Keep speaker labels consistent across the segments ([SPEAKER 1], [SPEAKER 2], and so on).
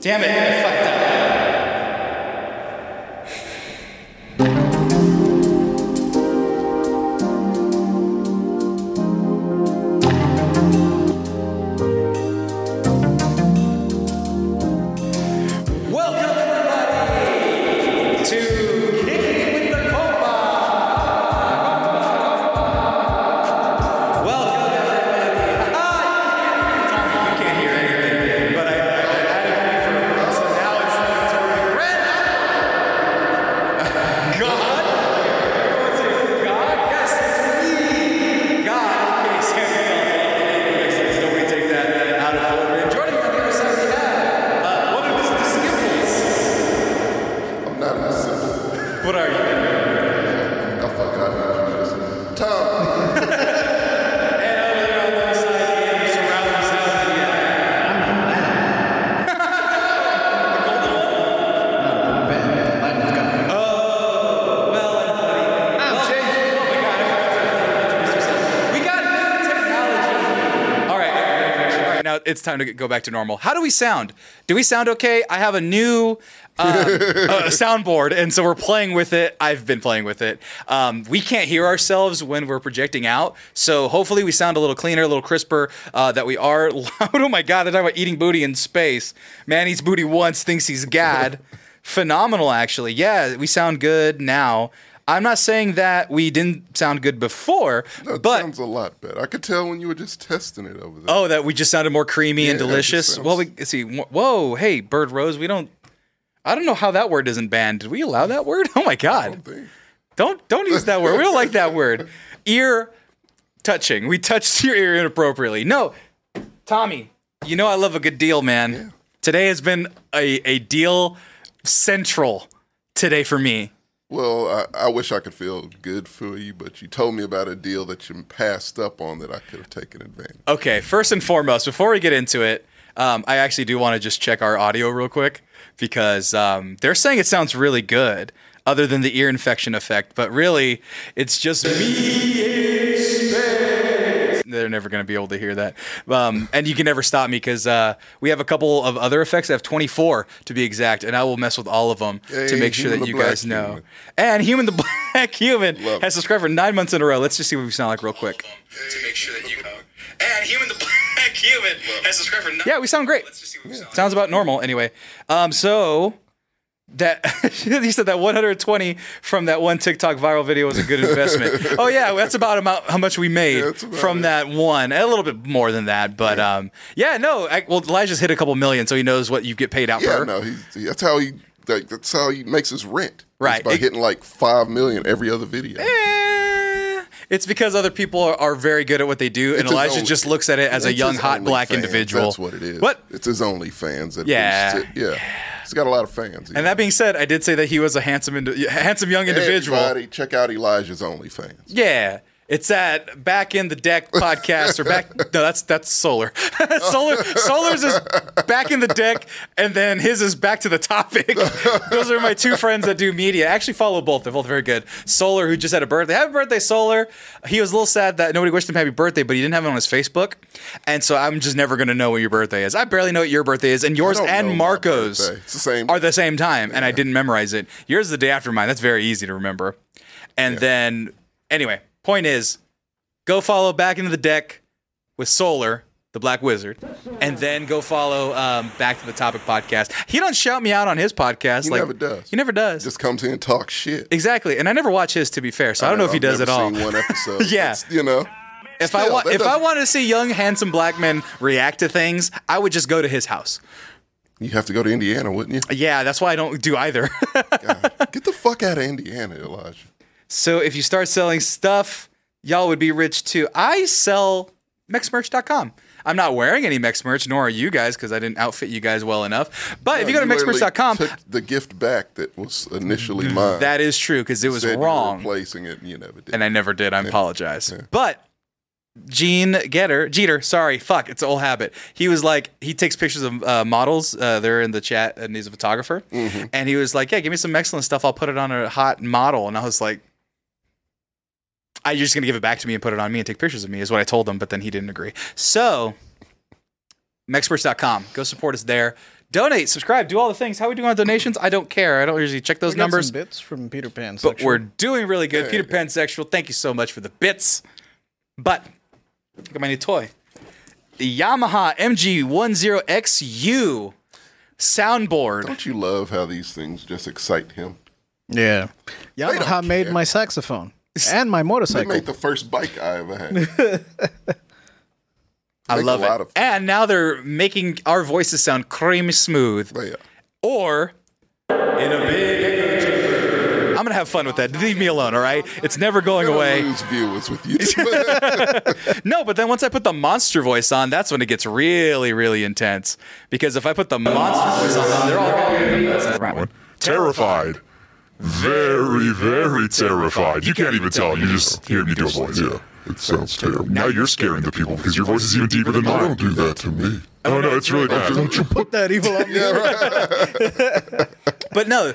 [SPEAKER 1] Damn it, I fucked up. Welcome, everybody, to Kicking with the Compa. Welcome, everybody. Ah, you can't hear anything, but I, I, I had it for so now it's, it's over red. God. Everyone say, God? Yes, it's me. God. Okay, Sam, it's all right. Anyways, so we take that out of order. And joining me on the other side, we have uh, one of his disciples.
[SPEAKER 2] I'm not a simple.
[SPEAKER 1] What are you?
[SPEAKER 2] I fucking I need you listen. Tom.
[SPEAKER 1] And over there on the other side, we have surrounding sound. We have
[SPEAKER 3] I'm not mad.
[SPEAKER 1] the golden one.
[SPEAKER 3] I'm bad. Lightning's got me.
[SPEAKER 1] Well, everybody.
[SPEAKER 3] I'm
[SPEAKER 1] Well,
[SPEAKER 3] changing.
[SPEAKER 1] Oh my god, I forgot to introduce myself. We got new technology. All right, all right, all right. Now it's time to get- go back to normal. How do we sound? Do we sound okay? I have a new um, uh, soundboard, and so we're playing with it. I've been playing with it. Um, we can't hear ourselves when we're projecting out, so hopefully we sound a little cleaner, a little crisper. Uh, that we are loud. Oh my god, they're talking about eating booty in space. Man eats booty once, thinks he's gad. phenomenal actually yeah we sound good now i'm not saying that we didn't sound good before
[SPEAKER 2] That
[SPEAKER 1] but
[SPEAKER 2] sounds a lot better. I could tell when you were just testing it over there.
[SPEAKER 1] oh that we just sounded more creamy and
[SPEAKER 2] Yeah, that
[SPEAKER 1] delicious
[SPEAKER 2] just sounds-
[SPEAKER 1] well we see wh- whoa hey bird rose we don't i don't know how that word isn't banned did we allow that word oh my god
[SPEAKER 2] Thing.
[SPEAKER 1] don't don't use that word we don't like that word ear touching we touched your ear inappropriately no tommy you know i love a good deal man today has been a, a deal central today for me
[SPEAKER 2] Well, I, I wish I could feel good for you, but you told me about a deal that you passed up on that I could have taken advantage.
[SPEAKER 1] Okay, first and foremost, before we get into it, um, I actually do want to just check our audio real quick because um, they're saying it sounds really good, other than the ear infection effect. But really, it's just me in space. They're never going to be able to hear that. Um, and you can never stop me because uh, we have a couple of other effects. I have 24 to be exact, and I will mess with all of them to
[SPEAKER 2] Hey,
[SPEAKER 1] make sure
[SPEAKER 2] Human
[SPEAKER 1] that
[SPEAKER 2] the
[SPEAKER 1] you
[SPEAKER 2] Black
[SPEAKER 1] guys know.
[SPEAKER 2] Human.
[SPEAKER 1] And Human the Black Human
[SPEAKER 2] Love
[SPEAKER 1] has
[SPEAKER 2] it.
[SPEAKER 1] subscribed for nine months in a row. Let's just see what we sound like real quick.
[SPEAKER 4] to make sure that you come. And human the black human has subscribed for nine.
[SPEAKER 1] Yeah, we sound great.
[SPEAKER 4] Let's just see what we sound.
[SPEAKER 1] Sounds about normal anyway. Um, so that he said that 120 from that one TikTok viral video was a good investment. oh yeah, that's about amount, how much we made
[SPEAKER 2] that's about
[SPEAKER 1] from
[SPEAKER 2] it.
[SPEAKER 1] that one. A little bit more than that, but yeah, um, yeah no. I, well, Elijah's hit a couple million, so he knows what you get paid out
[SPEAKER 2] Yeah,
[SPEAKER 1] per.
[SPEAKER 2] no, he's, he, that's how he like, that's how he makes his rent. It's
[SPEAKER 1] Right.
[SPEAKER 2] by
[SPEAKER 1] It-
[SPEAKER 2] hitting like five million every other video.
[SPEAKER 1] Eh, It's because other people are, are very good at what they do, and
[SPEAKER 2] It's his
[SPEAKER 1] Elijah
[SPEAKER 2] only-
[SPEAKER 1] just looks at it as a
[SPEAKER 2] It's
[SPEAKER 1] young,
[SPEAKER 2] his
[SPEAKER 1] hot black
[SPEAKER 2] OnlyFans.
[SPEAKER 1] individual.
[SPEAKER 2] That's what it is.
[SPEAKER 1] What?
[SPEAKER 2] It's his only fans. That
[SPEAKER 1] Yeah.
[SPEAKER 2] boosts it. yeah. He's got a lot of fans.
[SPEAKER 1] And that being said, I did say that he was a handsome, indi- handsome young individual.
[SPEAKER 2] Everybody, check out Elijah's OnlyFans.
[SPEAKER 1] Yeah. It's at back in the deck podcast or back no that's that's solar solar solar's is back in the deck and then his is back to the topic those are my two friends that do media I actually follow both they're both very good solar who just had a birthday happy birthday solar he was a little sad that nobody wished him happy birthday but he didn't have it on his Facebook and so I'm just never gonna know when your birthday is I barely know what your birthday is and yours
[SPEAKER 2] don't know
[SPEAKER 1] and
[SPEAKER 2] my
[SPEAKER 1] Marco's
[SPEAKER 2] birthday. It's the same.
[SPEAKER 1] are the same time, and I didn't memorize it. Yours is the day after mine. That's very easy to remember. And then, anyway, point is, go follow back into the deck with Solar, the Black Wizard, and then go follow um, back to the Topic podcast. He don't shout me out on his podcast. He like,
[SPEAKER 2] never does.
[SPEAKER 1] He never does.
[SPEAKER 2] Just comes in and talks shit.
[SPEAKER 1] exactly. And I never watch his. To be fair, so I don't know if he
[SPEAKER 2] I've
[SPEAKER 1] does at
[SPEAKER 2] never
[SPEAKER 1] all.
[SPEAKER 2] Seen one episode.
[SPEAKER 1] Yeah.
[SPEAKER 2] It's, you know.
[SPEAKER 1] If I
[SPEAKER 2] Still,
[SPEAKER 1] want,
[SPEAKER 2] that
[SPEAKER 1] if I
[SPEAKER 2] doesn't-
[SPEAKER 1] wanted to see young, handsome black men react to things, I would just go to his house.
[SPEAKER 2] You have to go to Indiana, wouldn't you?
[SPEAKER 1] Yeah, that's why I don't do either.
[SPEAKER 2] God, Get the fuck out of Indiana, Elijah.
[SPEAKER 1] So if you start selling stuff, y'all would be rich too. I sell mexmerch.com. I'm not wearing any Mex merch, nor are you guys, because I didn't outfit you guys well enough. But if you go to
[SPEAKER 2] literally
[SPEAKER 1] mexmerch.com,
[SPEAKER 2] took the gift back that was initially mine.
[SPEAKER 1] Mm-hmm. that is true because it was
[SPEAKER 2] Said you were
[SPEAKER 1] wrong,
[SPEAKER 2] Replacing it, and you never did.
[SPEAKER 1] and I never did. I apologize. But Gene Getter, Jeter, sorry, fuck, it's an old habit. He was like, he takes pictures of uh, models. Uh, they're in the chat, and he's a photographer.
[SPEAKER 5] Mm-hmm.
[SPEAKER 1] And he was like, yeah, give me some excellent stuff. I'll put it on a hot model. And I was like, I, you're just gonna give it back to me and put it on me and take pictures of me is what I told him. But then he didn't agree. So mexperts.com. Go support us there. Donate, subscribe, do all the things. How we doing on donations? I don't care. I don't usually check those
[SPEAKER 5] We got some
[SPEAKER 1] numbers,
[SPEAKER 5] bits from Peter Pan.
[SPEAKER 1] but
[SPEAKER 5] section.
[SPEAKER 1] we're doing really good. Peter Pan sexual. Thank you so much for the bits. But look at my new toy, the Yamaha MG10XU soundboard.
[SPEAKER 2] Don't you love how these things just excite him?
[SPEAKER 5] yeah.
[SPEAKER 2] don't
[SPEAKER 5] Yamaha made
[SPEAKER 2] care.
[SPEAKER 5] my saxophone and my
[SPEAKER 2] They
[SPEAKER 5] motorcycle.
[SPEAKER 2] made the first bike I ever had.
[SPEAKER 1] I
[SPEAKER 2] Make a
[SPEAKER 1] love it.
[SPEAKER 2] lot of-
[SPEAKER 1] and now they're making our voices sound creamy smooth.
[SPEAKER 2] But yeah.
[SPEAKER 1] Or in a big echo chamber. I'm gonna have fun with that. Leave me alone, all right? It's never going
[SPEAKER 2] Don't
[SPEAKER 1] away.
[SPEAKER 2] lose viewers with you.
[SPEAKER 1] No, but then once I put the monster voice on, that's when it gets really, really intense. Because if I put the monster voice on, they're all gonna be
[SPEAKER 6] terrified. Very, very terrified. You can't even tell. You just hear me do a voice. Yeah, it sounds terrible. Now you're scaring the people because your voice is even deeper than mine. Don't do that to me. Oh no, it's really bad. Don't you put
[SPEAKER 5] that evil on me.
[SPEAKER 1] But no,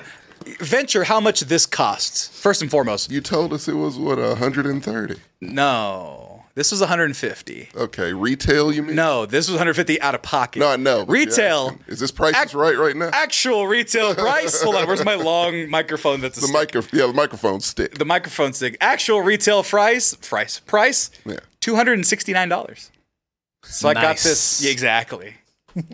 [SPEAKER 1] venture how much this costs. First and foremost.
[SPEAKER 2] you told us it was what 130.
[SPEAKER 1] No. This was 150.
[SPEAKER 2] Okay, retail you mean?
[SPEAKER 1] No, this was 150 out of pocket.
[SPEAKER 2] no, I know. but
[SPEAKER 1] Retail.
[SPEAKER 2] yeah. Is this price is
[SPEAKER 1] Ac-
[SPEAKER 2] right right now?
[SPEAKER 1] actual retail price. Hold on, where's my long microphone? That's a
[SPEAKER 2] the
[SPEAKER 1] stick?
[SPEAKER 2] micro, yeah, the microphone stick.
[SPEAKER 1] The microphone stick. Actual retail price, price, price.
[SPEAKER 2] Yeah.
[SPEAKER 1] Two hundred and sixty nine dollars. So I got
[SPEAKER 5] Nice.
[SPEAKER 1] this yeah, exactly,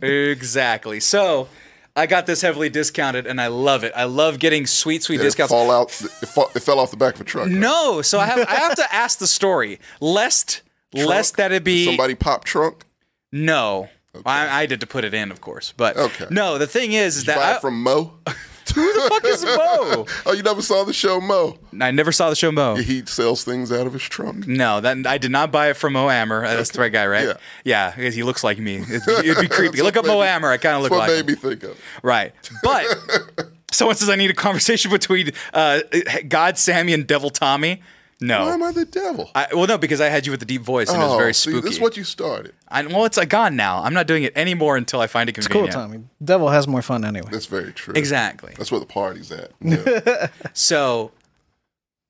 [SPEAKER 1] exactly. So I got this heavily discounted, and I love it. I love getting sweet, sweet
[SPEAKER 2] Did it
[SPEAKER 1] discounts.
[SPEAKER 2] fall out. It, fall, it fell off the back of a truck. right?
[SPEAKER 1] No, so I have I have to ask the story, lest lest that it be
[SPEAKER 2] Somebody popped trunk.
[SPEAKER 1] no. I, I did to put it in, of course, but
[SPEAKER 2] Okay.
[SPEAKER 1] no. The thing is, is that
[SPEAKER 2] Buy
[SPEAKER 1] I,
[SPEAKER 2] it from Mo.
[SPEAKER 1] fuck is Mo?
[SPEAKER 2] Oh, you never saw the show Mo?
[SPEAKER 1] I never saw the show Mo.
[SPEAKER 2] He sells things out of his trunk.
[SPEAKER 1] No, that I did not buy it from Mo Ammer. That's the right guy, right?
[SPEAKER 2] Yeah.
[SPEAKER 1] Yeah, because he looks like me. It'd be, it'd be creepy.
[SPEAKER 2] That's
[SPEAKER 1] Look up
[SPEAKER 2] what
[SPEAKER 1] Mo
[SPEAKER 2] made me-
[SPEAKER 1] Ammer. I kind of
[SPEAKER 2] That's
[SPEAKER 1] look
[SPEAKER 2] what
[SPEAKER 1] like
[SPEAKER 2] made
[SPEAKER 1] him.
[SPEAKER 2] me think of. it.
[SPEAKER 1] Right. But someone says I need a conversation between uh, God, Sammy, and Devil Tommy.
[SPEAKER 2] Why am
[SPEAKER 1] No.
[SPEAKER 2] I the devil?
[SPEAKER 1] Oh.
[SPEAKER 2] Oh,
[SPEAKER 1] I, well, no, because I had you with the deep voice and it was very spooky.
[SPEAKER 2] See, this is what you started.
[SPEAKER 1] I, well, it's uh, gone now. I'm not doing it anymore until I find it
[SPEAKER 5] It's cool,
[SPEAKER 1] convenient.
[SPEAKER 5] Tommy. Devil has more fun anyway.
[SPEAKER 2] That's very true.
[SPEAKER 1] Exactly.
[SPEAKER 2] That's where the party's at. Yeah.
[SPEAKER 1] So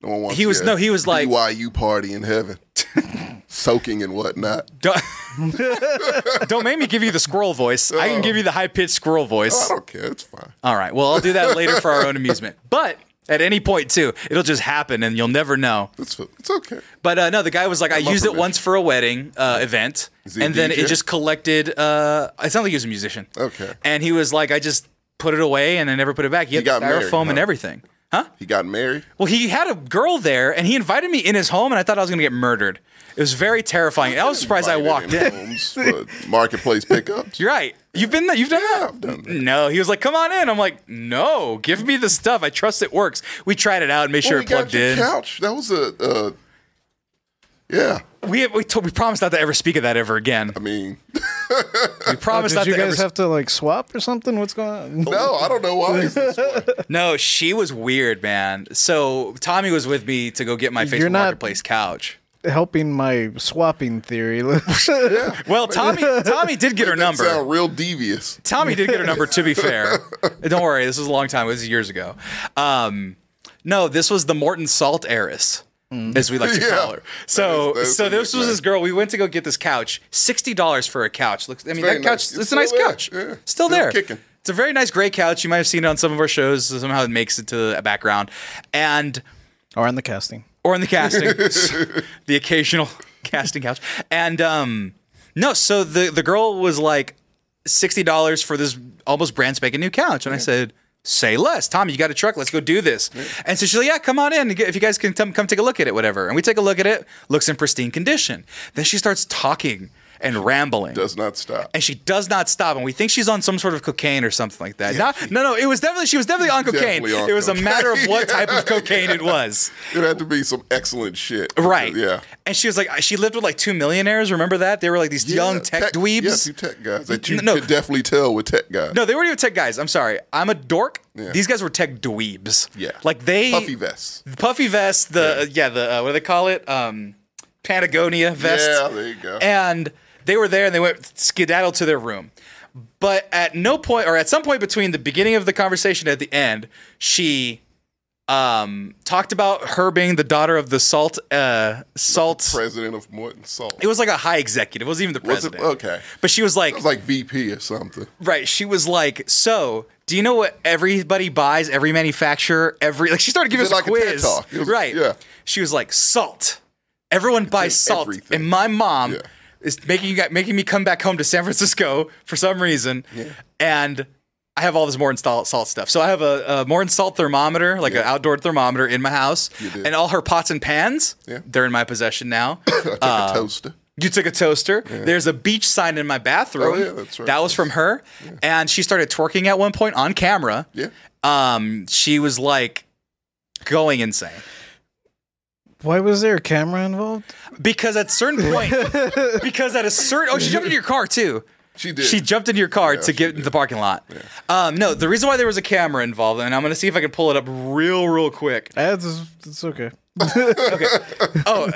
[SPEAKER 2] No one wants
[SPEAKER 1] He was-
[SPEAKER 2] yeah,
[SPEAKER 1] no, he was like-
[SPEAKER 2] BYU party in heaven, soaking and whatnot.
[SPEAKER 1] don't, don't make me give you the squirrel voice. I can give you the high pitched squirrel voice.
[SPEAKER 2] I don't care. It's fine.
[SPEAKER 1] All right. Well, I'll do that later for our own amusement. But at any point, too, it'll just happen and you'll never know.
[SPEAKER 2] It's it's okay.
[SPEAKER 1] But uh, no, the guy was like, I
[SPEAKER 2] my
[SPEAKER 1] used it
[SPEAKER 2] permission.
[SPEAKER 1] once for a wedding uh, event,
[SPEAKER 2] Is he a
[SPEAKER 1] and then it
[SPEAKER 2] DJ?
[SPEAKER 1] just collected. Uh, it sounded like he was a musician.
[SPEAKER 2] Okay.
[SPEAKER 1] And he was like, I just put it away and I never put it back. He had
[SPEAKER 2] got
[SPEAKER 1] the
[SPEAKER 2] married,
[SPEAKER 1] styrofoam and
[SPEAKER 2] huh?
[SPEAKER 1] everything. Huh?
[SPEAKER 2] He got married.
[SPEAKER 1] Well, he had a girl there, and he invited me in his home, and I thought I was going to get murdered. It was very terrifying. I was surprised I walked in.
[SPEAKER 2] Invited him homes for marketplace pickups.
[SPEAKER 1] You're right. You've been that. You've done
[SPEAKER 2] Yeah,
[SPEAKER 1] that.
[SPEAKER 2] I've done that.
[SPEAKER 1] No, he was like, "Come on in." I'm like, "No, give me the stuff. I trust it works." We tried it out and made
[SPEAKER 2] Well,
[SPEAKER 1] sure
[SPEAKER 2] we
[SPEAKER 1] it plugged
[SPEAKER 2] got your
[SPEAKER 1] in.
[SPEAKER 2] Couch. That was a. Uh, yeah,
[SPEAKER 1] We we, told, we promised not to ever speak of that ever again.
[SPEAKER 2] I mean, uh,
[SPEAKER 1] We promised
[SPEAKER 5] Did
[SPEAKER 1] not
[SPEAKER 5] you
[SPEAKER 1] to ever.
[SPEAKER 5] guys have to like swap or something? What's going on?
[SPEAKER 2] no, I don't know why. Is this way.
[SPEAKER 1] no, she was weird, man. So Tommy was with me to go get my Facebook
[SPEAKER 5] You're not-
[SPEAKER 1] Marketplace couch.
[SPEAKER 5] Helping my swapping theory.
[SPEAKER 1] Well, Tommy Tommy did get her
[SPEAKER 2] That
[SPEAKER 1] number.
[SPEAKER 2] sound real devious.
[SPEAKER 1] Tommy did get her number. To be fair, don't worry. This was a long time. It was years ago. Um, no, this was the Morton Salt heiress, as we like to
[SPEAKER 2] Hmm. Yeah.
[SPEAKER 1] call her. So,
[SPEAKER 2] That is- that is
[SPEAKER 1] so
[SPEAKER 2] a
[SPEAKER 1] this was
[SPEAKER 2] nickname.
[SPEAKER 1] this girl. We went to go get this couch. Sixty dollars for a couch. Looks. I mean,
[SPEAKER 2] Very
[SPEAKER 1] that couch.
[SPEAKER 2] nice.
[SPEAKER 1] It's,
[SPEAKER 2] It's
[SPEAKER 1] a nice
[SPEAKER 2] still there.
[SPEAKER 1] couch.
[SPEAKER 2] Yeah.
[SPEAKER 1] Still
[SPEAKER 2] Still
[SPEAKER 1] there.
[SPEAKER 2] kicking.
[SPEAKER 1] It's a very nice gray couch. You might have seen it on some of our shows. Somehow it makes it to the background, and
[SPEAKER 5] or on the casting.
[SPEAKER 1] or in the casting, the occasional casting couch. And um, no, so the the girl was like sixty dollars for this almost brand spanking new couch, and I said. Say less, Tommy. You got a truck. Let's go do this. And so she's like, "Yeah, come on in. If you guys can come, come take a look at it, whatever." And we take a look at it. Looks in pristine condition. Then she starts talking and rambling
[SPEAKER 2] Does not stop.
[SPEAKER 1] and she does not stop. And we think she's on some sort of cocaine or something like that. Not- no, no, it was definitely she was definitely on cocaine.
[SPEAKER 2] Definitely on
[SPEAKER 1] it was a
[SPEAKER 2] cocaine.
[SPEAKER 1] matter of what
[SPEAKER 2] Yeah.
[SPEAKER 1] type of cocaine it was.
[SPEAKER 2] It had to be some excellent shit.
[SPEAKER 1] Right.
[SPEAKER 2] Yeah.
[SPEAKER 1] And she was like, she lived with like two millionaires. Remember that? They were like these young
[SPEAKER 2] Yeah,
[SPEAKER 1] tech,
[SPEAKER 2] Yeah,
[SPEAKER 1] dweebs.
[SPEAKER 2] two tech guys that you
[SPEAKER 1] No, no.
[SPEAKER 2] could definitely tell were tech guys.
[SPEAKER 1] no, they weren't even tech guys. I'm sorry. I'm a dork.
[SPEAKER 2] Yeah.
[SPEAKER 1] These guys were tech dweebs.
[SPEAKER 2] Yeah.
[SPEAKER 1] Like they.
[SPEAKER 2] puffy vests.
[SPEAKER 1] Puffy vest. The, yeah, the, uh, what do they call it? Um, Patagonia vest.
[SPEAKER 2] Yeah, there you go.
[SPEAKER 1] And they were there and they went skedaddle to their room. But at no point, or at some point between the beginning of the conversation and the end, she Um, talked about her being the daughter of the salt uh, salt.
[SPEAKER 2] President of Morton Salt.
[SPEAKER 1] It was like a high executive. It wasn't even the
[SPEAKER 2] Was it?
[SPEAKER 1] president.
[SPEAKER 2] Okay.
[SPEAKER 1] But she was like,
[SPEAKER 2] uh, It was like VP or something.
[SPEAKER 1] right. She was like, so do you know what everybody buys? Every manufacturer, every like she started giving
[SPEAKER 2] Is
[SPEAKER 1] us
[SPEAKER 2] it
[SPEAKER 1] a
[SPEAKER 2] like a TED
[SPEAKER 1] quiz.
[SPEAKER 2] Talk? It was-
[SPEAKER 1] right.
[SPEAKER 2] yeah.
[SPEAKER 1] She was like, salt. Everyone buys
[SPEAKER 2] in
[SPEAKER 1] salt,
[SPEAKER 2] everything.
[SPEAKER 1] and my mom
[SPEAKER 2] Yeah.
[SPEAKER 1] is making you making me come back home to San Francisco for some reason, and. I have all this Morton salt salt stuff. So I have a, a Morton salt thermometer, like an outdoor thermometer in my house,
[SPEAKER 2] do.
[SPEAKER 1] and all her pots and pans,
[SPEAKER 2] Yeah.
[SPEAKER 1] they're in my possession now.
[SPEAKER 2] I took
[SPEAKER 1] Uh,
[SPEAKER 2] a toaster.
[SPEAKER 1] You took a toaster. There's a beach sign in my bathroom.
[SPEAKER 2] Oh, yeah, that's right.
[SPEAKER 1] That was from her. And she started twerking at one point on camera.
[SPEAKER 2] Yeah.
[SPEAKER 1] Um, she was like going insane.
[SPEAKER 5] Why was there a camera involved?
[SPEAKER 1] Because at a certain point, because at a certain oh, she jumped into your car too.
[SPEAKER 2] She did.
[SPEAKER 1] She jumped into your car to
[SPEAKER 2] she
[SPEAKER 1] get into the parking lot. Um, no, the reason why there was a camera involved, and I'm gonna see if I can pull it up real, real quick.
[SPEAKER 5] Eh, It's, it's okay.
[SPEAKER 1] Oh, uh,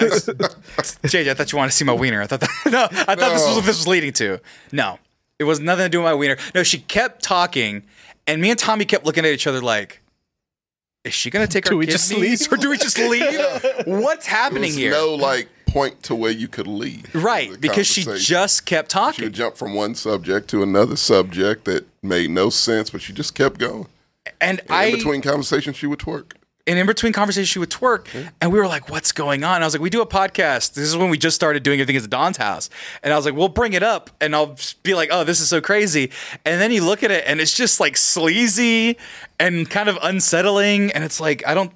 [SPEAKER 1] JJ, I thought you wanted to see my wiener. I thought that, no, I thought this was
[SPEAKER 2] No.
[SPEAKER 1] what this was leading to. No, it was nothing to do with my wiener. No, she kept talking, and me and Tommy kept looking at each other like, "Is she gonna take
[SPEAKER 5] Do
[SPEAKER 1] our
[SPEAKER 5] we
[SPEAKER 1] kids'
[SPEAKER 5] just
[SPEAKER 1] knees,
[SPEAKER 5] leave?
[SPEAKER 1] or do we just leave? What's
[SPEAKER 2] There
[SPEAKER 1] happening
[SPEAKER 2] was
[SPEAKER 1] here?"
[SPEAKER 2] no like point to where you could leave.
[SPEAKER 1] right,
[SPEAKER 2] The
[SPEAKER 1] because she
[SPEAKER 2] conversation.
[SPEAKER 1] just kept
[SPEAKER 2] She
[SPEAKER 1] talking,
[SPEAKER 2] would jump from one subject to another subject that made no sense, but she just kept going.
[SPEAKER 1] and
[SPEAKER 2] And
[SPEAKER 1] I
[SPEAKER 2] in between conversations, she would twerk.
[SPEAKER 1] and in between conversations she would twerk
[SPEAKER 2] Mm-hmm.
[SPEAKER 1] and we were like what's going on i was like we do a podcast this is when we just started doing everything at don's house and i was like we'll bring it up and i'll just be like oh this is so crazy and then you look at it and it's just like sleazy and kind of unsettling and it's like i don't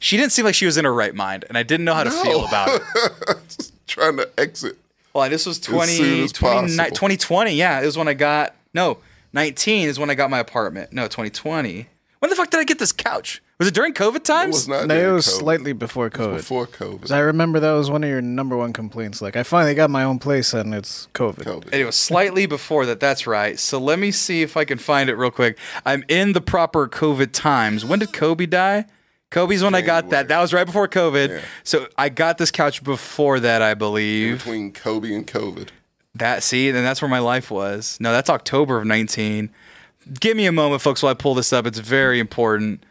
[SPEAKER 1] she didn't seem like she was in her right mind and i didn't know how to feel about it
[SPEAKER 2] Trying to exit.
[SPEAKER 1] well this was 20,
[SPEAKER 2] soon as
[SPEAKER 1] 20
[SPEAKER 2] possible.
[SPEAKER 1] 2020 yeah it was when i got no 19 is when i got my apartment no 2020 when the fuck did i get this couch was it during covid
[SPEAKER 2] It
[SPEAKER 1] times
[SPEAKER 2] was not
[SPEAKER 5] No, it
[SPEAKER 2] during
[SPEAKER 5] was
[SPEAKER 2] COVID.
[SPEAKER 5] slightly before COVID.
[SPEAKER 2] before COVID.
[SPEAKER 5] 'Cause I remember that was one of your number one complaints. Like, I finally got my own place and it's COVID.
[SPEAKER 2] COVID.
[SPEAKER 1] And it was slightly before that. That's right. So let me see if I can find it real quick. I'm in the proper COVID times. When did Kobe die? Kobe's when I got that.
[SPEAKER 2] January.
[SPEAKER 1] That was right before COVID.
[SPEAKER 2] Yeah.
[SPEAKER 1] So I got this couch before that, I believe.
[SPEAKER 2] between Kobe and COVID.
[SPEAKER 1] That see, and that's where my life was. No, that's October of 19. Give me a moment, folks, while I pull this up. It's very important.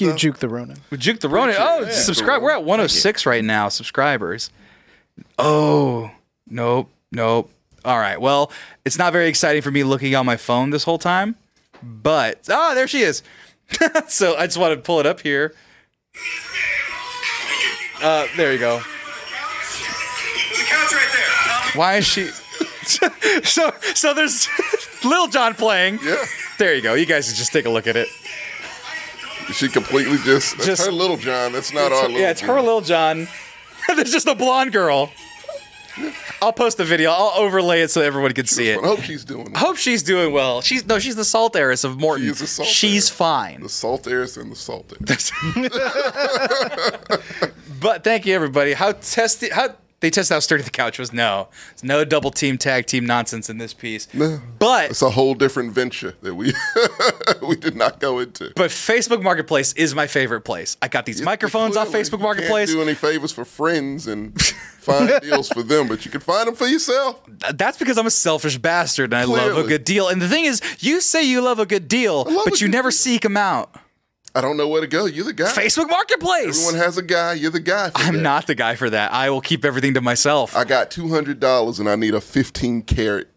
[SPEAKER 2] it
[SPEAKER 5] you,
[SPEAKER 2] though?
[SPEAKER 5] Juke the Ronin.
[SPEAKER 1] Juke the Ronin. Oh, subscribe. We're at 106 right now, subscribers. Oh, nope, nope. All right. Well, it's not very exciting for me looking on my phone this whole time, but ah, there she is. so I just want to pull it up here. Uh, there you go.
[SPEAKER 4] There's a couch right there. Tommy,
[SPEAKER 1] Why is she? so so there's Lil John playing.
[SPEAKER 2] Yeah.
[SPEAKER 1] There you go. You guys just take a look at it.
[SPEAKER 2] She completely just, that's
[SPEAKER 1] Just-
[SPEAKER 2] her little John. That's not our little
[SPEAKER 1] yeah, it's her
[SPEAKER 2] John.
[SPEAKER 1] Lil John. There's just a blonde girl. I'll post the video. I'll overlay it so everyone can see it.
[SPEAKER 2] I hope she's doing
[SPEAKER 1] I
[SPEAKER 2] well.
[SPEAKER 1] hope she's doing well. She's no, she's the salt heiress of Morton.
[SPEAKER 2] She is the salt
[SPEAKER 1] she's
[SPEAKER 2] heiress.
[SPEAKER 1] fine.
[SPEAKER 2] The salt heirs and the salt heirs.
[SPEAKER 1] But thank you everybody. How testy how they tested how sturdy the couch was. No. There's no double team tag team nonsense in this piece.
[SPEAKER 2] No.
[SPEAKER 1] But
[SPEAKER 2] It's a whole different venture that we we did not go into.
[SPEAKER 1] but Facebook Marketplace is my favorite place. I got these microphones off
[SPEAKER 2] Clearly,
[SPEAKER 1] Facebook
[SPEAKER 2] you
[SPEAKER 1] Marketplace.
[SPEAKER 2] Can't do any favors for friends and find deals for them, but you can find them for yourself.
[SPEAKER 1] Th- that's because I'm a selfish bastard and I love a
[SPEAKER 2] Clearly.
[SPEAKER 1] good deal. And the thing is, you say you love a good deal,
[SPEAKER 2] love
[SPEAKER 1] but
[SPEAKER 2] a
[SPEAKER 1] you
[SPEAKER 2] good
[SPEAKER 1] never
[SPEAKER 2] deal.
[SPEAKER 1] seek them out.
[SPEAKER 2] I don't know where to go. You're the guy.
[SPEAKER 1] Facebook Marketplace.
[SPEAKER 2] Everyone has a guy. You're the guy. For
[SPEAKER 1] I'm
[SPEAKER 2] that.
[SPEAKER 1] not the guy for that. I will keep everything to myself.
[SPEAKER 2] I got two hundred dollars and I need a fifteen carat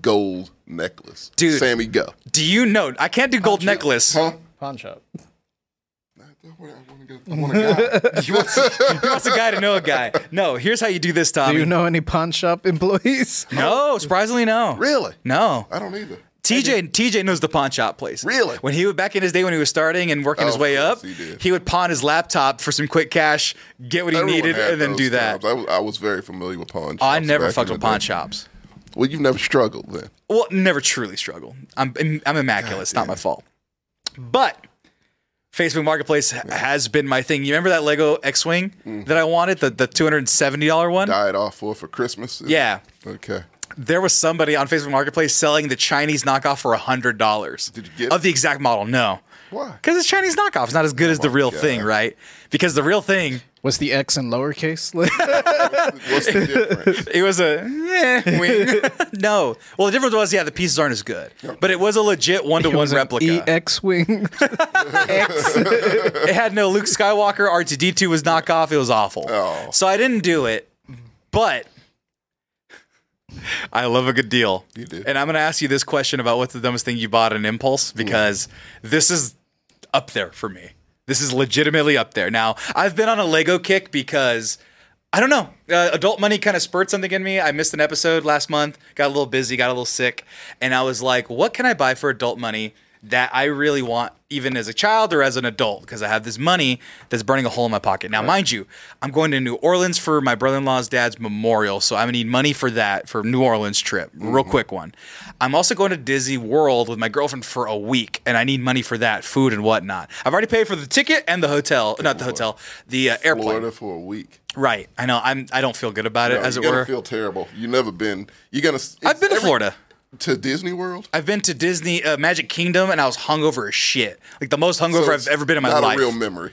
[SPEAKER 2] gold necklace.
[SPEAKER 1] Dude.
[SPEAKER 2] Sammy, go.
[SPEAKER 1] do you know? I can't do gold necklace.
[SPEAKER 2] Huh?
[SPEAKER 5] Pawn shop.
[SPEAKER 2] I want to go. I want a guy.
[SPEAKER 1] He wants, he wants a guy to know a guy. No, here's how you do this, Tommy.
[SPEAKER 5] Do you know any pawn shop employees?
[SPEAKER 1] No, surprisingly, no.
[SPEAKER 2] really?
[SPEAKER 1] No.
[SPEAKER 2] I don't either.
[SPEAKER 1] TJ TJ knows the pawn shop place.
[SPEAKER 2] Really?
[SPEAKER 1] When he would back in his day when he was starting and working
[SPEAKER 2] Oh,
[SPEAKER 1] his way
[SPEAKER 2] of course
[SPEAKER 1] up,
[SPEAKER 2] he did.
[SPEAKER 1] would pawn his laptop for some quick cash, get what he
[SPEAKER 2] Everyone
[SPEAKER 1] needed,
[SPEAKER 2] had
[SPEAKER 1] and then
[SPEAKER 2] those
[SPEAKER 1] do that.
[SPEAKER 2] times. I was, I was very familiar with pawn shops.
[SPEAKER 1] I never
[SPEAKER 2] back
[SPEAKER 1] fucked
[SPEAKER 2] in
[SPEAKER 1] with
[SPEAKER 2] the
[SPEAKER 1] pawn
[SPEAKER 2] day.
[SPEAKER 1] shops.
[SPEAKER 2] Well, you've never struggled then.
[SPEAKER 1] well, never truly struggle. I'm I'm immaculate. it's not my fault. But Facebook Marketplace ha- has been my thing. You remember that Lego X-wing that I wanted, the the two hundred and seventy dollar one?
[SPEAKER 2] Died off for for Christmas.
[SPEAKER 1] Yeah,
[SPEAKER 2] Okay.
[SPEAKER 1] there was somebody on Facebook Marketplace selling the Chinese knockoff for hundred dollars.
[SPEAKER 2] Did you get
[SPEAKER 1] of
[SPEAKER 2] it?
[SPEAKER 1] the exact model? No.
[SPEAKER 2] Why?
[SPEAKER 1] Because it's Chinese knockoff. It's not as good as the real
[SPEAKER 2] God.
[SPEAKER 1] thing, right? Because the real thing,
[SPEAKER 5] What's the X in lowercase? Like,
[SPEAKER 2] What's the difference?
[SPEAKER 1] it was a eh, wing. no. Well, the difference was, yeah, the pieces aren't as good, but it was a legit one to
[SPEAKER 5] it
[SPEAKER 1] one
[SPEAKER 5] was an
[SPEAKER 1] replica.
[SPEAKER 5] EX E, wing.
[SPEAKER 1] it had no Luke Skywalker. R2D2 was knockoff. It was awful.
[SPEAKER 2] Oh.
[SPEAKER 1] So I didn't do it, but I love a good deal.
[SPEAKER 2] You do.
[SPEAKER 1] And I'm going to ask you this question about what's the dumbest thing you bought on Impulse because this is up there for me. This is legitimately up there. Now, I've been on a Lego kick because. I don't know. Uh, adult money kind of spurred something in me. I missed an episode last month, got a little busy, got a little sick, and I was like, what can I buy for adult money that I really want, even as a child or as an adult? Because I have this money that's burning a hole in my pocket. Now, mind you, I'm going to New Orleans for my brother in law's dad's memorial, so I'm gonna need money for that for New Orleans trip, real quick one. I'm also going to Disney World with my girlfriend for a week, and I need money for that, food and whatnot. I've already paid for the ticket and the hotel, not the hotel, the uh, airplane.
[SPEAKER 2] Florida for a week.
[SPEAKER 1] Right. I know. I'm. I don't feel good about it,
[SPEAKER 2] No,
[SPEAKER 1] as
[SPEAKER 2] you're
[SPEAKER 1] it
[SPEAKER 2] gonna
[SPEAKER 1] were.
[SPEAKER 2] feel terrible. You've never been. You're gonna. it's
[SPEAKER 1] I've been to
[SPEAKER 2] every-
[SPEAKER 1] Florida.
[SPEAKER 2] To Disney World.
[SPEAKER 1] I've been to Disney uh, Magic Kingdom and I was hungover as shit. Like the most hungover
[SPEAKER 2] So
[SPEAKER 1] I've
[SPEAKER 2] it's
[SPEAKER 1] ever been in my
[SPEAKER 2] not
[SPEAKER 1] life.
[SPEAKER 2] a real memory.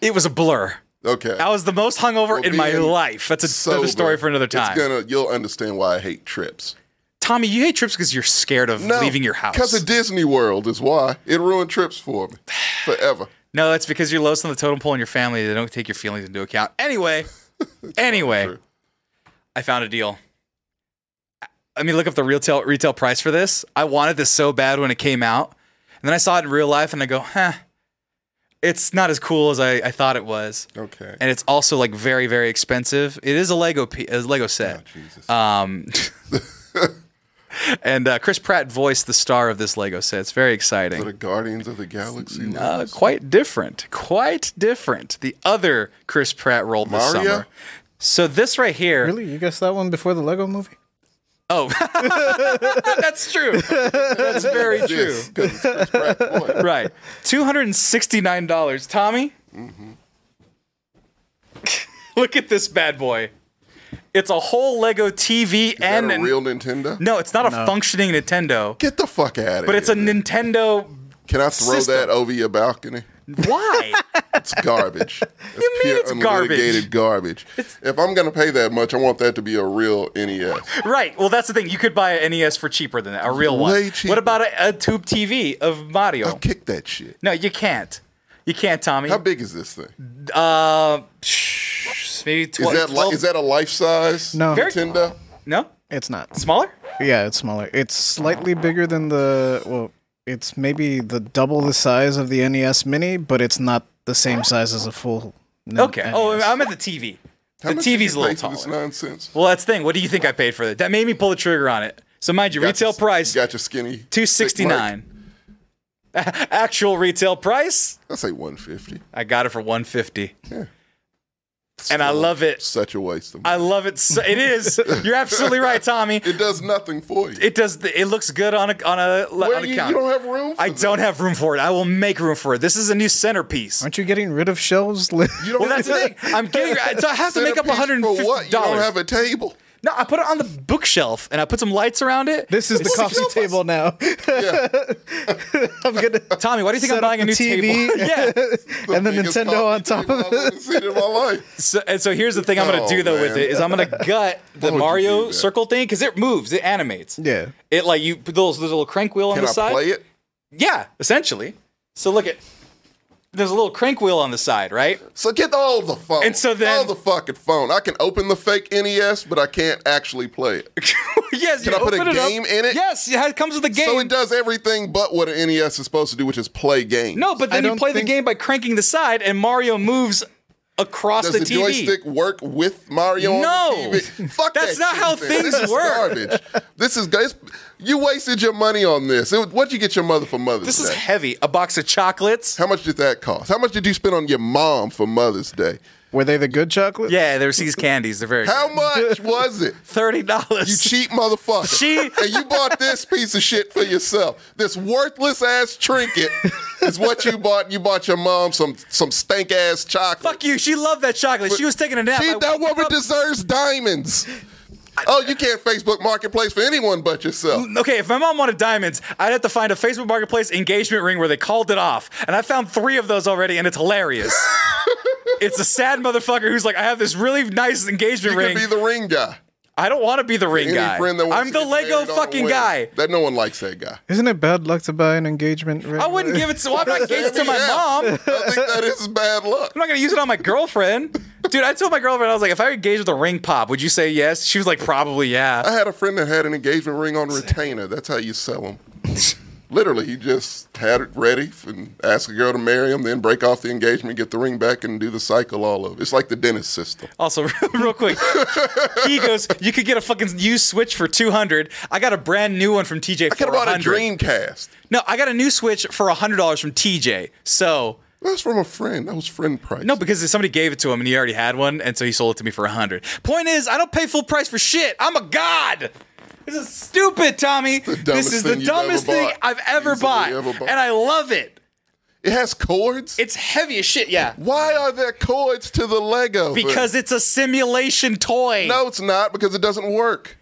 [SPEAKER 1] it was a blur.
[SPEAKER 2] Okay.
[SPEAKER 1] I was the most hungover
[SPEAKER 2] Well,
[SPEAKER 1] in my
[SPEAKER 2] being
[SPEAKER 1] life. That's a, another
[SPEAKER 2] sober,
[SPEAKER 1] story for another
[SPEAKER 2] it's
[SPEAKER 1] time.
[SPEAKER 2] gonna- you'll understand why I hate trips.
[SPEAKER 1] Tommy, you hate trips because you're scared of leaving your house.
[SPEAKER 2] Because of Disney World is why. It ruined trips for me. Forever.
[SPEAKER 1] no, it's because you're lowest on the totem pole in your family. They don't take your feelings into account. Anyway, anyway,
[SPEAKER 2] true.
[SPEAKER 1] I found a deal. I- I mean, look up the retail retail price for this. I wanted this so bad when it came out, and then I saw it in real life, and I go, huh. It's not as cool as I, I thought it was.
[SPEAKER 2] Okay.
[SPEAKER 1] and it's also like very very expensive. It is a Lego pi- a Lego set.
[SPEAKER 2] Oh, Jesus.
[SPEAKER 1] Um, and uh, Chris Pratt voiced the star of this Lego set. It's very
[SPEAKER 2] For
[SPEAKER 1] exciting.
[SPEAKER 2] the Guardians of the Galaxy.
[SPEAKER 1] Uh,
[SPEAKER 2] Legos.
[SPEAKER 1] quite different. Quite different. The other Chris Pratt role this
[SPEAKER 2] Mario?
[SPEAKER 1] summer. So this right here.
[SPEAKER 5] really? You guessed that one before the Lego movie?
[SPEAKER 1] Oh, that's true. That's very true.
[SPEAKER 2] Yes, 'cause it's Chris Pratt. Boy,
[SPEAKER 1] Right. Two hundred and sixty nine dollars. Tommy.
[SPEAKER 2] Mm-hmm.
[SPEAKER 1] Look at this bad boy. It's a whole Lego TV
[SPEAKER 2] and
[SPEAKER 1] and
[SPEAKER 2] a real Nintendo?
[SPEAKER 1] no, it's not a functioning Nintendo,
[SPEAKER 2] Get the fuck out of
[SPEAKER 1] but
[SPEAKER 2] here.
[SPEAKER 1] it's a Nintendo.
[SPEAKER 2] Can I throw
[SPEAKER 1] system.
[SPEAKER 2] that over your balcony?
[SPEAKER 1] Why?
[SPEAKER 2] It's garbage. you
[SPEAKER 1] mean it's
[SPEAKER 2] unlitigated garbage? if I'm gonna pay that much, I want that to be a real E NES.
[SPEAKER 1] right. Well, that's the thing. You could buy an NES for cheaper than that, a real one.
[SPEAKER 2] Way cheaper.
[SPEAKER 1] What about a, a tube TV of Mario?
[SPEAKER 2] I'll kick that shit.
[SPEAKER 1] No, you can't. You can't, Tommy.
[SPEAKER 2] How big is this thing?
[SPEAKER 1] Uh, shh, maybe
[SPEAKER 2] Is
[SPEAKER 1] tw-
[SPEAKER 2] that li-
[SPEAKER 1] 12
[SPEAKER 2] is that a life size?
[SPEAKER 5] No. Very-
[SPEAKER 2] Nintendo.
[SPEAKER 1] no
[SPEAKER 5] It's not.
[SPEAKER 1] smaller?
[SPEAKER 5] Yeah, it's smaller. It's slightly bigger than the well, it's maybe the double the size of the NES Mini, but it's not the same size as a full. N- E
[SPEAKER 1] Okay. Oh,
[SPEAKER 5] NES.
[SPEAKER 1] I'm at the TV.
[SPEAKER 2] How
[SPEAKER 1] the
[SPEAKER 2] much did you
[SPEAKER 1] TV's a little
[SPEAKER 2] pay for
[SPEAKER 1] taller.
[SPEAKER 2] This nonsense.
[SPEAKER 1] Well, that's the thing. What do you think I paid for it? That made me pull the trigger on it. So mind you,
[SPEAKER 2] Got
[SPEAKER 1] retail
[SPEAKER 2] your-
[SPEAKER 1] price
[SPEAKER 2] you Got your skinny.
[SPEAKER 1] two sixty nine. Actual retail price,
[SPEAKER 2] I say one fifty.
[SPEAKER 1] I got it for one fifty, and I love it.
[SPEAKER 2] Such a waste. Of money.
[SPEAKER 1] I love it. So, it is. You're absolutely right, Tommy.
[SPEAKER 2] it does nothing for you.
[SPEAKER 1] It does. It looks good on a on a
[SPEAKER 2] Where
[SPEAKER 1] on a
[SPEAKER 2] you,
[SPEAKER 1] counter.
[SPEAKER 2] you don't have room. For
[SPEAKER 1] I
[SPEAKER 2] that.
[SPEAKER 1] don't have room for it. I will make room for it. This is a new centerpiece.
[SPEAKER 5] Aren't you getting rid of shelves?
[SPEAKER 2] You don't
[SPEAKER 1] Well, that's the thing. I'm getting. So I have to make up one hundred and
[SPEAKER 2] For what?
[SPEAKER 1] fifty
[SPEAKER 2] You don't
[SPEAKER 1] dollars.
[SPEAKER 2] have a table.
[SPEAKER 1] No, I put it on the bookshelf and I put some lights around it.
[SPEAKER 5] this is the coffee table now. I'm gonna
[SPEAKER 1] Tommy, why do you think I'm
[SPEAKER 5] Set up
[SPEAKER 1] buying a new
[SPEAKER 5] the TV.
[SPEAKER 1] table? yeah.
[SPEAKER 5] and the
[SPEAKER 2] biggest
[SPEAKER 5] Nintendo on top
[SPEAKER 2] coffee
[SPEAKER 5] of
[SPEAKER 2] table I've
[SPEAKER 5] it.
[SPEAKER 2] ever seen in my life.
[SPEAKER 1] So, and so here's the thing I'm gonna
[SPEAKER 2] Oh,
[SPEAKER 1] do though with
[SPEAKER 2] man.
[SPEAKER 1] it is I'm gonna gut the
[SPEAKER 2] would you do
[SPEAKER 1] Mario
[SPEAKER 2] that?
[SPEAKER 1] circle thing because it moves, it animates.
[SPEAKER 5] Yeah.
[SPEAKER 1] It like you put those, those little crank wheel on
[SPEAKER 2] Can
[SPEAKER 1] the
[SPEAKER 2] I
[SPEAKER 1] side.
[SPEAKER 2] play it?
[SPEAKER 1] Yeah, essentially. So look at there's a little crank wheel on the side, right?
[SPEAKER 2] So get all the phone.
[SPEAKER 1] And so then-
[SPEAKER 2] all the fucking phone. I can open the fake NES, but I can't actually play it.
[SPEAKER 1] yes,
[SPEAKER 2] Can
[SPEAKER 1] you
[SPEAKER 2] I put a
[SPEAKER 1] open it up.
[SPEAKER 2] game in it?
[SPEAKER 1] Yes, yeah, it comes with a game.
[SPEAKER 2] So it does everything but what an NES is supposed to do, which is play games.
[SPEAKER 1] No, but
[SPEAKER 5] I
[SPEAKER 1] then you
[SPEAKER 5] don't
[SPEAKER 1] play the
[SPEAKER 5] think-
[SPEAKER 1] game by cranking the side and Mario moves across
[SPEAKER 2] does
[SPEAKER 1] the,
[SPEAKER 2] the,
[SPEAKER 1] TV.
[SPEAKER 2] joystick work with Mario?
[SPEAKER 1] No.
[SPEAKER 2] on the TV? fuck
[SPEAKER 1] That's
[SPEAKER 2] that
[SPEAKER 1] not
[SPEAKER 2] shit,
[SPEAKER 1] how
[SPEAKER 2] man.
[SPEAKER 1] things
[SPEAKER 2] this is
[SPEAKER 1] work.
[SPEAKER 2] Garbage. This is guys. You wasted your money on this. It, what'd you get your mother for Mother's
[SPEAKER 1] This
[SPEAKER 2] Day?
[SPEAKER 1] is heavy. A box of chocolates.
[SPEAKER 2] How much did that cost? How much did you spend on your mom for Mother's Day?
[SPEAKER 5] Were they the good chocolate?
[SPEAKER 1] Yeah, there's these candies. They're very
[SPEAKER 2] How much was it?
[SPEAKER 1] thirty dollars.
[SPEAKER 2] You cheap motherfucker.
[SPEAKER 1] She-
[SPEAKER 2] and you bought this piece of shit for yourself. This worthless ass trinket is what you bought. You bought your mom some some stank ass chocolate.
[SPEAKER 1] Fuck you. She loved that chocolate. She was taking a nap.
[SPEAKER 2] She,
[SPEAKER 1] I woke
[SPEAKER 2] that woman
[SPEAKER 1] up-
[SPEAKER 2] deserves diamonds. Oh, you can't Facebook Marketplace for anyone but yourself.
[SPEAKER 1] Okay, if my mom wanted diamonds, I'd have to find a Facebook Marketplace engagement ring where they called it off. And I found three of those already, and it's hilarious. it's a sad motherfucker who's like, I have this really nice engagement
[SPEAKER 2] You could
[SPEAKER 1] ring.
[SPEAKER 2] be the ring guy.
[SPEAKER 1] I don't want to be the ring
[SPEAKER 2] Any
[SPEAKER 1] guy.
[SPEAKER 2] friend that wants
[SPEAKER 1] I'm
[SPEAKER 2] to
[SPEAKER 1] the
[SPEAKER 2] get
[SPEAKER 1] Lego
[SPEAKER 2] married on a
[SPEAKER 1] fucking
[SPEAKER 2] whim.
[SPEAKER 1] guy.
[SPEAKER 2] That no one likes that guy.
[SPEAKER 5] Isn't it bad luck to buy an engagement ring?
[SPEAKER 1] I wouldn't give it to. I'm not giving it to my
[SPEAKER 2] Yeah.
[SPEAKER 1] mom.
[SPEAKER 2] I think that is bad luck.
[SPEAKER 1] I'm not gonna use it on my girlfriend. Dude, I told my girlfriend, I was like, if I engaged with a ring pop, would you say yes? She was like, probably
[SPEAKER 2] I
[SPEAKER 1] yeah.
[SPEAKER 2] had a friend that had an engagement ring on retainer. That's how you sell them. Literally, he just had it ready and asked a girl to marry him, then break off the engagement, get the ring back, and do the cycle all over. It's like the dentist system.
[SPEAKER 1] Also, real quick, he goes, you could get a fucking used Switch for 200. I got a brand new one from TJ
[SPEAKER 2] I could
[SPEAKER 1] for
[SPEAKER 2] have bought a
[SPEAKER 1] 100.
[SPEAKER 2] Dreamcast.
[SPEAKER 1] No, I got a new Switch for $100 from TJ. So,
[SPEAKER 2] That's from a friend. That was friend price.
[SPEAKER 1] no, because somebody gave it to him and he already had one, and so he sold it to me for 100. Point is, I don't pay full price for shit. I'm a god. This is stupid, Tommy. This
[SPEAKER 2] dumbest
[SPEAKER 1] is the
[SPEAKER 2] thing you've ever
[SPEAKER 1] dumbest thing
[SPEAKER 2] bought.
[SPEAKER 1] I've ever
[SPEAKER 2] Easily
[SPEAKER 1] bought,
[SPEAKER 2] ever bought.
[SPEAKER 1] and I love it.
[SPEAKER 2] it has cords.
[SPEAKER 1] It's heavy as shit, yeah.
[SPEAKER 2] Why are there cords to the Lego? thing?
[SPEAKER 1] Because it's a simulation toy.
[SPEAKER 2] no, it's not. Because it doesn't work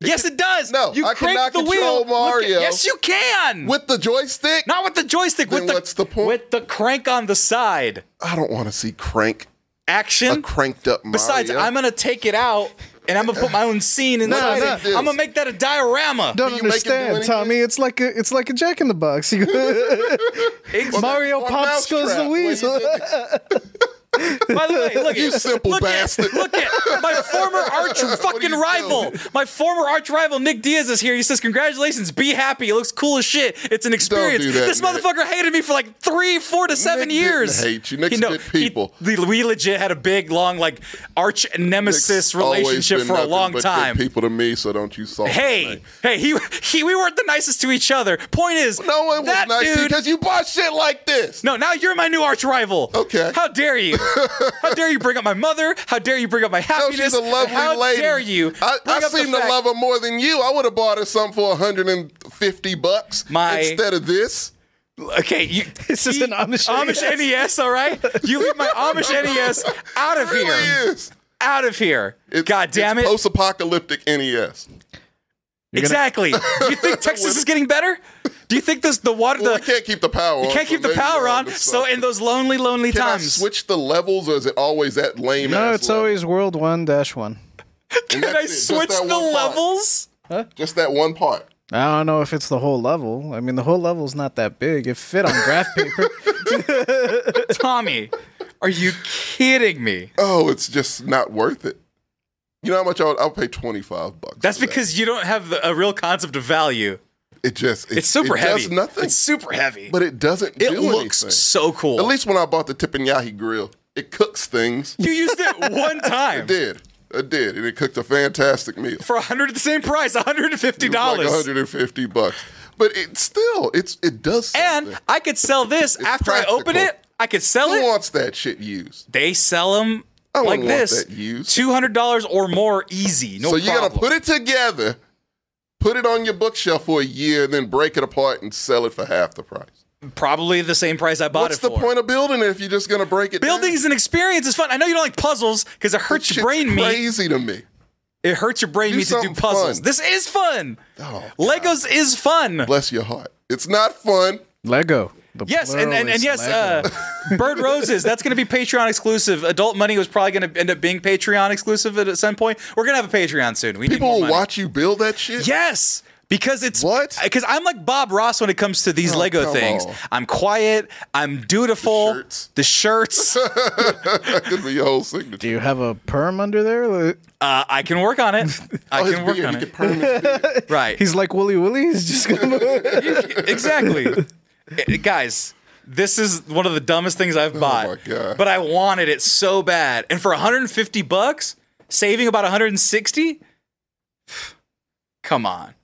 [SPEAKER 1] Yes, it does.
[SPEAKER 2] No,
[SPEAKER 1] you
[SPEAKER 2] I
[SPEAKER 1] crank
[SPEAKER 2] cannot
[SPEAKER 1] the
[SPEAKER 2] control
[SPEAKER 1] wheel. Look at-
[SPEAKER 2] Mario.
[SPEAKER 1] yes, you can.
[SPEAKER 2] with the joystick.
[SPEAKER 1] not with the joystick.
[SPEAKER 2] Then
[SPEAKER 1] with the,
[SPEAKER 2] what's the point?
[SPEAKER 1] With the crank on the side.
[SPEAKER 2] I don't want to see crank a
[SPEAKER 1] Action.
[SPEAKER 2] cranked up.
[SPEAKER 1] Besides,
[SPEAKER 2] Mario.
[SPEAKER 1] I'm gonna take it out and I'm gonna put my own scene inside
[SPEAKER 5] no.
[SPEAKER 1] it. I'm gonna make that a diorama.
[SPEAKER 5] Don't
[SPEAKER 2] you make him do
[SPEAKER 5] understand,
[SPEAKER 2] anything?
[SPEAKER 5] Tommy. It's like a it's like a Jack in the Box. You go- Mario
[SPEAKER 2] Or
[SPEAKER 5] pops goes
[SPEAKER 2] Mousetrap,
[SPEAKER 5] the
[SPEAKER 2] where you
[SPEAKER 5] weasel.
[SPEAKER 2] did-
[SPEAKER 1] By the way, look
[SPEAKER 2] You
[SPEAKER 1] at
[SPEAKER 2] simple
[SPEAKER 1] look
[SPEAKER 2] bastard.
[SPEAKER 1] At, look at my former arch fucking
[SPEAKER 2] you
[SPEAKER 1] rival. My former arch rival Nick Diaz is here. He says, "Congratulations, be happy. It looks cool as shit. It's an experience."
[SPEAKER 2] do that,
[SPEAKER 1] this
[SPEAKER 2] Nick.
[SPEAKER 1] motherfucker hated me for like three, four to seven
[SPEAKER 2] Nick didn't
[SPEAKER 1] years.
[SPEAKER 2] hate you. Nick's
[SPEAKER 1] know,
[SPEAKER 2] good people.
[SPEAKER 1] he- we legit had a big, long, like arch nemesis
[SPEAKER 2] Nick's always
[SPEAKER 1] relationship
[SPEAKER 2] been
[SPEAKER 1] for a
[SPEAKER 2] nothing
[SPEAKER 1] long
[SPEAKER 2] but good
[SPEAKER 1] time.
[SPEAKER 2] people to me, so don't you salt. his
[SPEAKER 1] Hey,
[SPEAKER 2] name.
[SPEAKER 1] hey, he, he, we weren't the nicest to each other. Point is,
[SPEAKER 2] no one was
[SPEAKER 1] that
[SPEAKER 2] nice
[SPEAKER 1] dude,
[SPEAKER 2] because you bought shit like this.
[SPEAKER 1] no, now you're my new arch rival.
[SPEAKER 2] Okay.
[SPEAKER 1] How dare you? How dare you bring up my mother? How dare you bring up my
[SPEAKER 2] No,
[SPEAKER 1] happiness?
[SPEAKER 2] she's a lovely
[SPEAKER 1] How
[SPEAKER 2] lady.
[SPEAKER 1] dare you?
[SPEAKER 2] I, I
[SPEAKER 1] bring up
[SPEAKER 2] seem to
[SPEAKER 1] fact-
[SPEAKER 2] love her more than you. I would have bought her something for 150 bucks
[SPEAKER 1] My-
[SPEAKER 2] instead of this.
[SPEAKER 1] Okay, you,
[SPEAKER 5] This is an Amish
[SPEAKER 1] Amish NES. all right? You leave my Amish NES out of
[SPEAKER 2] It really
[SPEAKER 1] here.
[SPEAKER 2] is.
[SPEAKER 1] Out of here.
[SPEAKER 2] It's-
[SPEAKER 1] God damn
[SPEAKER 2] it's
[SPEAKER 1] it.
[SPEAKER 2] Post-apocalyptic E NES.
[SPEAKER 1] Exactly. Do you think Texas is getting better? Do you think this the water
[SPEAKER 2] Well, we
[SPEAKER 1] the
[SPEAKER 2] can't keep the power on.
[SPEAKER 1] can't
[SPEAKER 2] so
[SPEAKER 1] keep the
[SPEAKER 2] maybe
[SPEAKER 1] power
[SPEAKER 2] we're
[SPEAKER 1] on?
[SPEAKER 2] onto
[SPEAKER 1] So
[SPEAKER 2] something.
[SPEAKER 1] in those lonely, lonely
[SPEAKER 2] Can I
[SPEAKER 1] times.
[SPEAKER 2] switch the levels, or is it always that lame?
[SPEAKER 5] No,
[SPEAKER 2] ass
[SPEAKER 5] it's
[SPEAKER 2] level?
[SPEAKER 5] always World One Dash One.
[SPEAKER 2] And
[SPEAKER 1] Can
[SPEAKER 2] that's
[SPEAKER 1] I
[SPEAKER 2] it, just
[SPEAKER 1] switch
[SPEAKER 2] that
[SPEAKER 1] the
[SPEAKER 2] one part.
[SPEAKER 1] levels?
[SPEAKER 2] Just that one part.
[SPEAKER 5] I don't know if it's the whole level. I mean, the whole level's not that big. It fit on graph paper.
[SPEAKER 1] Tommy, are you kidding me?
[SPEAKER 2] Oh, it's just not worth it. You know how much I'll, I'll pay twenty five bucks.
[SPEAKER 1] That's
[SPEAKER 2] for that.
[SPEAKER 1] because you don't have a real concept of value.
[SPEAKER 2] it just it,
[SPEAKER 1] It's super
[SPEAKER 2] it
[SPEAKER 1] heavy.
[SPEAKER 2] Does nothing,
[SPEAKER 1] It's super heavy.
[SPEAKER 2] but it doesn't.
[SPEAKER 1] it
[SPEAKER 2] do
[SPEAKER 1] looks
[SPEAKER 2] anything.
[SPEAKER 1] so cool.
[SPEAKER 2] At least when I bought the Teppanyaki grill, it cooks things.
[SPEAKER 1] you used it one time
[SPEAKER 2] It did. It did, and it cooked a fantastic meal.
[SPEAKER 1] for a hundred the same price, one hundred and fifty
[SPEAKER 2] It was like one
[SPEAKER 1] dollars.
[SPEAKER 2] hundred and fifty bucks. But it still, it's it does. Something.
[SPEAKER 1] And I could sell this after I open
[SPEAKER 2] practical.
[SPEAKER 1] it. I could sell
[SPEAKER 2] who
[SPEAKER 1] it.
[SPEAKER 2] wants that shit used?
[SPEAKER 1] they sell them
[SPEAKER 2] I
[SPEAKER 1] like
[SPEAKER 2] wouldn't want
[SPEAKER 1] this,
[SPEAKER 2] that used.
[SPEAKER 1] two hundred dollars or more, easy. No
[SPEAKER 2] so you
[SPEAKER 1] problem.
[SPEAKER 2] gotta put it together, put it on your bookshelf for a year, then break it apart and sell it for half the price.
[SPEAKER 1] probably the same price I bought
[SPEAKER 2] What's
[SPEAKER 1] it
[SPEAKER 2] the
[SPEAKER 1] for.
[SPEAKER 2] point of building it if you're just gonna break it? down?
[SPEAKER 1] Buildings and experience is fun. I know you don't like puzzles because it hurts
[SPEAKER 2] Shit's
[SPEAKER 1] your brain meat.
[SPEAKER 2] Crazy to me.
[SPEAKER 1] It hurts your brain
[SPEAKER 2] Do
[SPEAKER 1] meat to do
[SPEAKER 2] something
[SPEAKER 1] puzzles.
[SPEAKER 2] fun.
[SPEAKER 1] This is fun.
[SPEAKER 2] Oh,
[SPEAKER 1] Legos is fun.
[SPEAKER 2] Bless your heart. It's not fun.
[SPEAKER 5] Lego. The
[SPEAKER 1] Yes, and,
[SPEAKER 5] plural
[SPEAKER 1] and, and
[SPEAKER 5] is
[SPEAKER 1] yes,
[SPEAKER 5] Lego.
[SPEAKER 1] uh, Bird Roses, that's going to be Patreon exclusive. Adult Money was probably going to end up being Patreon exclusive at some point. We're going to have a Patreon soon. We need
[SPEAKER 2] People
[SPEAKER 1] more
[SPEAKER 2] will
[SPEAKER 1] money.
[SPEAKER 2] watch you build that shit.
[SPEAKER 1] Yes, because it's
[SPEAKER 2] What? Oh,
[SPEAKER 1] Because I'm like Bob Ross when it comes to these Lego
[SPEAKER 2] come
[SPEAKER 1] things.
[SPEAKER 2] on.
[SPEAKER 1] I'm quiet. I'm dutiful. The
[SPEAKER 2] The shirts.
[SPEAKER 1] shirts. uh,
[SPEAKER 2] That could be your whole signature.
[SPEAKER 5] do you have a perm under there?
[SPEAKER 1] Uh, I can work on it. I
[SPEAKER 2] Oh, his
[SPEAKER 1] can work
[SPEAKER 2] beard.
[SPEAKER 1] on
[SPEAKER 2] You
[SPEAKER 1] it.
[SPEAKER 2] could perm his beard.
[SPEAKER 1] Right.
[SPEAKER 5] He's like Wooly Wooly. He's just gonna.
[SPEAKER 1] exactly. Eh, guys, this is one of the dumbest things I've bought.
[SPEAKER 2] Oh my God.
[SPEAKER 1] But I wanted it so bad. And for 150 bucks, saving about 160? Come on.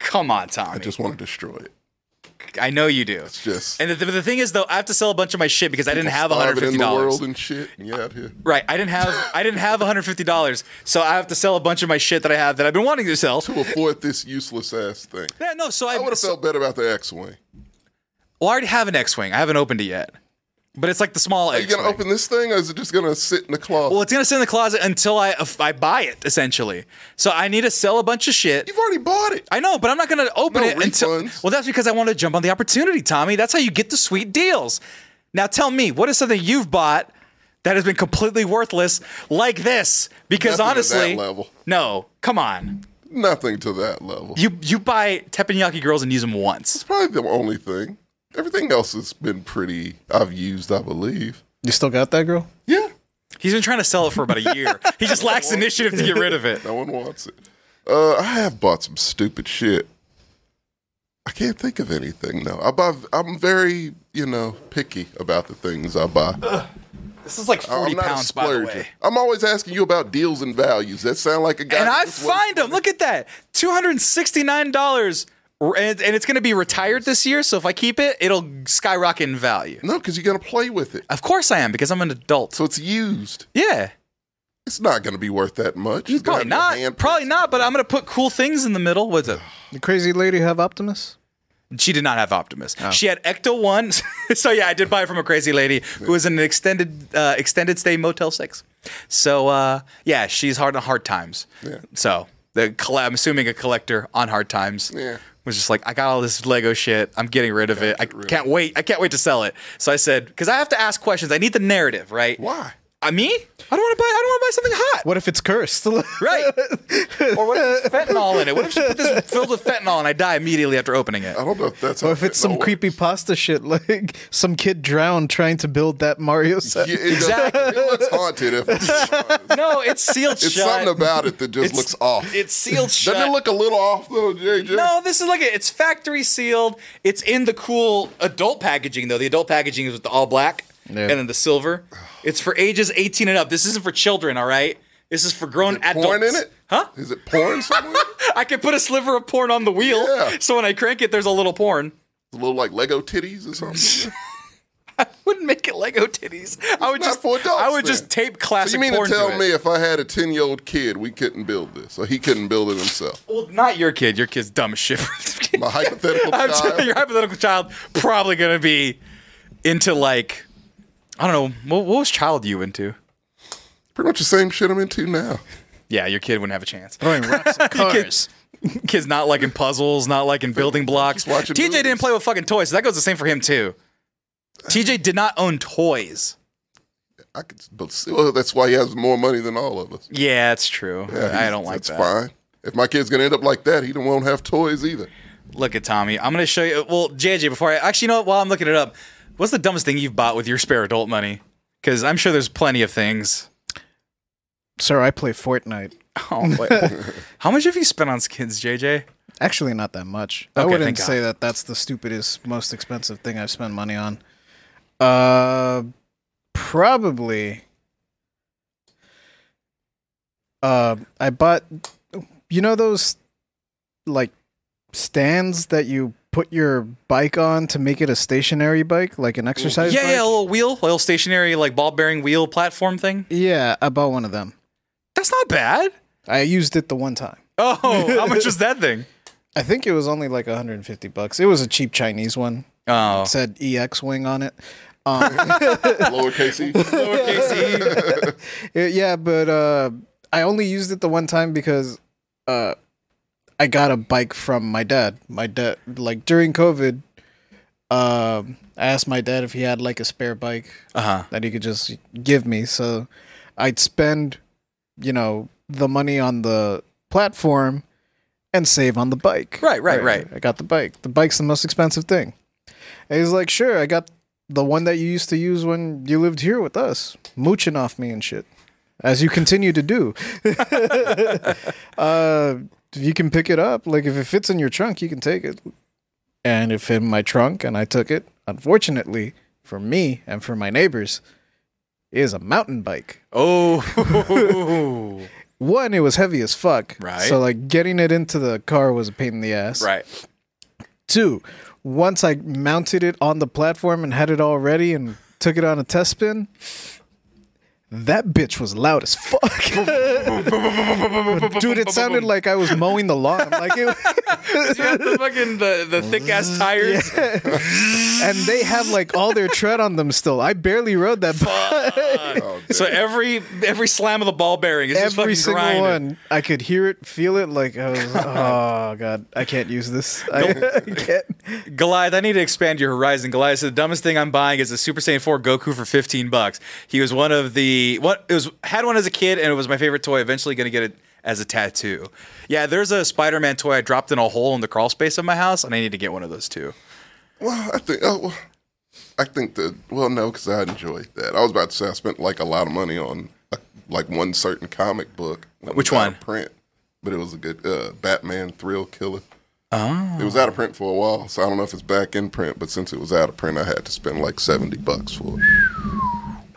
[SPEAKER 1] Come on, Tommy.
[SPEAKER 2] I
[SPEAKER 1] I,
[SPEAKER 2] just want to destroy it.
[SPEAKER 1] know you do.
[SPEAKER 2] Just
[SPEAKER 1] And the, the thing is though, I have to sell a bunch of my shit because I didn't have
[SPEAKER 2] starve it in the world
[SPEAKER 1] 150
[SPEAKER 2] and shit. And you out here.
[SPEAKER 1] Right, I didn't have I didn't have 150 dollars, so I have to sell a bunch of my shit that I have that I've been wanting to sell.
[SPEAKER 2] To afford this useless ass thing.
[SPEAKER 1] Yeah, no, so I,
[SPEAKER 2] I would have
[SPEAKER 1] so-
[SPEAKER 2] felt better about the X Wing.
[SPEAKER 1] well, I already have an X-wing. I haven't opened it yet. But it's like the small
[SPEAKER 2] Are you
[SPEAKER 1] X.
[SPEAKER 2] gonna open this thing, or is it just gonna sit in the closet?
[SPEAKER 1] Well, it's gonna sit in the closet until I if I buy it essentially. So I need to sell a bunch of shit.
[SPEAKER 2] You've already bought it.
[SPEAKER 1] I know, but I'm not going to open
[SPEAKER 2] No
[SPEAKER 1] it until.
[SPEAKER 2] refunds.
[SPEAKER 1] Well, that's because I want to jump on the opportunity, Tommy. That's how you get the sweet deals. Now, tell me, what is something you've bought that has been completely worthless like this? Because
[SPEAKER 2] Nothing at that
[SPEAKER 1] honestly,
[SPEAKER 2] level.
[SPEAKER 1] no, come on.
[SPEAKER 2] Nothing to that level.
[SPEAKER 1] You you buy teppanyaki girls and use them once.
[SPEAKER 2] It's probably the only thing. Everything else has been pretty. I've used, I believe.
[SPEAKER 5] You still got that girl?
[SPEAKER 2] Yeah,
[SPEAKER 1] He's been trying to sell it for about a year. He just lacks initiative to get rid of it.
[SPEAKER 2] no one wants it. Uh, I have bought some stupid shit. I can't think of anything now. I buy. I'm very, you know, picky about the things I buy.
[SPEAKER 1] This is like
[SPEAKER 2] I'm
[SPEAKER 1] 40 pounds, by the way.
[SPEAKER 2] I'm always asking you about deals and values. That sound like a guy.
[SPEAKER 1] and
[SPEAKER 2] who
[SPEAKER 1] I
[SPEAKER 2] just wants-
[SPEAKER 1] find them. Look at that, two hundred sixty nine dollars, and, and it's going to be retired this year. So if I keep it, it'll skyrocket in value.
[SPEAKER 2] No, because you're gonna play with it.
[SPEAKER 1] Of course I am because I'm an adult.
[SPEAKER 2] So it's used.
[SPEAKER 1] Yeah,
[SPEAKER 2] It's not gonna be worth that much. It's gonna
[SPEAKER 1] probably
[SPEAKER 2] have your
[SPEAKER 1] not.
[SPEAKER 2] hand
[SPEAKER 1] Probably not. But I'm going to put cool things in the middle. What's it?
[SPEAKER 5] The crazy lady have Optimus?
[SPEAKER 1] She did not have Optimus. She had Ecto One. so yeah, I did buy it from a crazy lady who was in an extended uh, extended stay Motel Six. So uh, yeah, she's hard on hard times.
[SPEAKER 2] Yeah.
[SPEAKER 1] So the coll- I'm assuming a collector on hard times.
[SPEAKER 2] Yeah.
[SPEAKER 1] Was just like I got all this Lego shit. I'm getting rid of it. I can't wait. I can't wait to sell it. So I said because I have to ask questions. I need the narrative, right?
[SPEAKER 2] Why?
[SPEAKER 1] I me? I don't want to buy. I don't want to buy something hot.
[SPEAKER 5] What if it's cursed?
[SPEAKER 1] Right. or what if there's fentanyl in it? What if she put this filled with fentanyl and I die immediately after opening it?
[SPEAKER 2] I don't know if that's.
[SPEAKER 5] Or
[SPEAKER 2] how
[SPEAKER 5] if it's
[SPEAKER 2] fentanyl
[SPEAKER 5] some
[SPEAKER 2] works.
[SPEAKER 5] creepy pasta shit, like some kid drowned trying to build that Mario set.
[SPEAKER 2] Yeah, it exactly. It looks haunted. If it's,
[SPEAKER 1] No, it's sealed
[SPEAKER 2] it's
[SPEAKER 1] shut.
[SPEAKER 2] something about it that just
[SPEAKER 1] It's-
[SPEAKER 2] looks off.
[SPEAKER 1] It's sealed shut.
[SPEAKER 2] Doesn't it look a little off though, JJ?
[SPEAKER 1] no, this is like a, it's factory sealed. It's in the cool adult packaging though. The adult packaging is with the all black and then the silver. It's for ages 18 and up. This isn't for children, all right? This is for grown adults.
[SPEAKER 2] porn in it?
[SPEAKER 1] Huh?
[SPEAKER 2] Is it porn somewhere? it's
[SPEAKER 1] I can put a sliver of porn on the wheel,
[SPEAKER 2] Yeah.
[SPEAKER 1] so when I crank it, there's a little porn.
[SPEAKER 2] a little like Lego titties or something.
[SPEAKER 1] Wouldn't make it Lego titties. I would
[SPEAKER 2] not
[SPEAKER 1] just
[SPEAKER 2] for adults,
[SPEAKER 1] I would
[SPEAKER 2] then.
[SPEAKER 1] just tape
[SPEAKER 2] So
[SPEAKER 1] classic.
[SPEAKER 2] you mean to
[SPEAKER 1] porn
[SPEAKER 2] tell
[SPEAKER 1] it.
[SPEAKER 2] me if I had a ten year old kid, we couldn't build this, or he couldn't build it himself?
[SPEAKER 1] Well, not your kid. Your kid's dumb as shit.
[SPEAKER 2] My hypothetical
[SPEAKER 1] I'm
[SPEAKER 2] child.
[SPEAKER 1] telling you, your hypothetical child probably gonna be into like I don't know what, what was child you into?
[SPEAKER 2] Pretty much the same shit I'm into now.
[SPEAKER 1] Yeah, your kid wouldn't have a chance.
[SPEAKER 2] Oh,
[SPEAKER 5] Throwing rocks at cars.
[SPEAKER 1] Kid's not liking puzzles, not liking building blocks.
[SPEAKER 2] Just watching
[SPEAKER 1] TJ didn't
[SPEAKER 2] movies.
[SPEAKER 1] play with fucking toys, so that goes the same for him too. TJ did not own toys.
[SPEAKER 2] I could, but see- well, that's why he has more money than all of us.
[SPEAKER 1] Yeah, that's true. I don't like
[SPEAKER 2] that's
[SPEAKER 1] that.
[SPEAKER 2] fine. If my kid's gonna end up like that, he don't won't have toys either.
[SPEAKER 1] Look at Tommy. I'm gonna show you. Well, JJ, before I actually, you know what? While I'm looking it up, what's the dumbest thing you've bought with your spare adult money? Because I'm sure there's plenty of things.
[SPEAKER 5] Sir, I play Fortnite.
[SPEAKER 1] Oh, wait. How much have you spent on skins, JJ?
[SPEAKER 5] Actually, not that much. I
[SPEAKER 1] Okay, thank
[SPEAKER 5] wouldn't
[SPEAKER 1] God.
[SPEAKER 5] say that that's the stupidest, most expensive thing I've spent money on. Uh, probably. Uh, I bought, you know, those like stands that you put your bike on to make it a stationary bike, like an exercise.
[SPEAKER 1] yeah, yeah, a
[SPEAKER 5] bike?
[SPEAKER 1] little wheel, a little stationary, like ball bearing wheel platform thing.
[SPEAKER 5] yeah. I bought one of them.
[SPEAKER 1] That's not bad.
[SPEAKER 5] I used it the one time.
[SPEAKER 1] Oh, how much was that thing?
[SPEAKER 5] I think it was only like 150 bucks. It was a cheap Chinese one.
[SPEAKER 1] Oh,
[SPEAKER 5] It said EX wing on it. Um,
[SPEAKER 2] Lowercase e.
[SPEAKER 1] lowercase e.
[SPEAKER 5] Uh, yeah, but uh, I only used it the one time because uh, I got a bike from my dad. My dad, like during COVID, um, I asked my dad if he had like a spare bike
[SPEAKER 1] Uh-huh.
[SPEAKER 5] that he could just give me. So I'd spend, you know, the money on the platform and save on the bike.
[SPEAKER 1] Right, right, right.
[SPEAKER 5] I got the bike. The bike's the most expensive thing. And he's like, sure, I got the one that you used to use when you lived here with us, mooching off me and shit, as you continue to do. uh, you can pick it up. Like, if it fits in your trunk, you can take it. And it fit in my trunk, and I took it. Unfortunately, for me and for my neighbors, it is a mountain bike.
[SPEAKER 1] Oh,
[SPEAKER 5] One, it was heavy as fuck.
[SPEAKER 1] Right.
[SPEAKER 5] So, like, getting it into the car was a pain in the ass.
[SPEAKER 1] right.
[SPEAKER 5] Two, once I mounted it on the platform and had it all ready and took it on a test spin, that bitch was loud as fuck. Dude, it sounded like I was mowing the lawn. Like it,
[SPEAKER 1] you have the fucking the, the thick ass tires.
[SPEAKER 5] and they have like all their tread on them still. I barely rode that bike.
[SPEAKER 2] Oh,
[SPEAKER 1] So
[SPEAKER 2] damn.
[SPEAKER 1] every every slam of the ball bearing is just
[SPEAKER 5] Every
[SPEAKER 1] fucking
[SPEAKER 5] single
[SPEAKER 1] grinding.
[SPEAKER 5] one, I could hear it, feel it. Like, I was, oh god, I can't use this. I, I can't.
[SPEAKER 1] Goliath, I need to expand your horizon. Goliath, said, the dumbest thing I'm buying is a Super Saiyan 4 Goku for 15 bucks. He was one of the what it was had one as a kid and it was my favorite toy. Eventually going to get it as a tattoo. Yeah, there's a Spider-Man toy I dropped in a hole in the crawl space of my house and I need to get one of those too.
[SPEAKER 2] Well, I think. Oh, well, I think that. Well, no, because I enjoyed that. I was about to say I spent like a lot of money on uh, like one certain comic book. when it
[SPEAKER 1] Which
[SPEAKER 2] was out of
[SPEAKER 1] one?
[SPEAKER 2] Print, but it was a good uh, Batman Thrill Killer. Oh. It was out of print for a while, so I don't know if it's back in print. But since it was out of print, I had to spend like seventy bucks for it.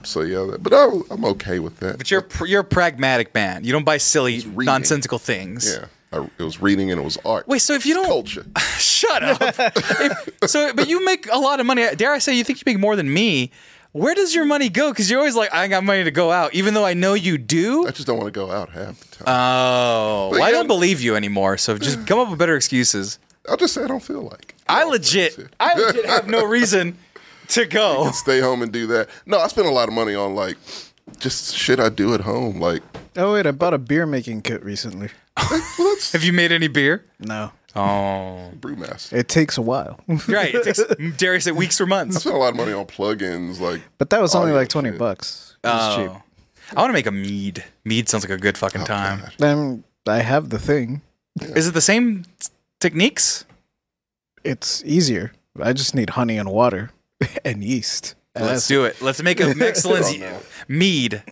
[SPEAKER 2] So yeah, that, but I, I'm okay with that.
[SPEAKER 1] But you're pr- you're a pragmatic man. You don't buy silly
[SPEAKER 2] reading.
[SPEAKER 1] nonsensical things.
[SPEAKER 2] yeah, I, it was reading and it was art.
[SPEAKER 1] Wait, so if you don't
[SPEAKER 2] culture.
[SPEAKER 1] Shut up. If- so, but you make a lot of money. Dare I say, you think you make more than me? Where does your money go? Because you're always like, I ain't got money to go out, even though I know you do.
[SPEAKER 2] I just don't want to go out half the time.
[SPEAKER 1] Oh, well, I
[SPEAKER 2] yeah.
[SPEAKER 1] don't believe you anymore. So just come up with better excuses.
[SPEAKER 2] I'll just say I don't feel like. it.
[SPEAKER 1] I legit, I legit have no reason to go.
[SPEAKER 2] stay home and do that. No, I spent a lot of money on like just shit I do at home. Like,
[SPEAKER 5] Oh wait, I bought a beer making kit recently.
[SPEAKER 2] well, that's
[SPEAKER 1] Have you made any beer?
[SPEAKER 5] No,
[SPEAKER 1] Oh,
[SPEAKER 2] brewmaster.
[SPEAKER 5] it takes a while,
[SPEAKER 1] right. It takes, dare I say, weeks or
[SPEAKER 2] I
[SPEAKER 1] months.
[SPEAKER 2] spent a lot of money on plugins. Like,
[SPEAKER 5] but that was only
[SPEAKER 2] Audio
[SPEAKER 5] like twenty
[SPEAKER 2] shit.
[SPEAKER 5] bucks. It was cheap.
[SPEAKER 1] Oh. I want to make a mead. Mead sounds like a good fucking time.
[SPEAKER 5] Then I have the thing.
[SPEAKER 1] Is it the same t- techniques?
[SPEAKER 5] It's easier. I just need honey and water and yeast. And
[SPEAKER 1] Let's
[SPEAKER 5] that's-
[SPEAKER 1] do it. Let's make an excellent
[SPEAKER 2] Oh, no.
[SPEAKER 1] mead,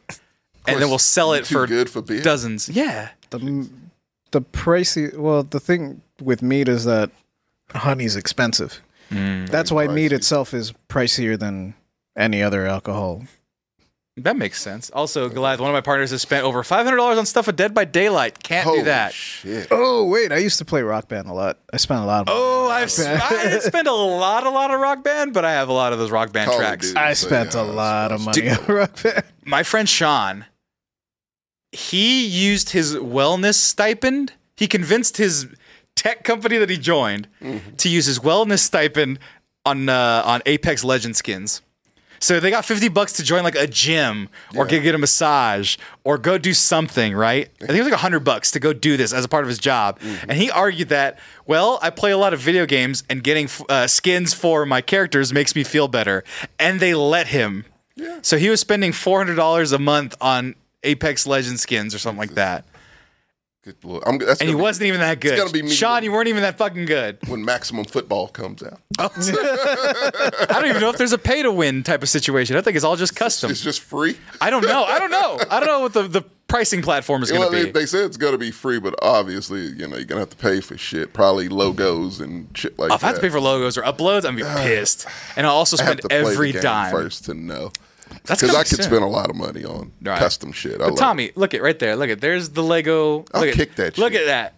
[SPEAKER 1] and then we'll sell it
[SPEAKER 2] too
[SPEAKER 1] for
[SPEAKER 2] good for beer.
[SPEAKER 1] dozens. Yeah,
[SPEAKER 5] The, the pricey. Well, the thing with meat is that honey's expensive. That's why meat itself is pricier than any other alcohol.
[SPEAKER 1] that makes sense. Also, Goliath, one of my partners has spent over five hundred dollars on stuff at Dead by Daylight. Can't
[SPEAKER 2] holy
[SPEAKER 1] do that.
[SPEAKER 2] shit.
[SPEAKER 5] Oh wait, I used to play Rock Band a lot. I spent a lot of. Money.
[SPEAKER 1] Oh, I've sp- I didn't spend a lot, a lot of Rock Band, but I have a lot of those Rock Band
[SPEAKER 2] Call of
[SPEAKER 1] tracks.
[SPEAKER 2] Duty.
[SPEAKER 5] I
[SPEAKER 2] so
[SPEAKER 5] spent
[SPEAKER 2] yeah,
[SPEAKER 5] a lot of money
[SPEAKER 1] Dude.
[SPEAKER 5] on Rock Band.
[SPEAKER 1] my friend Sean, he used his wellness stipend. He convinced his tech company that he joined to use his wellness stipend on uh, on Apex Legend skins. So they got fifty bucks to join like a gym or go get a massage or go do something, right? I think it was like hundred bucks to go do this as a part of his job.
[SPEAKER 2] Mm-hmm.
[SPEAKER 1] And he argued that, well, I play a lot of video games and getting f- uh, skins for my characters makes me feel better. And they let him. So he was spending four hundred dollars a month on Apex Legend skins or something like that,
[SPEAKER 2] Good lord. I'm, that's
[SPEAKER 1] and he
[SPEAKER 2] gonna be
[SPEAKER 1] wasn't even that good.
[SPEAKER 2] gonna be me.
[SPEAKER 1] Sean, you weren't even that fucking good.
[SPEAKER 2] when Maximum Football comes out.
[SPEAKER 1] I don't even know if there's a pay to win type of situation. I think it's all just custom.
[SPEAKER 2] It's just free.
[SPEAKER 1] I don't know. I don't know. I don't know what the, the pricing platform is
[SPEAKER 2] Well,
[SPEAKER 1] going to
[SPEAKER 2] they,
[SPEAKER 1] be.
[SPEAKER 2] they said it's gonna be free, but obviously, you know, you're gonna have to pay for shit. Probably logos and shit like
[SPEAKER 1] Oh, if I
[SPEAKER 2] that.
[SPEAKER 1] have to pay for logos or uploads, I'm gonna be pissed, and I'll also
[SPEAKER 2] I have
[SPEAKER 1] spend
[SPEAKER 2] to play
[SPEAKER 1] every
[SPEAKER 2] the game
[SPEAKER 1] dime.
[SPEAKER 2] first to know.
[SPEAKER 1] That's
[SPEAKER 2] Because
[SPEAKER 1] coming
[SPEAKER 2] I could
[SPEAKER 1] soon.
[SPEAKER 2] spend a lot of money on
[SPEAKER 1] Right.
[SPEAKER 2] custom shit. I
[SPEAKER 1] But
[SPEAKER 2] love
[SPEAKER 1] Tommy, look at right there. Look at there's the Lego.
[SPEAKER 2] I'll
[SPEAKER 1] look
[SPEAKER 2] kick
[SPEAKER 1] at,
[SPEAKER 2] that
[SPEAKER 1] Look
[SPEAKER 2] shit.
[SPEAKER 1] at that.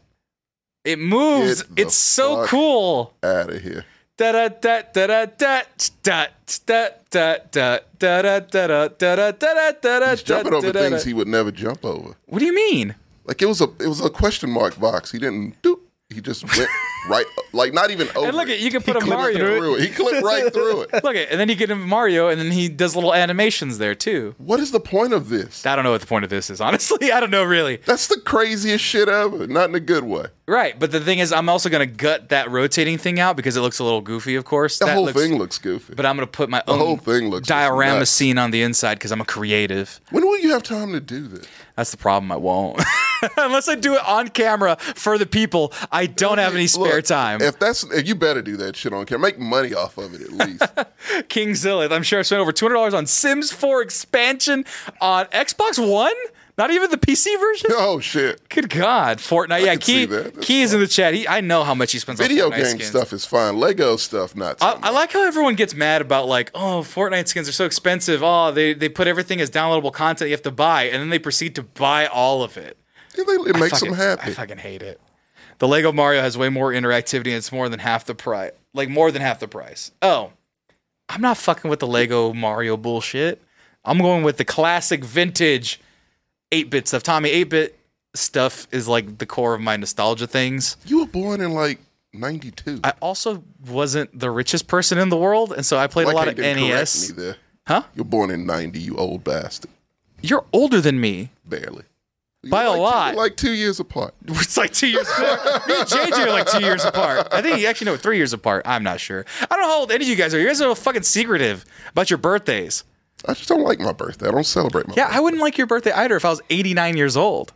[SPEAKER 1] It moves.
[SPEAKER 2] Get the
[SPEAKER 1] It's so
[SPEAKER 2] fuck
[SPEAKER 1] cool.
[SPEAKER 2] out of here.
[SPEAKER 1] da da da da da da da da da da da da da da da da da da
[SPEAKER 2] He's jumping over
[SPEAKER 1] da
[SPEAKER 2] things he would never jump over.
[SPEAKER 1] What do you mean?
[SPEAKER 2] Like it was a it was a question mark box. He didn't do. He just went right like not even over.
[SPEAKER 1] And look at you can put a
[SPEAKER 2] clipped
[SPEAKER 1] Mario.
[SPEAKER 2] through it. He clipped right through it.
[SPEAKER 1] Look at and then you get him Mario and then he does little animations there too.
[SPEAKER 2] What is the point of this?
[SPEAKER 1] I don't know what the point of this is, honestly. I don't know really.
[SPEAKER 2] That's the craziest shit ever. Not in a good way.
[SPEAKER 1] Right, but the thing is I'm also gonna gut that rotating thing out because it looks a little goofy, of course.
[SPEAKER 2] The
[SPEAKER 1] that
[SPEAKER 2] whole
[SPEAKER 1] looks,
[SPEAKER 2] thing looks goofy.
[SPEAKER 1] But I'm gonna put my
[SPEAKER 2] whole
[SPEAKER 1] own
[SPEAKER 2] thing looks
[SPEAKER 1] diorama
[SPEAKER 2] nuts.
[SPEAKER 1] scene on the inside because I'm a creative.
[SPEAKER 2] when will you have time to do this?
[SPEAKER 1] That's the problem. I won't. Unless I do it on camera for the people, I don't have any spare
[SPEAKER 2] Look,
[SPEAKER 1] time.
[SPEAKER 2] If that's if you better do that shit on camera, make money off of it at least.
[SPEAKER 1] King Zillith, I'm sure I spent over $200 on Sims 4 expansion on Xbox One? Not even the PC version?
[SPEAKER 2] oh shit!
[SPEAKER 1] Good God. Fortnite. Yeah,
[SPEAKER 2] can see
[SPEAKER 1] Key,
[SPEAKER 2] that. That's
[SPEAKER 1] Key is in the chat. He, I know how much he spends
[SPEAKER 2] Video
[SPEAKER 1] on Fortnite
[SPEAKER 2] game
[SPEAKER 1] skins.
[SPEAKER 2] stuff is fine. Lego stuff not. So
[SPEAKER 1] I, I
[SPEAKER 2] much.
[SPEAKER 1] like how everyone gets mad about like, oh, Fortnite skins are so expensive. Oh, they, they put everything as downloadable content you have to buy, and then they proceed to buy all of it.
[SPEAKER 2] It, it makes
[SPEAKER 1] Fuck
[SPEAKER 2] them
[SPEAKER 1] it.
[SPEAKER 2] happy.
[SPEAKER 1] I fucking hate it. The Lego Mario has way more interactivity and it's more than half the price. Like more than half the price. Oh. I'm not fucking with the Lego Mario bullshit. I'm going with the classic vintage 8-bit stuff. Tommy 8-bit stuff is like the core of my nostalgia things.
[SPEAKER 2] You were born in like '92.
[SPEAKER 1] I also wasn't the richest person in the world, and so I played a lot of E NES.
[SPEAKER 2] Me there.
[SPEAKER 1] Huh?
[SPEAKER 2] You're born in '90, you old bastard.
[SPEAKER 1] You're older than me.
[SPEAKER 2] Barely. You're
[SPEAKER 1] By a
[SPEAKER 2] like two-
[SPEAKER 1] lot.
[SPEAKER 2] you're like two years apart.
[SPEAKER 1] It's like two years apart. Me and JJ are like two years apart. I think actually no, three years apart. I'm not sure. I don't know how old any of you guys are. You guys are so fucking secretive about your birthdays.
[SPEAKER 2] I just don't like my birthday. I don't celebrate my.
[SPEAKER 1] Yeah, I wouldn't like your birthday either if I was 89 years old.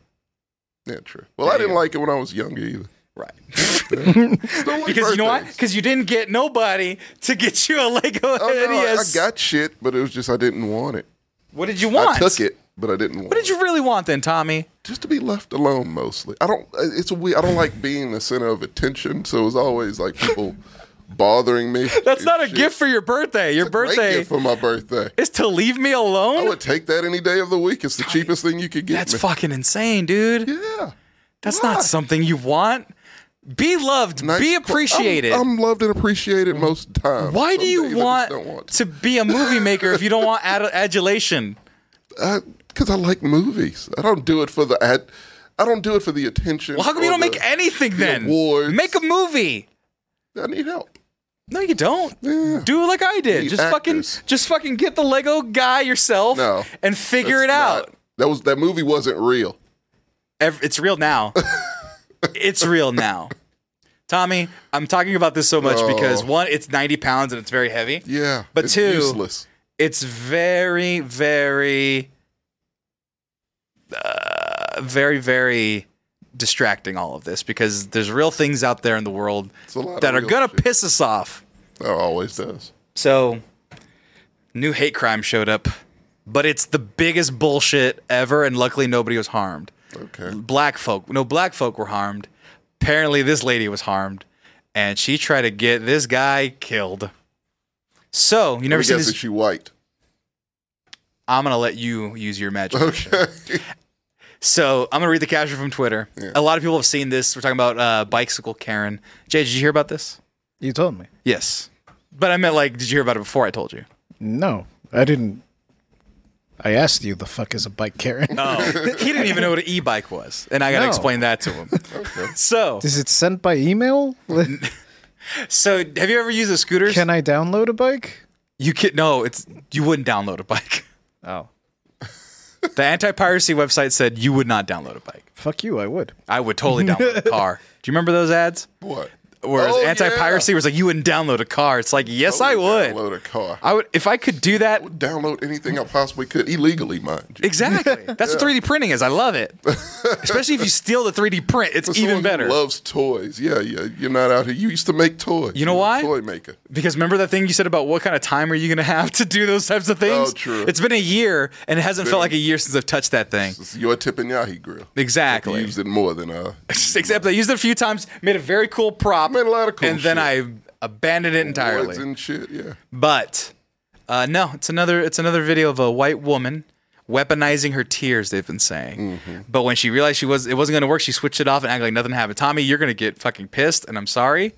[SPEAKER 2] birthday. Yeah, true. Well, I didn't like it when I was younger either.
[SPEAKER 1] Right.
[SPEAKER 2] Just don't like
[SPEAKER 1] Because you know why?
[SPEAKER 2] birthdays.
[SPEAKER 1] Because you didn't get nobody to get you a Lego
[SPEAKER 2] Oh, no, I-
[SPEAKER 1] NES.
[SPEAKER 2] I got shit, but it was just I didn't want it.
[SPEAKER 1] what did you want?
[SPEAKER 2] I took it, but I didn't want.
[SPEAKER 1] What did you really want then, Tommy?
[SPEAKER 2] Just to be left alone, mostly. I don't. uh, It's a weird. I don't like being the center of attention, so it's always like people bothering me.
[SPEAKER 1] That's
[SPEAKER 2] and
[SPEAKER 1] not a
[SPEAKER 2] shit.
[SPEAKER 1] gift for your birthday. Your
[SPEAKER 2] It's a great
[SPEAKER 1] birthday
[SPEAKER 2] gift for my birthday.
[SPEAKER 1] is to leave me
[SPEAKER 2] I
[SPEAKER 1] alone.
[SPEAKER 2] would take that any day of the week. It's the cheapest thing you could get.
[SPEAKER 1] That's
[SPEAKER 2] me.
[SPEAKER 1] fucking insane, dude.
[SPEAKER 2] Yeah.
[SPEAKER 1] That's
[SPEAKER 2] Why?
[SPEAKER 1] not something you want. Be loved.
[SPEAKER 2] Nice-
[SPEAKER 1] be appreciated.
[SPEAKER 2] I'm, I'm loved and appreciated most of the time.
[SPEAKER 1] Why do
[SPEAKER 2] Some
[SPEAKER 1] you
[SPEAKER 2] days
[SPEAKER 1] want,
[SPEAKER 2] I just don't want
[SPEAKER 1] to be a movie maker if you don't want ad- adulation?
[SPEAKER 2] Because I like movies. I don't do it for the ad. I don't do it for the attention.
[SPEAKER 1] Well, how come you don't
[SPEAKER 2] or the-
[SPEAKER 1] make anything then?
[SPEAKER 2] awards.
[SPEAKER 1] Make a movie.
[SPEAKER 2] I need help.
[SPEAKER 1] No, you don't.
[SPEAKER 2] Yeah.
[SPEAKER 1] Do like I did.
[SPEAKER 2] Need
[SPEAKER 1] Just
[SPEAKER 2] actors.
[SPEAKER 1] fucking, just fucking get the Lego guy yourself
[SPEAKER 2] No,
[SPEAKER 1] and figure it
[SPEAKER 2] That's
[SPEAKER 1] out.
[SPEAKER 2] not- That was that movie wasn't real.
[SPEAKER 1] Ev- it's real now. it's real now. Tommy, I'm talking about this so much because
[SPEAKER 2] Oh.
[SPEAKER 1] one, it's 90 pounds and it's very heavy.
[SPEAKER 2] Yeah,
[SPEAKER 1] But
[SPEAKER 2] it's
[SPEAKER 1] two-
[SPEAKER 2] useless.
[SPEAKER 1] It's very, very, uh, very, very distracting. All of this because there's real things out there in the world
[SPEAKER 2] a lot of
[SPEAKER 1] that are
[SPEAKER 2] real
[SPEAKER 1] gonna
[SPEAKER 2] shit.
[SPEAKER 1] piss us off.
[SPEAKER 2] That Oh, always does.
[SPEAKER 1] So, new hate crime showed up, but it's the biggest bullshit ever, and luckily nobody was harmed.
[SPEAKER 2] Okay.
[SPEAKER 1] Black folk, no black folk were harmed. Apparently, this lady was harmed, and she tried to get this guy killed. So you
[SPEAKER 2] Let
[SPEAKER 1] never
[SPEAKER 2] me
[SPEAKER 1] seen
[SPEAKER 2] guess
[SPEAKER 1] this.
[SPEAKER 2] that she white.
[SPEAKER 1] I'm gonna let you use your imagination.
[SPEAKER 2] Okay.
[SPEAKER 1] So I'm gonna read the caption from Twitter. A lot of people have seen this. We're talking about uh, bicycle Karen. Jay, did you hear about this?
[SPEAKER 5] You told me.
[SPEAKER 1] Yes, but I meant like, did you hear about it before I told you?
[SPEAKER 5] No, I didn't. I asked you, the fuck is a bike, Karen?
[SPEAKER 1] Oh, he didn't even know what an e-bike was, and I gotta
[SPEAKER 5] No.
[SPEAKER 1] explain that to him. So,
[SPEAKER 5] Is it sent by email?
[SPEAKER 1] so have you ever used a scooter?
[SPEAKER 5] Can I download a bike?
[SPEAKER 1] you can no, it's you wouldn't download a bike.
[SPEAKER 5] Oh,
[SPEAKER 1] The anti-piracy website said you would not download a bike.
[SPEAKER 5] fuck you! I would.
[SPEAKER 1] I would totally download a car. Do you remember those ads?
[SPEAKER 2] what?
[SPEAKER 1] Whereas
[SPEAKER 2] Oh, yeah. Oh,
[SPEAKER 1] anti-piracy was like you wouldn't download a car. It's like yes, I would.
[SPEAKER 2] download a car. I
[SPEAKER 1] I would if I could do that.
[SPEAKER 2] would download anything I possibly could illegally, mind you.
[SPEAKER 1] Exactly. That's what 3D printing is. I love it. Especially if you steal the 3D print, it's
[SPEAKER 2] For someone
[SPEAKER 1] even
[SPEAKER 2] who
[SPEAKER 1] better.
[SPEAKER 2] Loves toys. Yeah, yeah. You're not out here. You used to make toys.
[SPEAKER 1] You know
[SPEAKER 2] You're a
[SPEAKER 1] why?
[SPEAKER 2] Toy maker.
[SPEAKER 1] because remember that thing you said about what kind of time are you going to have to do those types of things?
[SPEAKER 2] Oh, true.
[SPEAKER 1] It's been a year and it hasn't felt like
[SPEAKER 2] been-
[SPEAKER 1] a year since I've touched that thing.
[SPEAKER 2] It's your tip and yahi grill.
[SPEAKER 1] Exactly.
[SPEAKER 2] Used it more than uh.
[SPEAKER 1] Except I used it a few times, made a very cool prop.
[SPEAKER 2] Made a lot of cool
[SPEAKER 1] And then
[SPEAKER 2] shit.
[SPEAKER 1] I abandoned it entirely.
[SPEAKER 2] Woods and shit. Yeah.
[SPEAKER 1] But uh, no, it's another it's another video of a white woman weaponizing her tears. They've been saying, but when she realized she was it wasn't going to work, she switched it off and acted like nothing happened. Tommy, you're going to get fucking pissed, and I'm sorry